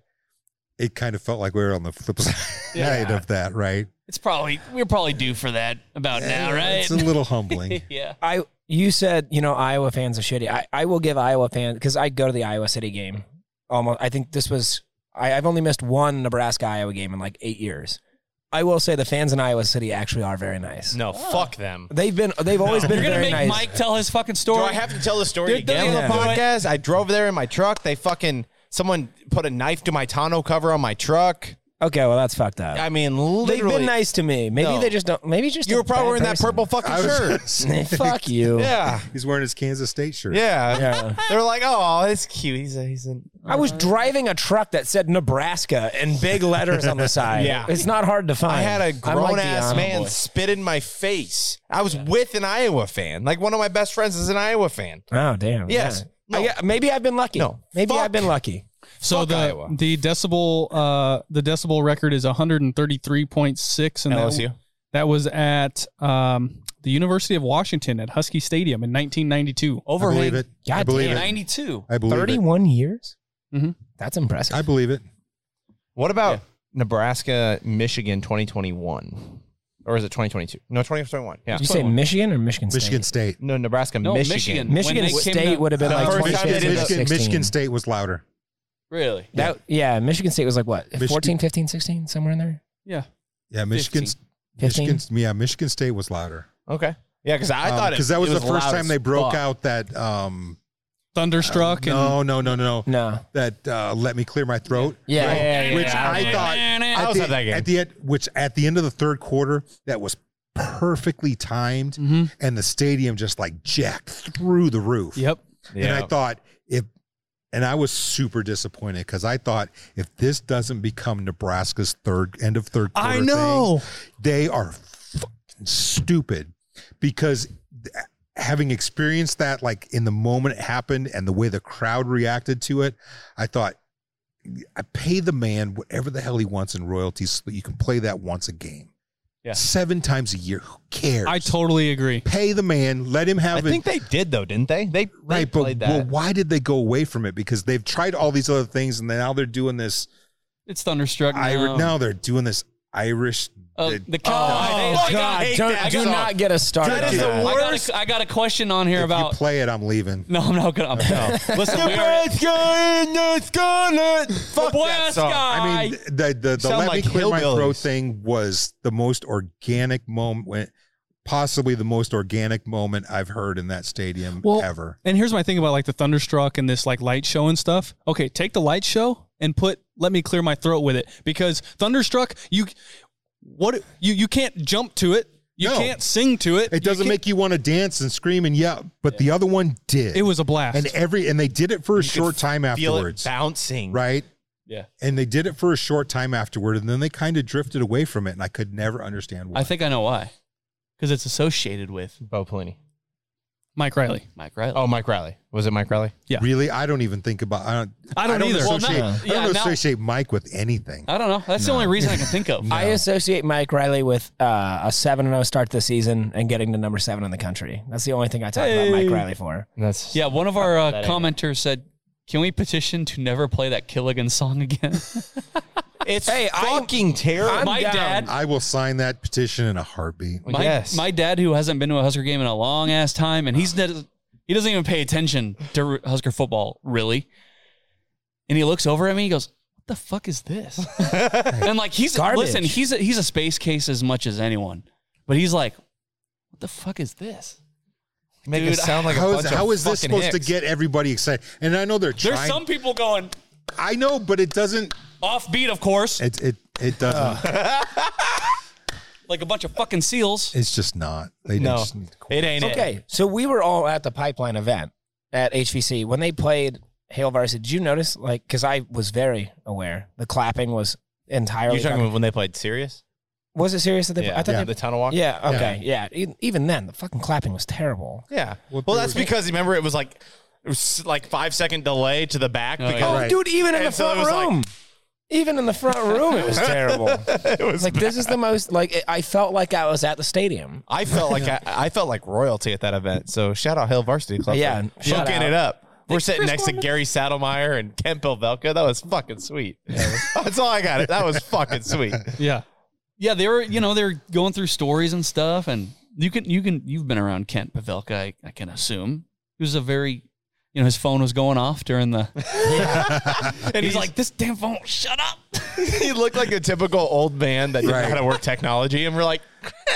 [SPEAKER 12] it kind of felt like we were on the flip <laughs> side
[SPEAKER 9] Yeah.
[SPEAKER 12] of that right
[SPEAKER 9] It's probably we're probably due for that about now, right?
[SPEAKER 12] it's a little
[SPEAKER 10] <laughs>
[SPEAKER 12] humbling.
[SPEAKER 9] yeah.
[SPEAKER 8] I you said you know Iowa fans are shitty. I, I will give Iowa fans because I go to the Iowa City game almost. I think this was I, I've only missed one Nebraska Iowa game in like eight years. I will say the fans in Iowa City actually are very nice.
[SPEAKER 10] No, fuck them.
[SPEAKER 8] They've been they've always been
[SPEAKER 10] You're gonna
[SPEAKER 8] very nice.
[SPEAKER 10] make Mike
[SPEAKER 9] tell his fucking story.
[SPEAKER 10] Do I have to tell the story
[SPEAKER 9] Dude,
[SPEAKER 10] again on
[SPEAKER 8] they're
[SPEAKER 10] the
[SPEAKER 8] gonna do
[SPEAKER 10] podcast? I drove there in my truck. They fucking someone put a knife to my tonneau cover on my truck.
[SPEAKER 8] Okay, well that's fucked up.
[SPEAKER 10] I mean, literally,
[SPEAKER 8] They've been nice to me. Maybe
[SPEAKER 10] No.
[SPEAKER 8] they just don't. Maybe just
[SPEAKER 10] You
[SPEAKER 8] a
[SPEAKER 10] were probably
[SPEAKER 8] bad
[SPEAKER 10] wearing that
[SPEAKER 8] person.
[SPEAKER 10] purple fucking
[SPEAKER 12] I was
[SPEAKER 10] shirt.
[SPEAKER 12] <laughs>
[SPEAKER 8] <laughs>
[SPEAKER 12] gonna say-
[SPEAKER 10] <laughs>
[SPEAKER 8] Fuck you.
[SPEAKER 10] Yeah.
[SPEAKER 12] he's wearing his kansas state shirt
[SPEAKER 10] Yeah.
[SPEAKER 8] Yeah.
[SPEAKER 10] They're like, oh, it's cute. He's a, he's an.
[SPEAKER 8] I was driving a truck that said Nebraska in big <laughs> letters on the side.
[SPEAKER 10] Yeah.
[SPEAKER 8] it's not hard to find.
[SPEAKER 10] I had a
[SPEAKER 8] I'm like
[SPEAKER 10] grown
[SPEAKER 8] the
[SPEAKER 10] ass
[SPEAKER 8] honorable
[SPEAKER 10] man
[SPEAKER 8] boy.
[SPEAKER 10] spit in my face. I was with an Iowa fan. Like one of my best friends is an Iowa fan.
[SPEAKER 8] Oh damn.
[SPEAKER 10] Yes.
[SPEAKER 8] Yeah. I got- maybe I've been lucky.
[SPEAKER 10] No.
[SPEAKER 8] Maybe
[SPEAKER 10] Fuck.
[SPEAKER 8] I've been lucky.
[SPEAKER 13] So
[SPEAKER 10] Fuck
[SPEAKER 13] the
[SPEAKER 10] Iowa.
[SPEAKER 13] the decibel uh the decibel record is 133.6 and
[SPEAKER 10] LSU.
[SPEAKER 13] That, that was at um the University of Washington at Husky Stadium in 1992.
[SPEAKER 12] i believe it i
[SPEAKER 8] God
[SPEAKER 12] believe
[SPEAKER 8] damn.
[SPEAKER 12] it
[SPEAKER 9] 92.
[SPEAKER 12] i believe it
[SPEAKER 8] 31 years?
[SPEAKER 13] Mm-hmm.
[SPEAKER 8] That's impressive.
[SPEAKER 12] i believe it
[SPEAKER 10] What about Nebraska, Michigan 2021? Or is it 2022? No, 2021. Yeah.
[SPEAKER 8] Did you say Michigan or Michigan State?
[SPEAKER 12] michigan state
[SPEAKER 10] No, Nebraska,
[SPEAKER 9] No,
[SPEAKER 10] Michigan.
[SPEAKER 9] Michigan. When
[SPEAKER 8] Michigan
[SPEAKER 9] they came
[SPEAKER 8] State
[SPEAKER 9] to-
[SPEAKER 8] would have been
[SPEAKER 9] Uh,
[SPEAKER 8] like
[SPEAKER 10] first
[SPEAKER 8] 20,
[SPEAKER 10] time they did
[SPEAKER 8] Michigan,
[SPEAKER 10] that.
[SPEAKER 8] 16.
[SPEAKER 12] Michigan, Michigan State was louder.
[SPEAKER 9] Really?
[SPEAKER 8] That, yeah, Michigan State was like what?
[SPEAKER 12] Michigan-
[SPEAKER 8] 14, 15, 16, somewhere in there?
[SPEAKER 13] Yeah.
[SPEAKER 12] Yeah, Michigan.
[SPEAKER 9] 15.
[SPEAKER 12] Michigan. Yeah, Michigan State was louder.
[SPEAKER 10] Okay. Yeah, because I thought
[SPEAKER 12] because
[SPEAKER 10] it-
[SPEAKER 12] that was,
[SPEAKER 10] it
[SPEAKER 12] the first
[SPEAKER 10] loud
[SPEAKER 12] time
[SPEAKER 10] as
[SPEAKER 12] they broke
[SPEAKER 10] fuck.
[SPEAKER 12] out that. Um,
[SPEAKER 13] Thunderstruck
[SPEAKER 12] Uh, no, no, no, no, no.
[SPEAKER 8] No.
[SPEAKER 12] That uh, let me clear my throat.
[SPEAKER 8] Yeah.
[SPEAKER 12] Right?
[SPEAKER 10] yeah, yeah,
[SPEAKER 12] which
[SPEAKER 10] yeah,
[SPEAKER 12] I
[SPEAKER 10] yeah.
[SPEAKER 12] thought
[SPEAKER 10] I
[SPEAKER 12] at
[SPEAKER 10] was
[SPEAKER 12] the,
[SPEAKER 10] at that game.
[SPEAKER 12] at the end, which at the end of the third quarter, that was perfectly timed,
[SPEAKER 10] Mm-hmm.
[SPEAKER 12] and the stadium just like jacked through the roof.
[SPEAKER 13] Yep.
[SPEAKER 12] And I
[SPEAKER 10] Yeah.
[SPEAKER 12] thought if, and I was super disappointed because I thought if this doesn't become Nebraska's third end of third quarter,
[SPEAKER 10] I
[SPEAKER 12] thing,
[SPEAKER 10] know.
[SPEAKER 12] they are fucking stupid because th- having experienced that like in the moment it happened and the way the crowd reacted to it, I thought. I pay the man whatever the hell he wants in royalties so that you can play that once a game.
[SPEAKER 9] Yeah.
[SPEAKER 12] Seven times a year. Who cares?
[SPEAKER 13] I totally agree.
[SPEAKER 12] pay the man, let him
[SPEAKER 10] I
[SPEAKER 12] have it.
[SPEAKER 10] think they did though, didn't they? They, they
[SPEAKER 12] Right, but
[SPEAKER 10] played that.
[SPEAKER 12] well, why did they go away from it? Because they've tried all these other things, and then now they're doing this.
[SPEAKER 13] It's Thunderstruck.
[SPEAKER 12] I
[SPEAKER 13] now.
[SPEAKER 12] now they're doing this Irish.
[SPEAKER 9] Uh, the Cowboy.
[SPEAKER 12] Oh,
[SPEAKER 9] They-
[SPEAKER 12] God,
[SPEAKER 9] hate
[SPEAKER 12] don't-
[SPEAKER 9] that.
[SPEAKER 12] do not get us started
[SPEAKER 9] That is
[SPEAKER 12] on
[SPEAKER 9] the
[SPEAKER 12] that.
[SPEAKER 9] worst. I got, a, I got a question on here about.
[SPEAKER 12] Play it. I'm leaving.
[SPEAKER 9] <laughs> no, I'm not gonna. I'm, no. Listen, we are,
[SPEAKER 12] <laughs> Fuck
[SPEAKER 9] that song.
[SPEAKER 12] I mean, the the, the
[SPEAKER 9] Sound
[SPEAKER 12] let
[SPEAKER 9] like
[SPEAKER 12] me clear my throat
[SPEAKER 9] hillbillies.
[SPEAKER 12] thing was the most organic moment, possibly the most organic moment I've heard in that stadium ever.
[SPEAKER 13] And here's my thing about like the thunderstruck and this like light show and stuff. Okay, take the light show and put let me clear my throat with it because thunderstruck you what you you can't jump to it. You
[SPEAKER 12] No.
[SPEAKER 13] can't sing to it.
[SPEAKER 12] It doesn't make you want to dance and scream and yell, but the other one did.
[SPEAKER 13] It was a blast.
[SPEAKER 12] and every and they did it for a short time
[SPEAKER 10] feel it
[SPEAKER 12] afterwards,
[SPEAKER 10] bouncing.
[SPEAKER 12] right?
[SPEAKER 9] Yeah.
[SPEAKER 12] And they did it for a short time afterward, and then they kind of drifted away from it, and I could never understand why.
[SPEAKER 9] I think I know why. Because it's associated with
[SPEAKER 10] Bo Pelini.
[SPEAKER 13] Mike Riley.
[SPEAKER 9] Mike Riley.
[SPEAKER 10] Oh, Mike Riley. Was it Mike Riley?
[SPEAKER 13] Yeah.
[SPEAKER 12] Really, I don't even think about. I don't.
[SPEAKER 13] I don't either. Well,
[SPEAKER 12] Associate,
[SPEAKER 9] no.
[SPEAKER 12] I don't
[SPEAKER 9] Yeah, now-
[SPEAKER 12] associate Mike with anything.
[SPEAKER 9] I don't know. That's the only reason I can think of.
[SPEAKER 8] I associate Mike Riley with uh, a 7 0 start this season and getting to number seven in the country. That's the only thing I talk about Mike Riley for.
[SPEAKER 10] That's
[SPEAKER 9] Yeah, one of our uh,
[SPEAKER 8] That ain't
[SPEAKER 9] commenters said, "Can we petition to never play that Killigan song again?"
[SPEAKER 10] It's hey, fucking terrible.
[SPEAKER 9] my dad,
[SPEAKER 12] I will sign that petition in a heartbeat.
[SPEAKER 9] my, my dad, who hasn't been to a Husker game in a long ass time, and he's ne- he doesn't even pay attention to Husker football really. And he looks over at me. He goes, "What the fuck is this?" and like he's
[SPEAKER 8] Garbage.
[SPEAKER 9] listen, he's a, he's a space case as much as anyone, but he's like, "What the fuck is this?"
[SPEAKER 10] Make
[SPEAKER 9] Dude,
[SPEAKER 10] it sound like
[SPEAKER 12] How
[SPEAKER 10] a
[SPEAKER 12] is,
[SPEAKER 10] bunch of
[SPEAKER 12] how is this
[SPEAKER 10] fucking
[SPEAKER 12] supposed to
[SPEAKER 10] hicks.
[SPEAKER 12] get everybody excited? And I know they're
[SPEAKER 9] There's
[SPEAKER 12] trying.
[SPEAKER 9] some people going
[SPEAKER 12] I know, but it doesn't.
[SPEAKER 9] offbeat, of course,
[SPEAKER 12] It it it doesn't.
[SPEAKER 9] like a bunch of fucking seals.
[SPEAKER 12] it's just not. They
[SPEAKER 10] No.
[SPEAKER 12] just need to
[SPEAKER 10] It ain't it.
[SPEAKER 8] Okay, so we were all at the pipeline event at HVC when they played Hale Varsity. Did you notice, like, because I was very aware, the clapping was entirely.
[SPEAKER 10] You're talking
[SPEAKER 8] fucking-
[SPEAKER 10] about when they played Sirius?
[SPEAKER 8] was it serious that they? I thought
[SPEAKER 10] yeah.
[SPEAKER 8] they.
[SPEAKER 10] the tunnel walk.
[SPEAKER 8] Yeah. Okay. Yeah. E- Even then, the fucking clapping was terrible.
[SPEAKER 10] Yeah. Well, that's because remember it was like it was like five second delay to the back.
[SPEAKER 9] yeah.
[SPEAKER 10] because
[SPEAKER 8] Oh,
[SPEAKER 12] Right.
[SPEAKER 8] dude! Even in
[SPEAKER 10] And
[SPEAKER 8] the
[SPEAKER 10] so it
[SPEAKER 8] front
[SPEAKER 10] was like-
[SPEAKER 8] room, even in the front room, it was
[SPEAKER 10] <laughs>
[SPEAKER 8] terrible.
[SPEAKER 10] it was
[SPEAKER 8] like this is the most like it, I felt like I was at the stadium.
[SPEAKER 10] I felt like I, I felt like royalty at that event. So shout out Hill Varsity Club.
[SPEAKER 8] Yeah,
[SPEAKER 10] for
[SPEAKER 8] shout out.
[SPEAKER 10] hooking it up. We're sitting next to Gary Saddlemeyer and Ken Pilvelka. That was fucking sweet. <laughs> That's all I got. That was fucking sweet.
[SPEAKER 13] Yeah.
[SPEAKER 9] Yeah, they were, you know, they're going through stories and stuff, and you can, you can, you've been around Kent Pavelka, I, I can assume. He was a very, you know, his phone was going off
[SPEAKER 13] <laughs>
[SPEAKER 9] during the, and he's like, this damn phone, shut up.
[SPEAKER 10] <laughs> he looked like a typical old man that didn't know how to work technology. And we're like,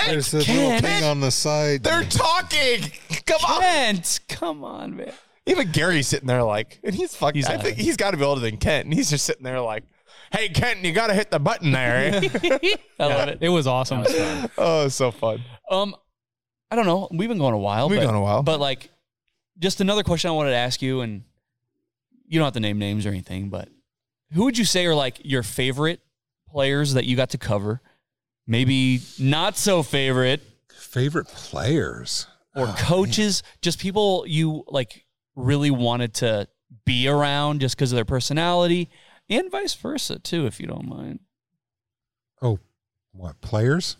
[SPEAKER 12] There's this
[SPEAKER 9] Ken.
[SPEAKER 12] little thing on the side.
[SPEAKER 10] <laughs> they're talking. Come on.
[SPEAKER 9] Kent, come on, man.
[SPEAKER 10] Even Gary's sitting there like, and he's fucking.
[SPEAKER 9] He's
[SPEAKER 10] I
[SPEAKER 9] out
[SPEAKER 10] think
[SPEAKER 9] of it.
[SPEAKER 10] he's got to be older than Kent, and he's just sitting there like, "Hey, Kent, you got to hit the button there." <laughs> eh?"
[SPEAKER 9] I love it.
[SPEAKER 13] It was awesome.
[SPEAKER 10] oh, it's so fun.
[SPEAKER 9] Um, I don't know. We've been going a while.
[SPEAKER 10] We've
[SPEAKER 9] but,
[SPEAKER 10] gone a while.
[SPEAKER 9] But like, just another question I wanted to ask you, and you don't have to name names or anything, but who would you say are like your favorite players that you got to cover? Maybe not so favorite
[SPEAKER 12] Favorite players.
[SPEAKER 9] or
[SPEAKER 13] Oh,
[SPEAKER 9] coaches, just people you like really wanted to be around just because of their personality, and vice versa too, if you don't mind.
[SPEAKER 12] Oh, what players?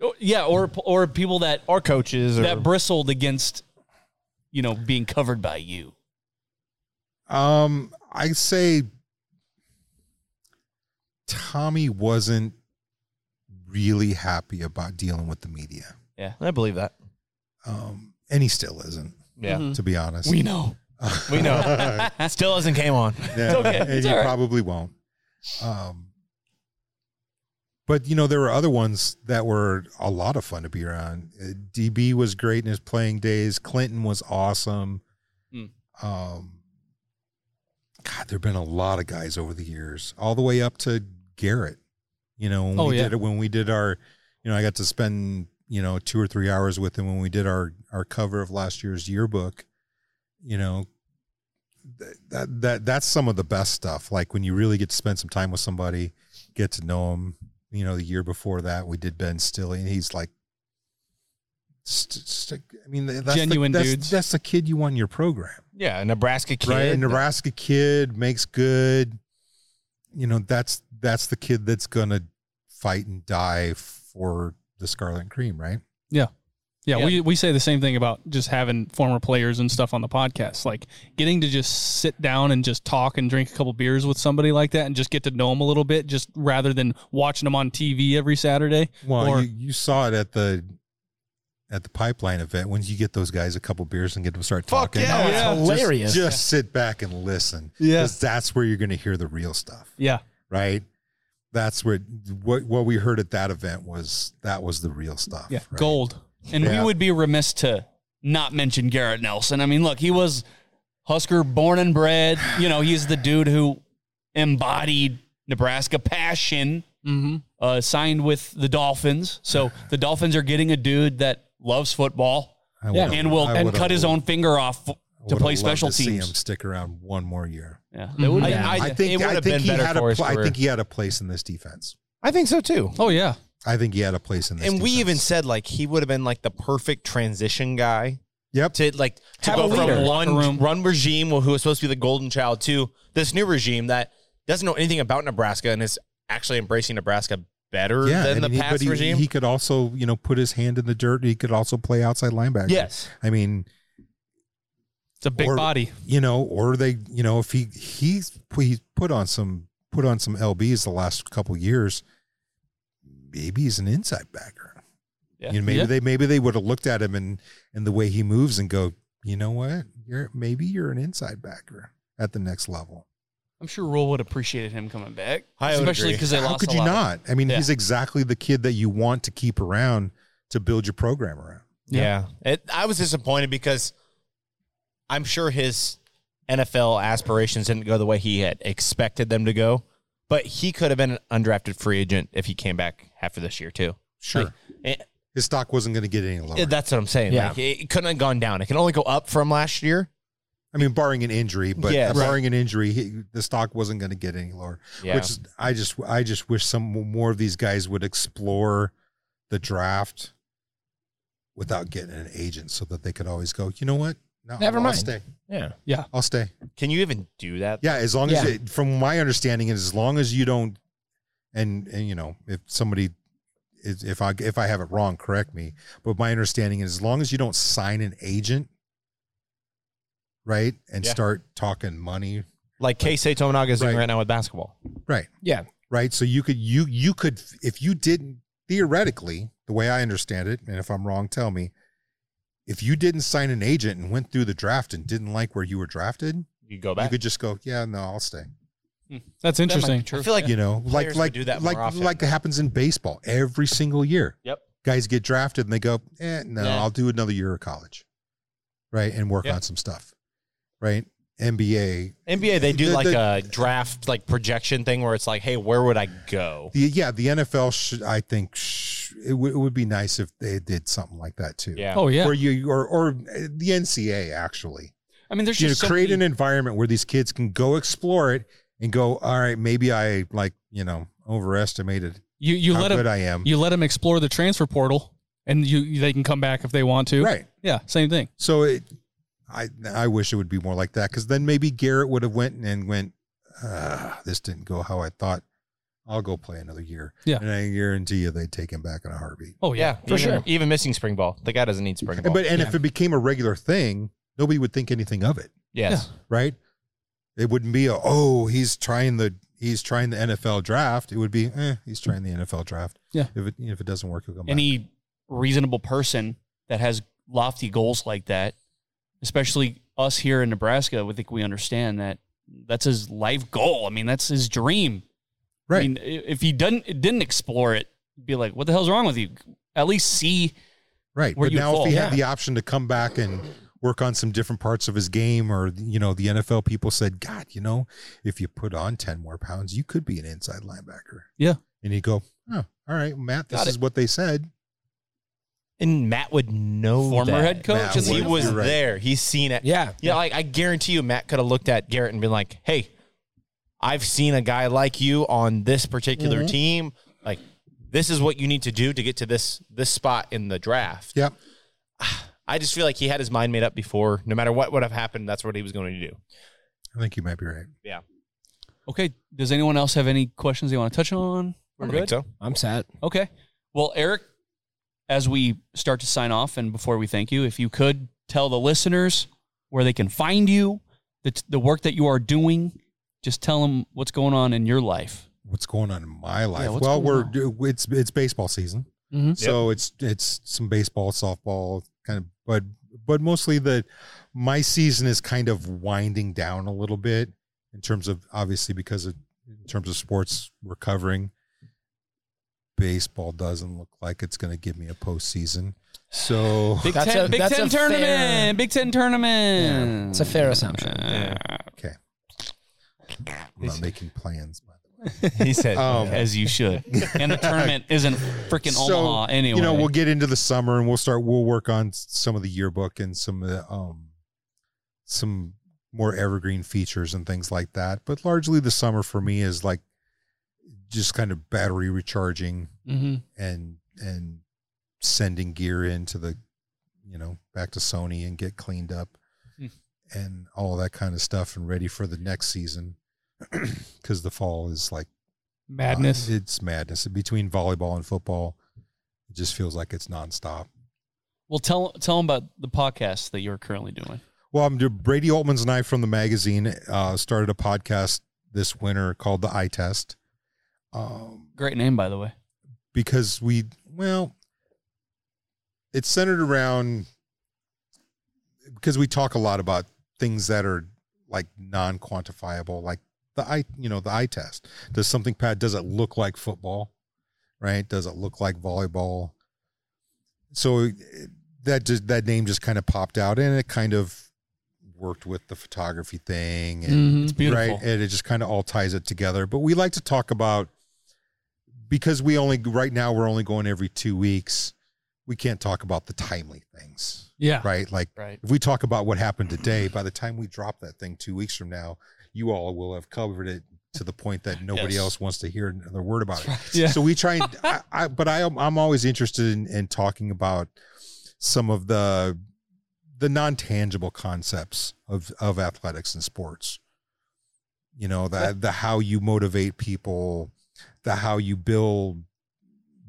[SPEAKER 9] Oh, yeah, or or people that
[SPEAKER 10] Or coaches, or
[SPEAKER 9] that bristled against, you know, being covered by you.
[SPEAKER 12] Um, I say Tommy wasn't really happy about dealing with the media,
[SPEAKER 9] Yeah,
[SPEAKER 10] I believe that.
[SPEAKER 12] um, and he still isn't,
[SPEAKER 10] Yeah,
[SPEAKER 12] to be honest.
[SPEAKER 9] we know.
[SPEAKER 10] we know. Mm-hmm. <laughs> Still hasn't came on.
[SPEAKER 12] Yeah,
[SPEAKER 9] okay.
[SPEAKER 12] and
[SPEAKER 9] It's
[SPEAKER 12] you
[SPEAKER 9] all right.
[SPEAKER 12] probably won't. Um, but you know there were other ones that were a lot of fun to be around. Uh, DB was great in his playing days. Clinton was awesome.
[SPEAKER 9] Hmm.
[SPEAKER 12] Um, God, there've been a lot of guys over the years, all the way up to Garrett. You know, when
[SPEAKER 13] Oh,
[SPEAKER 12] we
[SPEAKER 13] yeah.
[SPEAKER 12] did it, when we did our, you know, I got to spend you know two or three hours with him when we did our our cover of last year's yearbook. You know, that that that's some of the best stuff. Like when you really get to spend some time with somebody, get to know them. You know, the year before that, we did Ben Stilley, and he's like, st- st- I mean, that's
[SPEAKER 13] Genuine
[SPEAKER 12] the, that's,
[SPEAKER 13] dudes.
[SPEAKER 12] That's the kid you want in your program,
[SPEAKER 10] Yeah, a Nebraska kid.
[SPEAKER 12] right? A Nebraska kid makes good. You know, that's that's the kid that's gonna fight and die for the Scarlet and Cream, right?
[SPEAKER 13] Yeah. Yeah, we, we say the same thing about just having former players and stuff on the podcast. Like getting to just sit down and just talk and drink a couple beers with somebody like that and just get to know them a little bit, just rather than watching them on TV every Saturday.
[SPEAKER 12] Well,
[SPEAKER 13] or
[SPEAKER 12] you, you saw it at the at the pipeline event when you get those guys a couple beers and get them to start talking.
[SPEAKER 13] yeah. Oh, it's
[SPEAKER 12] Just-
[SPEAKER 13] hilarious.
[SPEAKER 12] Just, sit back and listen.
[SPEAKER 13] Yeah.
[SPEAKER 12] 'Cause that's where you're going to hear the real stuff,
[SPEAKER 13] yeah,
[SPEAKER 12] right? That's where what what we heard at that event was that was the real stuff.
[SPEAKER 9] Yeah,
[SPEAKER 12] right?
[SPEAKER 9] gold. And
[SPEAKER 12] Yeah.
[SPEAKER 9] we would be remiss to not mention Garrett Nelson. I mean, look, he was Husker born and bred. You know, he's the dude who embodied Nebraska passion,
[SPEAKER 13] mm-hmm.
[SPEAKER 9] uh, signed with the Dolphins. So the Dolphins are getting a dude that loves football
[SPEAKER 12] I would've-
[SPEAKER 9] and will
[SPEAKER 12] I
[SPEAKER 9] and
[SPEAKER 12] would've
[SPEAKER 9] cut his own finger off f-
[SPEAKER 12] I
[SPEAKER 9] to
[SPEAKER 12] would've
[SPEAKER 9] play
[SPEAKER 12] loved
[SPEAKER 9] special
[SPEAKER 12] to See him
[SPEAKER 9] teams.
[SPEAKER 12] stick around one more year.
[SPEAKER 9] Yeah, They would've- Yeah. I-
[SPEAKER 12] I think
[SPEAKER 9] it
[SPEAKER 12] I
[SPEAKER 9] would've
[SPEAKER 12] think
[SPEAKER 9] been
[SPEAKER 12] he
[SPEAKER 9] better
[SPEAKER 12] had a
[SPEAKER 9] for his
[SPEAKER 12] pl- I
[SPEAKER 9] career.
[SPEAKER 12] think he had a place in this defense.
[SPEAKER 10] I think so too.
[SPEAKER 13] Oh yeah.
[SPEAKER 12] I think he had a place in this.
[SPEAKER 10] And we even said like he would have been like the perfect transition guy.
[SPEAKER 12] Yep.
[SPEAKER 10] To like to
[SPEAKER 12] Have
[SPEAKER 10] go
[SPEAKER 12] a leader.
[SPEAKER 10] from
[SPEAKER 12] Locker
[SPEAKER 10] one
[SPEAKER 12] room.
[SPEAKER 10] one regime who was supposed to be the golden child to this new regime that doesn't know anything about Nebraska and is actually embracing Nebraska better than
[SPEAKER 12] and
[SPEAKER 10] the
[SPEAKER 12] he-
[SPEAKER 10] past
[SPEAKER 12] but he,
[SPEAKER 10] regime.
[SPEAKER 12] He could also, you know, put his hand in the dirt. He could also play outside linebacker.
[SPEAKER 10] Yes.
[SPEAKER 12] I mean,
[SPEAKER 13] it's a big body.
[SPEAKER 12] You know, or they, you know, if he he's he's put on some put on some lbs the last couple years, maybe he's an inside backer.
[SPEAKER 9] Yeah.
[SPEAKER 12] You know, maybe
[SPEAKER 9] Yeah.
[SPEAKER 12] they maybe they would have looked at him and and the way he moves and go, you know what, you're maybe you're an inside backer at the next level.
[SPEAKER 9] I'm sure Rule would appreciated him coming back,
[SPEAKER 10] I would
[SPEAKER 9] especially
[SPEAKER 10] agree.
[SPEAKER 9] because they
[SPEAKER 10] How
[SPEAKER 9] lost.
[SPEAKER 12] How could
[SPEAKER 9] a
[SPEAKER 12] you
[SPEAKER 9] lot of-
[SPEAKER 12] not? I mean,
[SPEAKER 9] Yeah.
[SPEAKER 12] he's exactly the kid that you want to keep around to build your program around.
[SPEAKER 10] Yeah. It, I was disappointed because I'm sure his NFL aspirations didn't go the way he had expected them to go, but he could have been an undrafted free agent if he came back after this year, too.
[SPEAKER 12] Sure.
[SPEAKER 10] Like, it-
[SPEAKER 12] His stock wasn't going to get any lower.
[SPEAKER 10] it- that's what I'm saying.
[SPEAKER 12] Yeah.
[SPEAKER 10] Like, it, it couldn't have gone down. It can only go up from last year.
[SPEAKER 12] I mean, barring an injury, but
[SPEAKER 10] Yes.
[SPEAKER 12] barring an injury, he, the stock wasn't going to get any lower.
[SPEAKER 10] Yeah.
[SPEAKER 12] Which is- I just, I just wish some more of these guys would explore the draft without getting an agent, so that they could always go. You know what? No,
[SPEAKER 8] Never
[SPEAKER 12] I'll
[SPEAKER 8] mind.
[SPEAKER 12] Stay.
[SPEAKER 10] Yeah.
[SPEAKER 13] Yeah.
[SPEAKER 12] I'll stay.
[SPEAKER 10] Can you even do that?
[SPEAKER 12] Yeah, as long as,
[SPEAKER 10] Yeah.
[SPEAKER 12] it, from my understanding, is as long as you don't, and and you know, if somebody, is- if I if I have it wrong, correct me. But my understanding is as long as you don't sign an agent, right, and
[SPEAKER 10] Yeah.
[SPEAKER 12] start talking money,
[SPEAKER 10] Like Casey Tominaga is doing right now with basketball.
[SPEAKER 12] right?
[SPEAKER 8] Yeah.
[SPEAKER 12] right? So you could you you could if you didn't theoretically, the way I understand it, and if I'm wrong, tell me. If you didn't sign an agent and went through the draft and didn't like where you were drafted,
[SPEAKER 10] You go back.
[SPEAKER 12] you could just go, yeah, no, I'll stay.
[SPEAKER 13] That's interesting.
[SPEAKER 10] I feel like
[SPEAKER 12] you know, like
[SPEAKER 10] players would
[SPEAKER 12] like
[SPEAKER 10] do that more
[SPEAKER 12] like
[SPEAKER 10] often.
[SPEAKER 12] like it happens in baseball every single year.
[SPEAKER 10] Yep.
[SPEAKER 12] Guys get drafted and they go, eh, no,
[SPEAKER 10] Nah.
[SPEAKER 12] I'll do another year of college, right, and work
[SPEAKER 10] Yeah.
[SPEAKER 12] on some stuff, right? NBA,
[SPEAKER 10] NBA, they do
[SPEAKER 12] The-
[SPEAKER 10] like
[SPEAKER 12] the-
[SPEAKER 10] a draft, like projection thing where it's like, hey, where would I go?
[SPEAKER 12] The, yeah, the NFL should. I think sh- it, w- it would be nice if they did something like that too.
[SPEAKER 10] Yeah.
[SPEAKER 13] Oh, yeah.
[SPEAKER 12] Or you or or eh, the NCA actually.
[SPEAKER 9] I mean, there's
[SPEAKER 12] you know,
[SPEAKER 9] just so
[SPEAKER 12] create
[SPEAKER 9] many-
[SPEAKER 12] an environment where these kids can go explore it and go. All right, maybe I like you know overestimated.
[SPEAKER 13] You you
[SPEAKER 12] how
[SPEAKER 13] let
[SPEAKER 12] good
[SPEAKER 13] them
[SPEAKER 12] I am.
[SPEAKER 13] You let them explore the transfer portal, and you they can come back if they want to.
[SPEAKER 12] Right.
[SPEAKER 13] Yeah. Same thing.
[SPEAKER 12] So it, I I wish it would be more like that because then maybe Garrett would have went and went. Ah, this didn't go how I thought. I'll go play another year.
[SPEAKER 13] Yeah.
[SPEAKER 12] and I guarantee you they'd take him back in a heartbeat.
[SPEAKER 13] Oh yeah,
[SPEAKER 10] for sure. Even missing spring ball, the guy doesn't need spring ball.
[SPEAKER 12] But and if it became a regular thing, nobody would think anything of it,
[SPEAKER 10] yes,
[SPEAKER 12] right? It wouldn't be a oh he's trying the he's trying the NFL draft. It would be eh, he's trying the NFL draft.
[SPEAKER 13] Yeah.
[SPEAKER 12] If it if it doesn't work, he'll come back.
[SPEAKER 9] any reasonable person that has lofty goals like that, especially us here in Nebraska, I think we understand that that's his life goal. I mean, that's his dream.
[SPEAKER 12] Right.
[SPEAKER 9] I mean, i- if he didn't didn't explore it, be like, what the hell's wrong with you? At least see.
[SPEAKER 12] Right.
[SPEAKER 9] where
[SPEAKER 12] But
[SPEAKER 9] you
[SPEAKER 12] now
[SPEAKER 9] fall.
[SPEAKER 12] if he had
[SPEAKER 9] Yeah.
[SPEAKER 12] the option to come back and work on some different parts of his game or you know the NFL people said, "God, you know, if you put on 10 more pounds, you could be an inside linebacker."
[SPEAKER 13] Yeah.
[SPEAKER 12] And he'd go, "Oh, all right, Matt, this
[SPEAKER 10] Got
[SPEAKER 12] is
[SPEAKER 10] it.
[SPEAKER 12] what they said."
[SPEAKER 10] and Matt would know
[SPEAKER 9] Former
[SPEAKER 10] that.
[SPEAKER 9] head coach
[SPEAKER 10] Matt
[SPEAKER 9] in the
[SPEAKER 10] he
[SPEAKER 9] NFL.
[SPEAKER 10] was
[SPEAKER 9] You're right.
[SPEAKER 10] there. He's seen it.
[SPEAKER 8] Yeah.
[SPEAKER 10] yeah. Like I guarantee you, Matt could have looked at Garrett and been like, "Hey, I've seen a guy like you on this particular
[SPEAKER 9] Mm-hmm.
[SPEAKER 12] Mhm.
[SPEAKER 10] team. Like, this is what you need to do to get to this this spot in the draft."
[SPEAKER 12] Yep.
[SPEAKER 10] <sighs> I just feel like he had his mind made up before. No matter what would have happened, that's what he was going to do.
[SPEAKER 12] I think you might be right.
[SPEAKER 10] Yeah,
[SPEAKER 9] Okay. Does anyone else have any questions they want to touch on?
[SPEAKER 10] I don't think so.
[SPEAKER 8] I'm sad.
[SPEAKER 9] Okay. Well, Eric, as we start to sign off and before we thank you, if you could tell the listeners where they can find you, the, the work that you are doing, just tell them what's going on in your life.
[SPEAKER 12] What's going on in my life?
[SPEAKER 9] what's
[SPEAKER 12] well,
[SPEAKER 9] going
[SPEAKER 12] we're it's it's baseball season,
[SPEAKER 9] Mhm.
[SPEAKER 12] so it's it's some baseball, softball, kind of, but but mostly the my season is kind of winding down a little bit in terms of obviously because of in terms of sports recovering. Baseball doesn't look like it's going to give me a postseason, so
[SPEAKER 9] Big Ten, Big Ten tournament, Big Ten tournament. Uh,
[SPEAKER 8] It's a fair assumption.
[SPEAKER 12] Okay. I'm not making plans.
[SPEAKER 9] He said,
[SPEAKER 10] <laughs>
[SPEAKER 12] Um,
[SPEAKER 9] as you <laughs> should. And the tournament isn't freaking Omaha anyway.
[SPEAKER 12] You know, we'll get into the summer and we'll start. We'll work on s- some of the yearbook and some of the um, some more evergreen features and things like that. But largely, the summer for me is like just kind of battery recharging
[SPEAKER 9] Mhm.
[SPEAKER 12] and and sending gear into the you know back to Sony and get cleaned up
[SPEAKER 9] Hmm.
[SPEAKER 12] and all that kind of stuff and ready for the next season <clears throat> because the fall is like
[SPEAKER 13] Madness.
[SPEAKER 12] uh, it's madness between volleyball and football. It just feels like it's nonstop.
[SPEAKER 9] Well, tell tell them about the podcast that you're currently doing.
[SPEAKER 12] Well, I'm doing Brady Altman's and I from the magazine uh, started a podcast this winter called the Eye Test. Um,
[SPEAKER 9] Great name, by the way.
[SPEAKER 12] because we well it's centered around because we talk a lot about things that are like non-quantifiable like the eye you know the eye test does something pat does it look like football right does it look like volleyball so it- that just that name just kind of popped out and it kind of worked with the photography thing and
[SPEAKER 9] Mhm. It's beautiful.
[SPEAKER 12] right and it just kind of all ties it together but we like to talk about because we only right now we're only going every two weeks we can't talk about the timely things
[SPEAKER 13] Yeah.
[SPEAKER 12] right like
[SPEAKER 13] Right.
[SPEAKER 12] if we talk about what happened today by the time we drop that thing two weeks from now you all will have covered it to the point that nobody
[SPEAKER 9] Yes.
[SPEAKER 12] else wants to hear another word about it
[SPEAKER 9] Yeah.
[SPEAKER 12] so we try and I, I but i am i'm always interested in, in talking about some of the the non-tangible concepts of of athletics and sports you know the the how you motivate people the how you build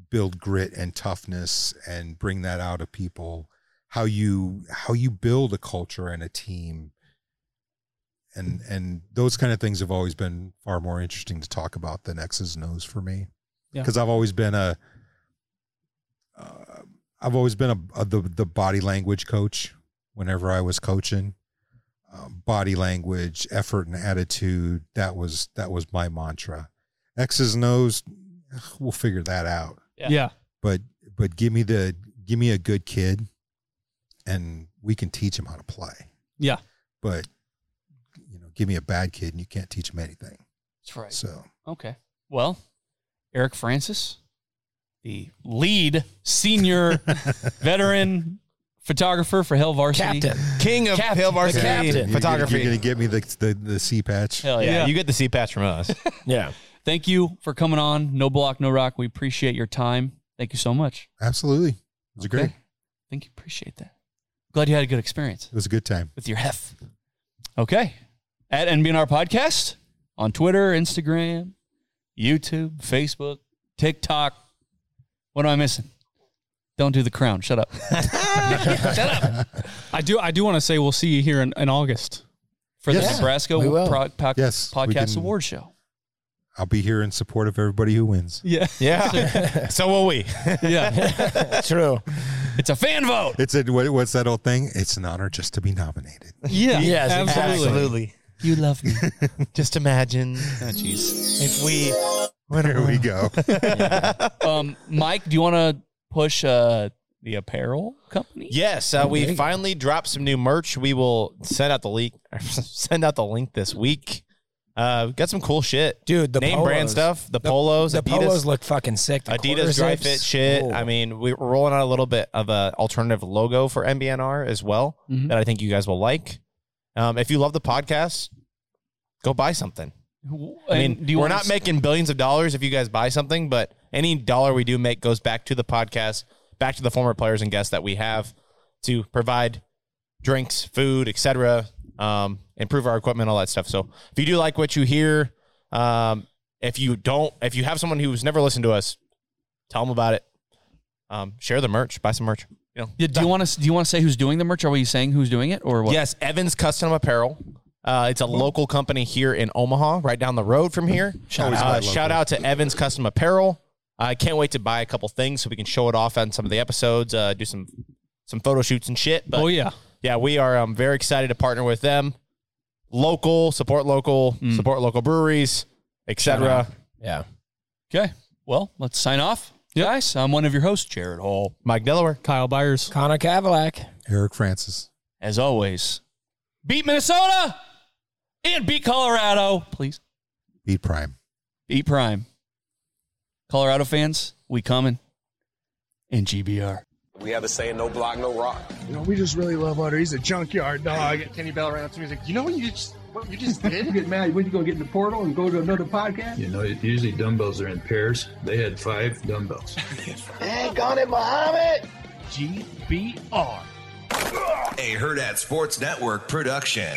[SPEAKER 12] build grit and toughness and bring that out of people how you how you build a culture and a team and and those kind of things have always been far more interesting to talk about than x's and o's for me
[SPEAKER 13] Yeah.
[SPEAKER 12] because i've always been a uh, i've always been a, a the, the body language coach whenever i was coaching um, body language effort and attitude that was that was my mantra x's and o's we'll figure that out
[SPEAKER 13] Yeah. Yeah.
[SPEAKER 12] but but give me the give me a good kid and we can teach him how to play
[SPEAKER 13] Yeah.
[SPEAKER 12] but you know give me a bad kid and you can't teach him anything
[SPEAKER 9] That's right.
[SPEAKER 12] so
[SPEAKER 9] Okay. Well, Eric Francis, the lead senior veteran photographer for Hell Varsity,
[SPEAKER 10] Captain. King of Hell Varsity
[SPEAKER 12] You're gonna-
[SPEAKER 10] photography.
[SPEAKER 12] you're gonna get me the the, the c patch
[SPEAKER 9] Hell yeah.
[SPEAKER 10] You get the C patch from us.
[SPEAKER 8] yeah.
[SPEAKER 9] Thank you for coming on. No block, no rock. We appreciate your time. Thank you so much.
[SPEAKER 12] absolutely it was a great
[SPEAKER 9] Okay. Thank you. Appreciate that. Glad you had a good experience
[SPEAKER 12] it was a good time
[SPEAKER 9] with your hef. Okay. At NBNR Podcast on Twitter, Instagram, YouTube, Facebook, TikTok. What am I missing? Don't do the crown. Shut up.
[SPEAKER 13] I do. I do want to say we'll see you here in, in August.
[SPEAKER 9] For
[SPEAKER 12] Yes,
[SPEAKER 9] the Nebraska
[SPEAKER 12] we will.
[SPEAKER 9] Pro- Poc-
[SPEAKER 12] Yes, we
[SPEAKER 9] Podcast
[SPEAKER 12] can-
[SPEAKER 9] Award Show.
[SPEAKER 12] i'll be here in support of everybody who wins
[SPEAKER 13] Yeah.
[SPEAKER 10] <laughs>
[SPEAKER 9] <laughs>
[SPEAKER 10] Yeah. so will we.
[SPEAKER 9] Yeah.
[SPEAKER 8] True.
[SPEAKER 9] it's a fan vote.
[SPEAKER 12] it's a what, what's that old thing it's an honor just to be nominated
[SPEAKER 13] <laughs> Yeah.
[SPEAKER 8] Yes,
[SPEAKER 13] absolutely.
[SPEAKER 10] Absolutely.
[SPEAKER 9] You love me.
[SPEAKER 10] <laughs> Just imagine
[SPEAKER 9] Oh, jeez.
[SPEAKER 10] if <laughs> we.
[SPEAKER 12] there we go
[SPEAKER 9] Um, Mike, do you want to push uh, the apparel company?
[SPEAKER 10] Yes, uh, we finally dropped some new merch. We will send out the leak, <laughs> send out the link this week. Uh, got some cool shit,
[SPEAKER 8] Dude, the
[SPEAKER 10] name brand
[SPEAKER 8] polos.
[SPEAKER 10] stuff, the, polos,
[SPEAKER 8] The
[SPEAKER 10] Adidas,
[SPEAKER 8] polos look fucking sick. The quarter
[SPEAKER 10] Adidas dry
[SPEAKER 8] zips.
[SPEAKER 10] fit shit.
[SPEAKER 8] Oh.
[SPEAKER 10] I mean, we- we're rolling out a little bit of a alternative logo for MBNR as well
[SPEAKER 8] Mm-hmm.
[SPEAKER 9] Mhm.
[SPEAKER 10] that I think you guys will like. Um, if you love the podcast, go buy something. I mean,
[SPEAKER 9] do you
[SPEAKER 10] we're
[SPEAKER 9] wanna
[SPEAKER 10] not
[SPEAKER 9] s-
[SPEAKER 10] making billions of dollars if you guys buy something, but any dollar we do make goes back to the podcast, back to the former players and guests that we have to provide drinks, food, etc., um, improve our equipment, all that stuff. So if you do like what you hear, um, if you don't, if you have someone who's never listened to us, tell them about it. Um, share the merch. Buy some merch. You know.
[SPEAKER 9] Yeah, do you want to do you want to say who's doing the merch? Are we saying who's doing it or what?
[SPEAKER 10] Yes, Evans Custom Apparel. Uh, it's a local company here in Omaha, right down the road from here.
[SPEAKER 9] Shout
[SPEAKER 10] Shout,
[SPEAKER 9] out.
[SPEAKER 10] out, shout out to Evans Custom Apparel. I can't wait to buy a couple things so we can show it off on some of the episodes, uh, do some some photo shoots and shit. But
[SPEAKER 13] Oh, yeah.
[SPEAKER 10] yeah, we are um, very excited to partner with them. Local, support local, support local breweries,
[SPEAKER 9] Mm. Shout out.
[SPEAKER 10] etc. Yeah.
[SPEAKER 9] Okay. Well, let's sign off. Guys, I'm one of your hosts, Jared Hall.
[SPEAKER 10] Mike Delaware.
[SPEAKER 13] Kyle Byers.
[SPEAKER 8] Connor Cavillac.
[SPEAKER 12] Eric Francis.
[SPEAKER 9] As always, beat Minnesota and beat Colorado, please.
[SPEAKER 12] Beat Prime.
[SPEAKER 9] Beat Prime. Colorado fans, we coming. And GBR.
[SPEAKER 3] We have a saying, no block, no rock.
[SPEAKER 4] You know, we just really love Otter. He's a junkyard dog.
[SPEAKER 5] Kenny Bell ran up to me. He's like, you know what you just what
[SPEAKER 6] <laughs>
[SPEAKER 5] you just did?
[SPEAKER 6] You get mad when you go get in the portal and go to another podcast?
[SPEAKER 7] You know, usually dumbbells are in pairs. They had five dumbbells.
[SPEAKER 5] Gone it, Muhammad. GBR.
[SPEAKER 14] A Herd at Sports Network production.